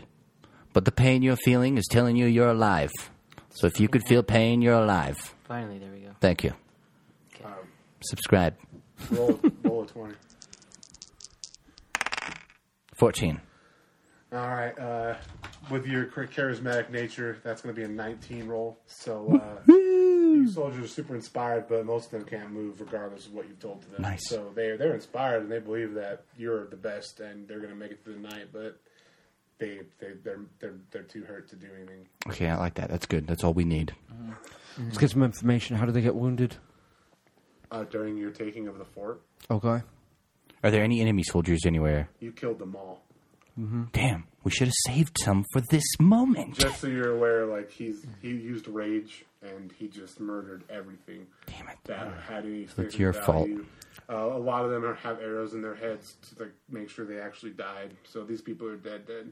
Speaker 1: but the pain you're feeling is telling you you're alive. So if you could feel pain, you're alive.
Speaker 7: Finally, there we go.
Speaker 1: Thank you. Subscribe.
Speaker 6: Roll, roll a 20.
Speaker 1: 14.
Speaker 6: All right. Uh, with your char- charismatic nature, that's going to be a 19 roll. So uh, you soldiers are super inspired, but most of them can't move regardless of what you've told to them.
Speaker 1: Nice.
Speaker 6: So they, they're inspired and they believe that you're the best and they're going to make it through the night, but they, they, they're, they're, they're too hurt to do anything.
Speaker 1: Okay, I like that. That's good. That's all we need.
Speaker 9: Let's get some information. How did they get wounded?
Speaker 6: Uh, during your taking of the fort,
Speaker 9: Okay.
Speaker 1: Are there any enemy soldiers anywhere?
Speaker 6: you killed them all.
Speaker 1: Damn, we should have saved some for this moment.
Speaker 6: Just so you're aware, like he's
Speaker 1: Mm-hmm.
Speaker 6: he used rage and he just murdered everything.
Speaker 1: Damn it.
Speaker 6: that had any. significant
Speaker 1: your
Speaker 6: value. Uh, a lot of them are, have arrows in their heads to like make sure they actually died. So these people are dead, dead.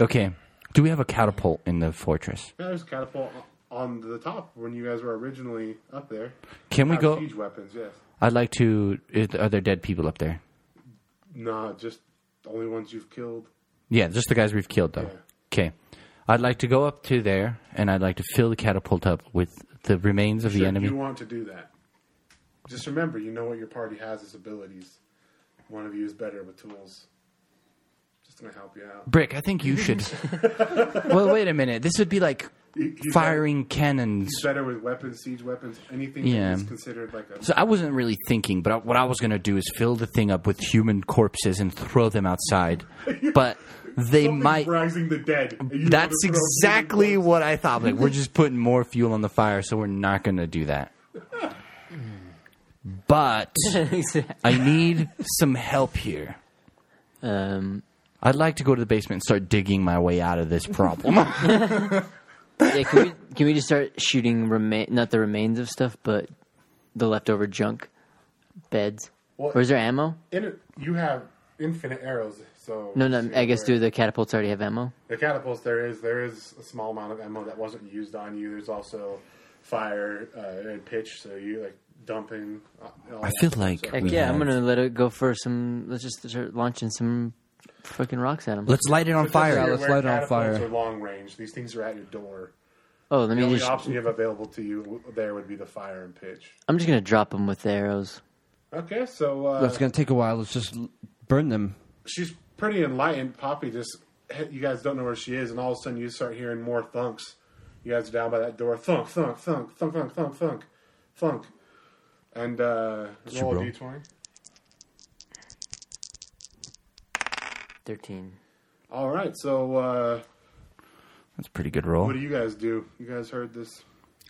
Speaker 1: Okay, do we have a catapult in the fortress?
Speaker 6: Yeah, there's a catapult on the top when you guys were originally up there.
Speaker 1: Can we
Speaker 6: Have
Speaker 1: go?
Speaker 6: Siege weapons, yes.
Speaker 1: I'd like to. Are there dead people up there?
Speaker 6: No, just the only ones you've killed.
Speaker 1: Yeah, just the guys we've killed, though. Okay. I'd like to go up to there, and I'd like to fill the catapult up with the remains of the
Speaker 6: Sure,
Speaker 1: enemy.
Speaker 6: You want to do that. Just remember, you know what your party has as abilities. One of you is better with tools. Just gonna help you out.
Speaker 1: Brick, I think you should. well, wait a minute. This would be like
Speaker 6: He- he's
Speaker 1: firing
Speaker 6: He's
Speaker 1: cannons.
Speaker 6: better with weapons, siege weapons, anything
Speaker 1: Yeah.
Speaker 6: that is considered like a
Speaker 1: So I wasn't really thinking, but I, what I was going to do is fill the thing up with human corpses and throw them outside. But they
Speaker 6: Something's
Speaker 1: might.
Speaker 6: rising the dead. and you
Speaker 1: That's
Speaker 6: wanna throw
Speaker 1: exactly
Speaker 6: people
Speaker 1: what I thought. Like we're just putting more fuel on the fire, so we're not going to do that. But I need some help here.
Speaker 7: um,
Speaker 1: I'd like to go to the basement and start digging my way out of this problem.
Speaker 7: yeah, can we can we just start shooting remain not the remains of stuff, but the leftover junk beds?
Speaker 6: Well-
Speaker 7: Where's there ammo?
Speaker 6: in it. You have infinite arrows, so
Speaker 7: No, no. I guess do
Speaker 6: the
Speaker 7: the catapults already have ammo?
Speaker 6: the catapults. There is there is a small amount of ammo that wasn't used on you. There's also fire uh, and pitch, so you like dumping. uh, all
Speaker 1: I
Speaker 6: that
Speaker 1: feel
Speaker 6: stuff,
Speaker 1: like-
Speaker 6: so-
Speaker 7: Heck
Speaker 1: We
Speaker 7: yeah, I'm
Speaker 1: have-
Speaker 7: gonna let it go for some. Let's just start launching some fucking rocks at them.
Speaker 1: Let's light it on
Speaker 6: Because
Speaker 1: fire.
Speaker 6: you're
Speaker 9: let's
Speaker 6: aware
Speaker 9: light it on
Speaker 6: catapults
Speaker 9: fire.
Speaker 6: Are long range. These things are at your door.
Speaker 7: oh, let
Speaker 6: The
Speaker 7: me
Speaker 6: only
Speaker 7: just.
Speaker 6: option you have available to you there would be the fire and pitch.
Speaker 7: I'm just gonna drop them with the arrows.
Speaker 6: Okay, so uh,
Speaker 9: That's going to take a while. Let's just l- burn them.
Speaker 6: she's pretty enlightened. Poppy just, you guys don't know where she is, and all of a sudden you start hearing more thunks. You guys are down by that door. Thunk, thunk, thunk, thunk, thunk, thunk, thunk, thunk. And uh, roll a d20.
Speaker 7: Thirteen.
Speaker 6: All right, so uh,
Speaker 1: That's a pretty good
Speaker 6: what
Speaker 1: roll.
Speaker 6: do you guys do? You guys heard this.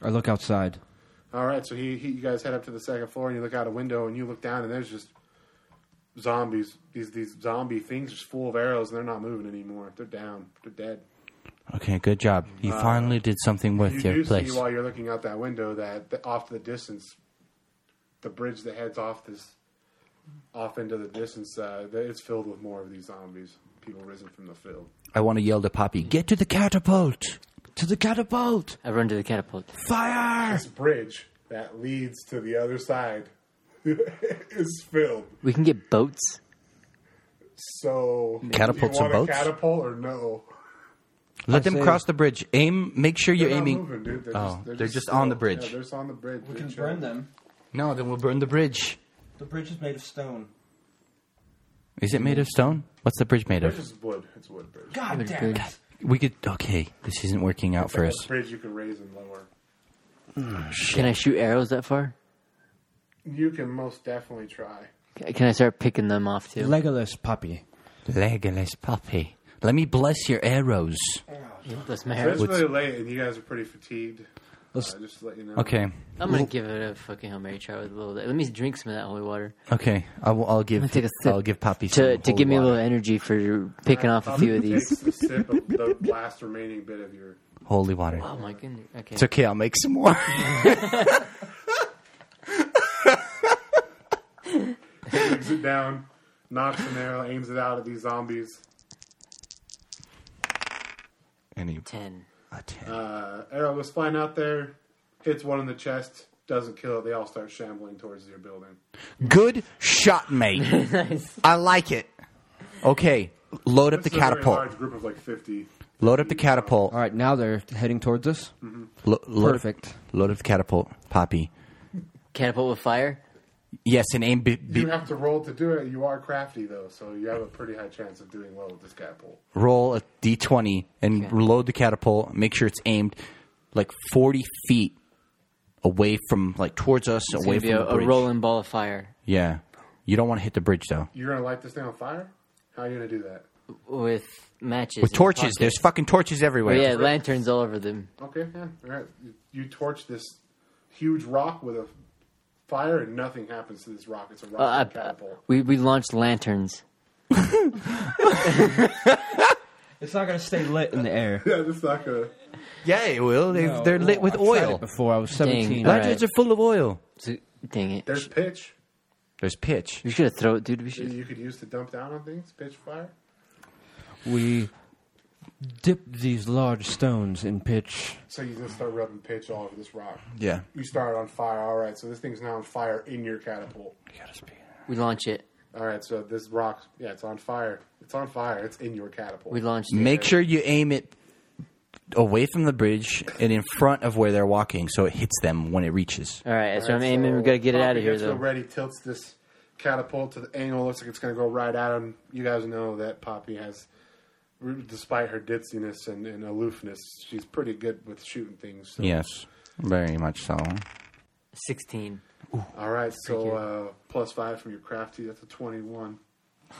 Speaker 9: I look outside.
Speaker 6: All right, so he, he, you guys head up to the second floor, and you look out a window, and you look down, and there's just zombies. These these zombie things just full of arrows, and they're not moving anymore. They're down. They're dead.
Speaker 1: Okay, good job. You finally did something with
Speaker 6: Uh, You
Speaker 1: your
Speaker 6: do
Speaker 1: place.
Speaker 6: see while you're looking out that window that the, off to the distance, the bridge that heads off this, off into the distance, uh, that it's filled with more of these zombies, people risen from the field.
Speaker 1: I want to yell to Poppy, get to the catapult! To the catapult!
Speaker 7: I run to the catapult.
Speaker 1: Fire!
Speaker 6: This bridge that leads to the other side is filled.
Speaker 7: We can get boats.
Speaker 6: So
Speaker 1: Catapults
Speaker 6: you
Speaker 1: are
Speaker 6: want a
Speaker 1: boats?
Speaker 6: Catapult or no?
Speaker 1: Let
Speaker 9: I
Speaker 1: them
Speaker 9: say-
Speaker 1: cross the bridge. Aim, make sure you're
Speaker 6: They're not
Speaker 1: aiming.
Speaker 6: moving, dude. They're
Speaker 1: oh,
Speaker 6: just, they're, just
Speaker 1: on
Speaker 6: still.
Speaker 1: the bridge.
Speaker 6: Yeah, they're just on the bridge.
Speaker 9: We can
Speaker 6: They're
Speaker 9: burn
Speaker 6: chilling.
Speaker 9: them.
Speaker 1: no, then we'll burn the bridge.
Speaker 9: The bridge is made of stone.
Speaker 1: Is it made of stone? What's the bridge made
Speaker 6: Bridge
Speaker 1: of?
Speaker 6: is wood. It's a wood bridge.
Speaker 9: God damn it.
Speaker 1: We could. Okay, this isn't working out for
Speaker 6: It's
Speaker 1: us.
Speaker 6: a bridge you can raise and lower.
Speaker 7: Can I shoot arrows that far?
Speaker 6: You can most definitely try.
Speaker 7: C- Can I start picking them off too?
Speaker 9: Legolas puppy.
Speaker 1: Legolas Poppy. Let me bless your arrows.
Speaker 7: That's my
Speaker 6: It's
Speaker 7: arrows.
Speaker 1: What's-
Speaker 6: really late, and you guys are pretty fatigued. Uh,
Speaker 9: Let's-
Speaker 6: just to let you know.
Speaker 1: Okay,
Speaker 7: I'm gonna give it a fucking hail mary try with a little. Let me drink some of that holy water
Speaker 1: okay. I will, I'll
Speaker 7: I'm
Speaker 1: give.
Speaker 7: gonna take a sip
Speaker 1: I'll give Poppy some
Speaker 7: to to
Speaker 1: holy
Speaker 7: give me a
Speaker 1: water.
Speaker 7: little energy for picking off a
Speaker 6: Um,
Speaker 7: few of
Speaker 6: take
Speaker 7: these.
Speaker 6: a sip of the last remaining bit of your.
Speaker 1: holy water.
Speaker 7: Oh my goodness. Okay.
Speaker 1: It's okay. I'll make some more.
Speaker 6: Brings it down, knocks an arrow, aims it out at these zombies.
Speaker 1: and he,
Speaker 7: Ten.
Speaker 1: a ten.
Speaker 6: Uh, arrow goes flying out there, hits one in the chest, doesn't kill it. They all start shambling towards your building.
Speaker 1: Good shot, mate. I like it. Okay, load up the
Speaker 6: This is A very
Speaker 1: catapult.
Speaker 6: large group of like fifty.
Speaker 1: Load up the catapult.
Speaker 9: All right, now they're heading towards us.
Speaker 1: Lo- load,
Speaker 9: Perfect.
Speaker 1: Load up the catapult, Poppy.
Speaker 7: Catapult with fire.
Speaker 1: Yes, and aim. Be, be,
Speaker 6: You have to roll to do it. You are crafty though, so you have a pretty high chance of doing well with this catapult.
Speaker 1: roll a d20 and
Speaker 7: Okay.
Speaker 1: load the catapult. Make sure it's aimed like 40 feet away from, like towards us,
Speaker 7: It's
Speaker 1: away
Speaker 7: gonna
Speaker 1: from
Speaker 7: be a,
Speaker 1: the
Speaker 7: a
Speaker 1: bridge.
Speaker 7: rolling ball of fire
Speaker 1: Yeah, you don't want to hit the bridge though.
Speaker 6: You're gonna light this thing on fire? How are you gonna do that?
Speaker 7: with matches.
Speaker 1: With
Speaker 7: in the
Speaker 1: torches,
Speaker 7: pocket.
Speaker 1: there's fucking torches
Speaker 7: Oh,
Speaker 1: everywhere.
Speaker 7: yeah, lanterns all over them.
Speaker 6: Okay, yeah, all right. You, you torch this huge rock with a fire, and nothing happens to this rock. It's a rock
Speaker 7: Uh, I-
Speaker 6: catapult.
Speaker 7: We we launched lanterns.
Speaker 9: It's not going to stay lit in the air.
Speaker 6: yeah, this is not gonna.
Speaker 1: Yeah, it will. They,
Speaker 9: No,
Speaker 1: they're lit
Speaker 9: oh,
Speaker 1: with
Speaker 9: I've tried
Speaker 1: oil.
Speaker 9: it before I was seventeen.
Speaker 7: Dang. Alright.
Speaker 1: Lanterns are full of oil.
Speaker 7: So- Dang it!
Speaker 6: There's pitch.
Speaker 1: There's pitch.
Speaker 7: We should have thrown, dude. We
Speaker 6: that
Speaker 7: should.
Speaker 6: You could use to dump down on things. Pitch fire.
Speaker 9: We dip these large stones in pitch.
Speaker 6: So you just start rubbing pitch all over this rock.
Speaker 1: Yeah.
Speaker 6: You start on fire. All right, so this thing's now on fire in your catapult.
Speaker 7: We launch it.
Speaker 6: All right, so this rock, yeah, it's on fire. It's on fire. It's in your catapult.
Speaker 7: We launched. it.
Speaker 1: Make sure you aim it away from the bridge and in front of where they're walking, so it hits them when it reaches.
Speaker 7: All right, so
Speaker 6: All
Speaker 7: I'm
Speaker 6: right,
Speaker 7: aiming.
Speaker 6: so
Speaker 7: We gotta get it out
Speaker 6: Poppy
Speaker 7: of here
Speaker 6: gets
Speaker 7: though.
Speaker 6: Ready tilts this catapult to the angle. Looks like it's going to go right at him. You guys know that Poppy has, despite her ditziness and, and aloofness, she's pretty good with shooting things. So.
Speaker 1: Yes, very much so.
Speaker 7: Sixteen.
Speaker 6: All right, so uh, plus five from your crafty. That's a twenty-one.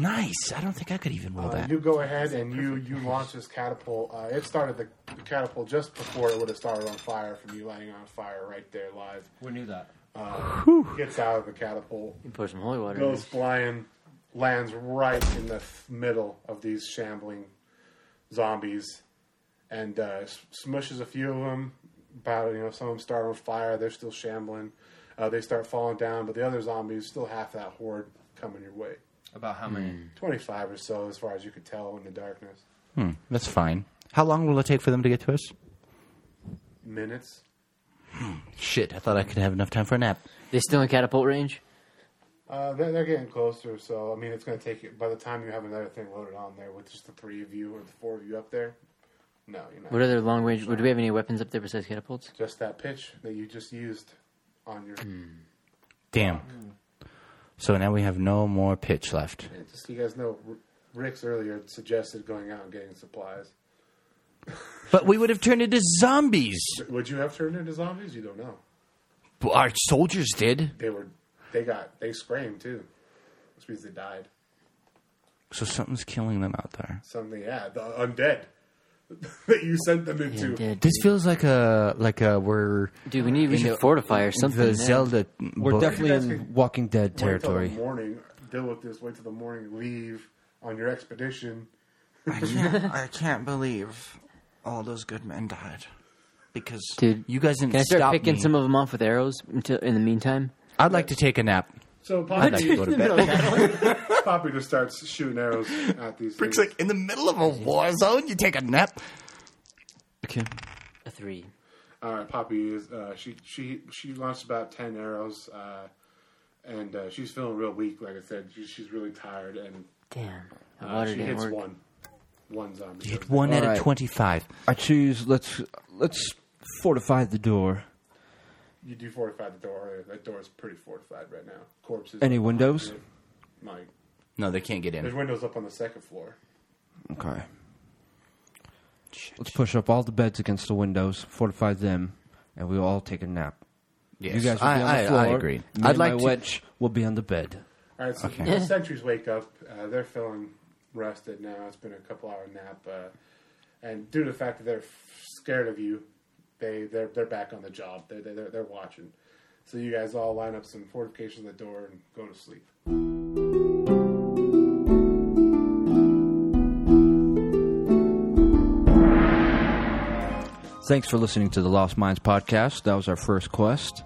Speaker 1: Nice. I don't think I could even roll
Speaker 6: Uh,
Speaker 1: that.
Speaker 6: you go ahead and you you launch this catapult. Uh, it started the, the catapult just before it would have started on fire from you lighting on fire right there live.
Speaker 9: We knew that.
Speaker 6: Gets out of the catapult.
Speaker 7: You pour some holy water. in
Speaker 6: goes flying, lands right in the middle of these shambling zombies, and uh, s- smushes a few of them. About you know, some of them start on fire. They're still shambling. Uh, they start falling down, but the other zombies still half that horde coming your way.
Speaker 9: About how many?
Speaker 6: Twenty-five or so, as far as you could tell in the darkness.
Speaker 1: That's fine. How long will it take for them to get to us?
Speaker 6: Minutes.
Speaker 1: Shit, I thought I could have enough time for a nap.
Speaker 7: there. They still in catapult range.
Speaker 6: Uh, they're, they're getting closer, so I mean, it's going to take you. By the time you have another thing loaded on there with just the three of you or the four of you up there, no, you're not.
Speaker 7: What other long range? Would we have any weapons up there besides catapults?
Speaker 6: just that pitch that you just used on your.
Speaker 1: Damn. So now we have no more pitch left.
Speaker 6: Just so you guys know, R- Rick's earlier suggested going out and getting supplies.
Speaker 1: But we would have turned into zombies.
Speaker 6: Would you have turned into zombies? You don't know.
Speaker 1: Our soldiers did.
Speaker 6: They were, they got, they screamed too, which means they died.
Speaker 1: So something's killing them out there.
Speaker 6: Something, yeah, the undead that you sent them into.
Speaker 7: Dead.
Speaker 1: This feels like a like a we're
Speaker 7: Dude, we need we
Speaker 1: in
Speaker 7: should
Speaker 1: the-
Speaker 7: fortify or something.
Speaker 1: The
Speaker 7: man.
Speaker 1: Zelda.
Speaker 9: We're
Speaker 1: book.
Speaker 9: definitely
Speaker 6: guys
Speaker 9: in
Speaker 6: can-
Speaker 9: Walking Dead
Speaker 6: Wait till the
Speaker 9: territory.
Speaker 6: morning. Deal with this. Wait till the morning. Leave on your expedition.
Speaker 1: I can't, I can't believe all those good men died because
Speaker 7: Dude,
Speaker 1: you guys didn't
Speaker 7: Can I start
Speaker 1: stop
Speaker 7: picking
Speaker 1: me.
Speaker 7: some of them off with arrows until, in the meantime?
Speaker 1: I'd like to take a nap.
Speaker 6: So
Speaker 1: I'd like to
Speaker 6: Poppy,
Speaker 1: go to bed.
Speaker 6: Poppy just starts shooting arrows at these.
Speaker 1: Brick's
Speaker 6: things.
Speaker 1: like in the middle of a war zone. You take a nap.
Speaker 12: Okay.
Speaker 7: A three.
Speaker 6: All right, Poppy is uh, she she she launched about ten arrows, uh, and uh, she's feeling real weak. Like I said, she, she's really tired, and
Speaker 7: Damn. The
Speaker 6: uh,
Speaker 7: water
Speaker 6: she
Speaker 7: didn't
Speaker 6: hits
Speaker 7: work.
Speaker 6: one, one zombie.
Speaker 1: Hit one out
Speaker 9: Alright.
Speaker 1: of twenty-five.
Speaker 9: I choose. Let's let's fortify the door.
Speaker 6: You do fortify the door. earlier. That door is pretty fortified right now. Corpses.
Speaker 9: Any windows?
Speaker 6: Mike,
Speaker 1: No, they can't get
Speaker 6: there's
Speaker 1: in.
Speaker 6: windows up on the second floor.
Speaker 9: Okay. Let's push up all the beds against the windows, fortify them, and we'll all take a nap.
Speaker 1: Yes,
Speaker 9: You guys will
Speaker 1: I,
Speaker 9: be on
Speaker 1: I,
Speaker 9: the floor.
Speaker 1: I agree.
Speaker 9: Me
Speaker 1: I'd
Speaker 9: and
Speaker 1: like
Speaker 9: my
Speaker 1: to.
Speaker 9: witch will be on the bed.
Speaker 6: All right, so
Speaker 1: Okay.
Speaker 6: the sentries wake up. Uh, they're feeling rested now. It's been a couple hour nap, uh, and due to the fact that they're f- scared of you, they they're they're back on the job. They're they're, they're watching. So you guys all line up some fortifications at the door and go to sleep.
Speaker 9: Thanks for listening to the Lost Minds podcast. That was our first quest.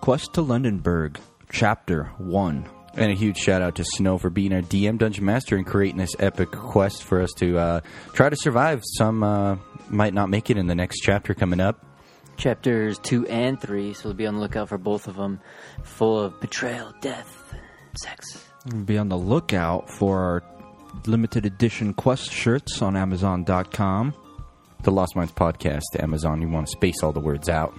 Speaker 9: Quest to Lundenburg, Chapter 1.
Speaker 1: And a huge shout out to Snow for being our DM dungeon master and creating this epic quest for us to uh, try to survive. Some uh, might not make it in the next chapter coming up.
Speaker 7: Chapters two and three, so be on the lookout for both of them, full of betrayal, death, and sex.
Speaker 9: Be on the lookout for our limited edition quest shirts on Amazon.com.
Speaker 1: The Lost Minds podcast, Amazon. You want to space all the words out.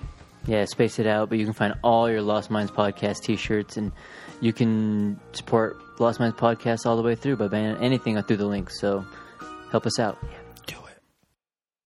Speaker 7: Yeah, space it out, but you can find all your Lost Minds podcast T-shirts, and you can support Lost Minds podcast all the way through by buying anything through the link. So help us out. Yeah.